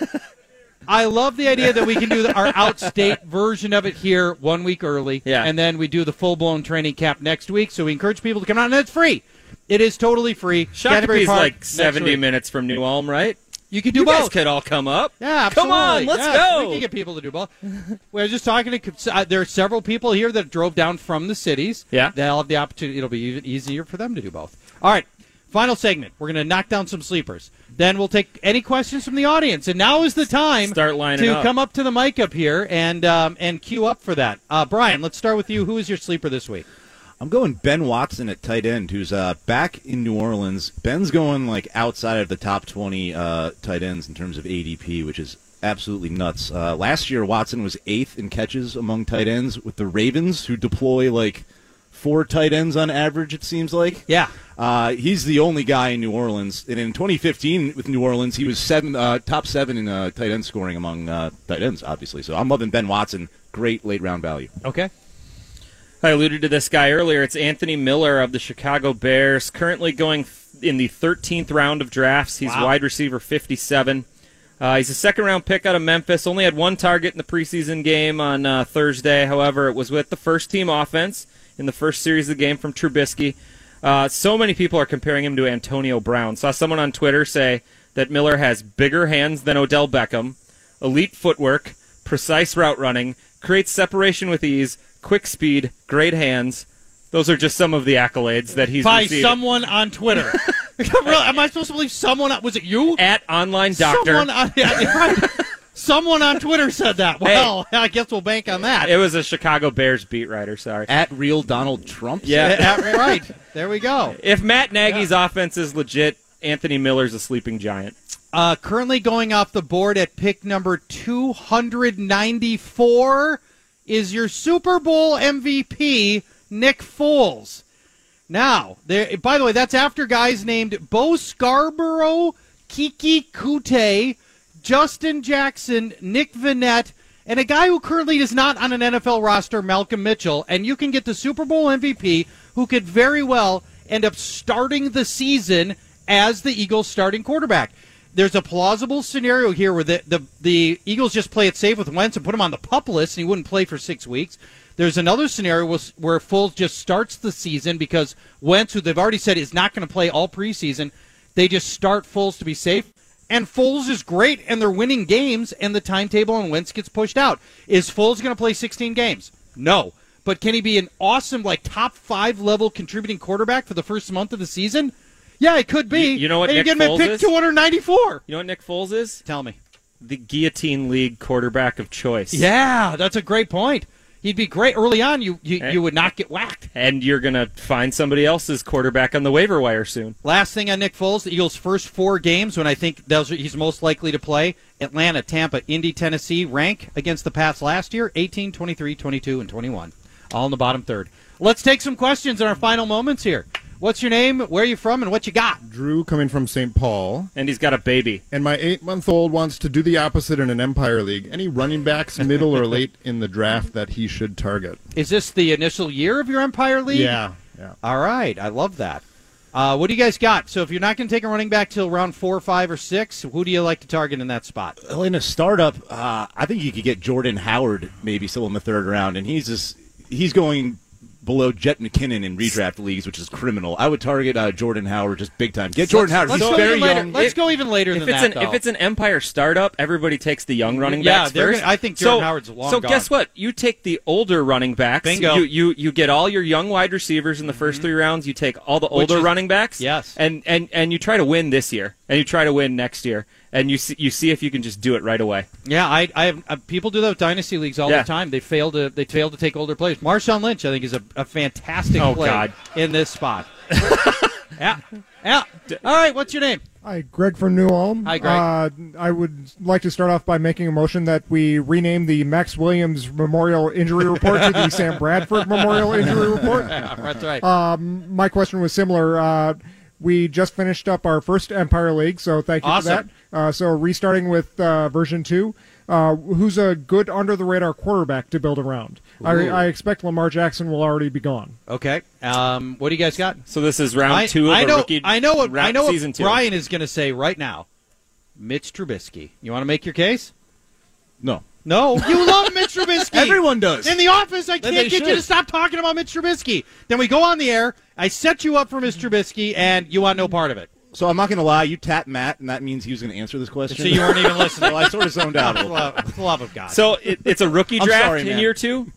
Speaker 2: I love the idea that we can do the, our outstate version of it here one week early,
Speaker 3: Yeah.
Speaker 2: and then we do the full blown training camp next week. So we encourage people to come out, and it's free. It is totally free. Canterbury
Speaker 3: Shakopee is
Speaker 2: Park
Speaker 3: like
Speaker 2: next
Speaker 3: 70
Speaker 2: week.
Speaker 3: minutes from New Ulm, right?
Speaker 2: You can do
Speaker 3: you
Speaker 2: both.
Speaker 3: guys could all come up.
Speaker 2: Yeah,
Speaker 3: Come on,
Speaker 2: absolutely.
Speaker 3: let's
Speaker 2: Yeah,
Speaker 3: go.
Speaker 2: We can get people to do both. we are just talking to. Uh, there are several people here that drove down from the cities.
Speaker 3: Yeah.
Speaker 2: they'll have the opportunity. It'll be even easier for them to do both. All right, final segment. We're going to knock down some sleepers. Then we'll take any questions from the audience. And now is the time
Speaker 3: Start lining
Speaker 2: to
Speaker 3: up.
Speaker 2: come up to the mic up here and um, and queue up for that. Uh, Brian, let's start with you. Who is your sleeper this week?
Speaker 4: I'm going Ben Watson at tight end, who's uh, back in New Orleans. Ben's going like outside of the top 20 uh, tight ends in terms of ADP, which is absolutely nuts. Uh, last year, Watson was eighth in catches among tight ends with the Ravens, who deploy like four tight ends on average. It seems like.
Speaker 2: Yeah.
Speaker 4: Uh, he's the only guy in New Orleans, and in 2015 with New Orleans, he was seven, uh, top seven in uh, tight end scoring among uh, tight ends, obviously. So I'm loving Ben Watson. Great late round value.
Speaker 2: Okay.
Speaker 3: I alluded to this guy earlier. It's Anthony Miller of the Chicago Bears, currently going in the 13th round of drafts. He's
Speaker 2: Wow.
Speaker 3: wide receiver 57. Uh, he's a second round pick out of Memphis. Only had one target in the preseason game on uh, Thursday. However, it was with the first team offense in the first series of the game from Trubisky. Uh, so many people are comparing him to Antonio Brown. Saw someone on Twitter say that Miller has bigger hands than Odell Beckham, elite footwork, precise route running, creates separation with ease, quick speed, great hands. Those are just some of the accolades that he's
Speaker 2: by
Speaker 3: received.
Speaker 2: someone on Twitter. Really? Am I supposed to believe someone? on- Was it you?
Speaker 3: at online doctor.
Speaker 2: Someone on, yeah, you're right. someone on Twitter said that. Well, I guess we'll bank on that.
Speaker 3: it was a Chicago Bears beat writer. Sorry.
Speaker 5: At real Donald Trump.
Speaker 3: Yeah.
Speaker 2: Yeah, right. There we go.
Speaker 3: If Matt Nagy's offense is legit, Anthony Miller's a sleeping giant.
Speaker 2: Uh, currently going off the board at pick number 294 is your Super Bowl MVP, Nick Foles. Now, there. By the way, that's after guys named Bo Scarborough, Kiki Kute, Justin Jackson, Nick Vinette, and a guy who currently is not on an NFL roster, Malcolm Mitchell. And you can get the Super Bowl MVP, who could very well end up starting the season as the Eagles' starting quarterback. There's a plausible scenario here where the, the the Eagles just play it safe with Wentz and put him on the pup list, and he wouldn't play for six weeks. There's another scenario where- where Foles just starts the season because Wentz, who they've already said is not going to play all preseason, they just start Foles to be safe. And Foles is great, and they're winning games, and the timetable on Wentz gets pushed out. Is Foles going to play 16 games? No. But can he be an awesome, like, top five level contributing quarterback for the first month of the season? Yeah, it could be.
Speaker 3: You- you know what
Speaker 2: And you
Speaker 3: Nick
Speaker 2: get him
Speaker 3: Foles
Speaker 2: at pick
Speaker 3: is?
Speaker 2: 294.
Speaker 3: You know what Nick Foles is?
Speaker 2: Tell me.
Speaker 3: The guillotine league quarterback of choice.
Speaker 2: Yeah, that's a great point. He'd be great early on. You you,
Speaker 3: Hey.
Speaker 2: you would not get whacked.
Speaker 3: And you're gonna find somebody else's quarterback on the waiver wire soon.
Speaker 2: Last thing on Nick Foles, the Eagles' first four games when I think those are, he's most likely to play Atlanta, Tampa, Indy, Tennessee, rank against the Pats last year 18, 23, 22, and 21. All in the bottom third. Let's take some questions in our final moments here. What's your name? Where are you from? And what you got?
Speaker 6: Drew coming from St. Paul.
Speaker 3: And he's got a baby.
Speaker 6: And my eight month old wants to do the opposite in an Empire League. Any running backs, middle or late in the draft, that he should target?
Speaker 2: Is this the initial year of your Empire League?
Speaker 6: Yeah. Yeah.
Speaker 2: All right, I love that. Uh, what do you guys got? So if you're not going to take a running back till round four, five, or six, who do you like to target in that spot?
Speaker 5: Well, in a startup, uh, I think you could get Jordan Howard maybe still in the third round, and he's just he's going below Jet McKinnon in redraft leagues, which is criminal. I would target uh, Jordan Howard just big time. Get Jordan Howard.
Speaker 2: Let's
Speaker 5: He's
Speaker 2: go
Speaker 5: very
Speaker 2: even later.
Speaker 5: young.
Speaker 2: Let's go even later
Speaker 3: If
Speaker 2: than
Speaker 3: it's
Speaker 2: that.
Speaker 3: an
Speaker 2: though.
Speaker 3: if it's an Empire startup, everybody takes the young running
Speaker 2: Yeah,
Speaker 3: backs
Speaker 2: they're
Speaker 3: 1st
Speaker 2: gonna- I think Jordan Howard's long
Speaker 3: So
Speaker 2: gone.
Speaker 3: guess what? You take the older running backs.
Speaker 2: Bingo. Mm-hmm.
Speaker 3: You you you get all your young wide receivers in the 1st three rounds. You take all the older
Speaker 2: is-
Speaker 3: running backs.
Speaker 2: Yes.
Speaker 3: And and and you try to win this year, and you try to win next year, and you see, you see if you can just do it right away.
Speaker 2: yeah, I, I have, uh, people do that with dynasty leagues all
Speaker 3: Yeah.
Speaker 2: the time. They fail to they fail to take older players. Marshawn Lynch, I think, is a, a fantastic
Speaker 3: Oh,
Speaker 2: play
Speaker 3: God.
Speaker 2: in this spot. yeah, yeah. All right, what's your name?
Speaker 7: Hi, Greg from New Ulm.
Speaker 2: Hi, Greg.
Speaker 7: Uh, I would like to start off by making a motion that we rename the Max Williams Memorial Injury Report to the Sam Bradford Memorial Injury Report.
Speaker 2: Yeah, that's right.
Speaker 7: My question was similar. Uh, we just finished up our first Empire League, so thank you
Speaker 2: Awesome.
Speaker 7: for that. Uh, so restarting with uh, version two. Uh, who's a good under the radar quarterback to build around? I, I expect Lamar Jackson will already be gone.
Speaker 2: okay. Um, what do you guys got?
Speaker 3: So this is round
Speaker 2: I,
Speaker 3: two of
Speaker 2: I
Speaker 3: a
Speaker 2: know,
Speaker 3: rookie.
Speaker 2: I know what
Speaker 3: round,
Speaker 2: I know what
Speaker 3: season two.
Speaker 2: Brian is going to say right now. Mitch Trubisky. You want to make your case?
Speaker 5: No.
Speaker 2: No, you love Mitch Trubisky.
Speaker 5: Everyone does.
Speaker 2: in the office. I
Speaker 5: Then
Speaker 2: can't
Speaker 5: they
Speaker 2: get you to
Speaker 5: should.
Speaker 2: stop talking about Mitch Trubisky. Then we go on the air. I set you up for Mitch Trubisky, and you want no part of it.
Speaker 5: so I'm not going to lie. You tap Matt, and that means he was going to answer this question.
Speaker 2: So you weren't even listening.
Speaker 5: well, I sort of zoned out. a
Speaker 2: For the
Speaker 5: little.
Speaker 2: love, for the love of God.
Speaker 3: So it, it's a rookie
Speaker 5: I'm
Speaker 3: draft
Speaker 5: sorry,
Speaker 3: in
Speaker 5: man.
Speaker 3: year two,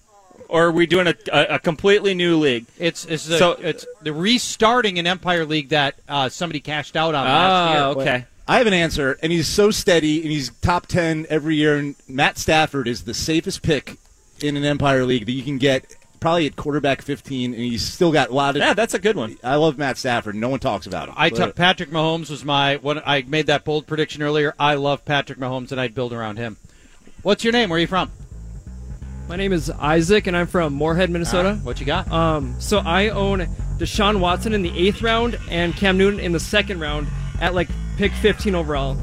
Speaker 3: or are we doing a, a, a completely new league?
Speaker 2: it's it's the,
Speaker 3: so-
Speaker 2: it's the restarting an Empire League that uh, somebody cashed out on last year.
Speaker 3: Ah, okay.
Speaker 5: I have an answer, and he's so steady, and he's top ten every year. And Matt Stafford is the safest pick in an Empire League that you can get, probably at quarterback fifteen, and he's still got a lot of.
Speaker 3: Yeah, that's a good one.
Speaker 5: I love Matt Stafford. No one talks about him.
Speaker 2: I
Speaker 5: But-
Speaker 2: took Patrick Mahomes was my one. I made that bold prediction earlier. I love Patrick Mahomes, and I'd build around him. What's your name? Where are you from?
Speaker 8: My name is Isaac, and I'm from Moorhead,
Speaker 3: Ah,
Speaker 8: Minnesota.
Speaker 2: What you got?
Speaker 8: Um, so I own Deshaun Watson in the eighth round and Cam Newton in the second round at like pick 15 overall.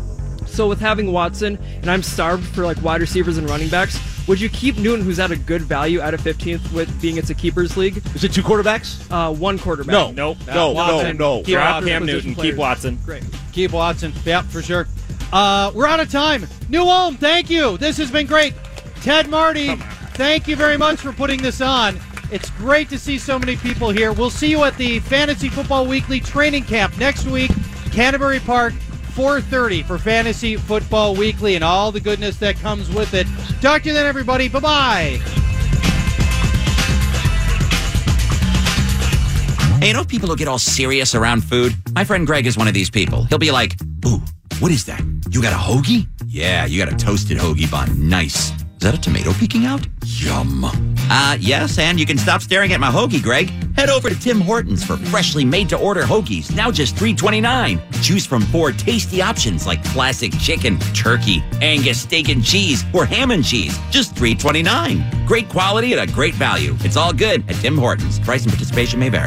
Speaker 8: So with having Watson, and I'm starved for like wide receivers and running backs, Would you keep Newton, who's at a good value, out of 15th with being it's a keepers league?
Speaker 5: Is it two quarterbacks?
Speaker 8: Uh, one quarterback.
Speaker 5: No,
Speaker 3: Nope.
Speaker 5: no, no,
Speaker 8: Watson.
Speaker 5: no.
Speaker 8: Keep
Speaker 3: Drop
Speaker 8: Watson,
Speaker 3: Cam
Speaker 8: position
Speaker 3: Newton.
Speaker 8: players.
Speaker 3: Keep Watson.
Speaker 8: Great.
Speaker 2: Keep Watson. Yep, for sure. Uh, we're out of time. New Ulm, thank you. This has been great. Ted Marty, thank you very much for putting this on. It's great to see so many people here. We'll see you at the Fantasy Football Weekly training camp next week, Canterbury Park, 4:30 for Fantasy Football Weekly and all the goodness that comes with it. Talk to you then, everybody. Bye bye.
Speaker 9: Hey, you know people who get all serious around food? My friend Greg is one of these people. He'll be like, Ooh, what is that? You got a hoagie? Yeah, you got a toasted hoagie bun. Nice. Is that a tomato peeking out? Yum. Uh, yes, and you can stop staring at my hoagie, Greg. Head over to Tim Hortons for freshly made to order hoagies, now just $3.29. Choose from four tasty options like classic chicken, turkey, Angus steak and cheese, or ham and cheese, just $3.29. Great quality at a great value. It's all good at Tim Hortons. Price and participation may vary.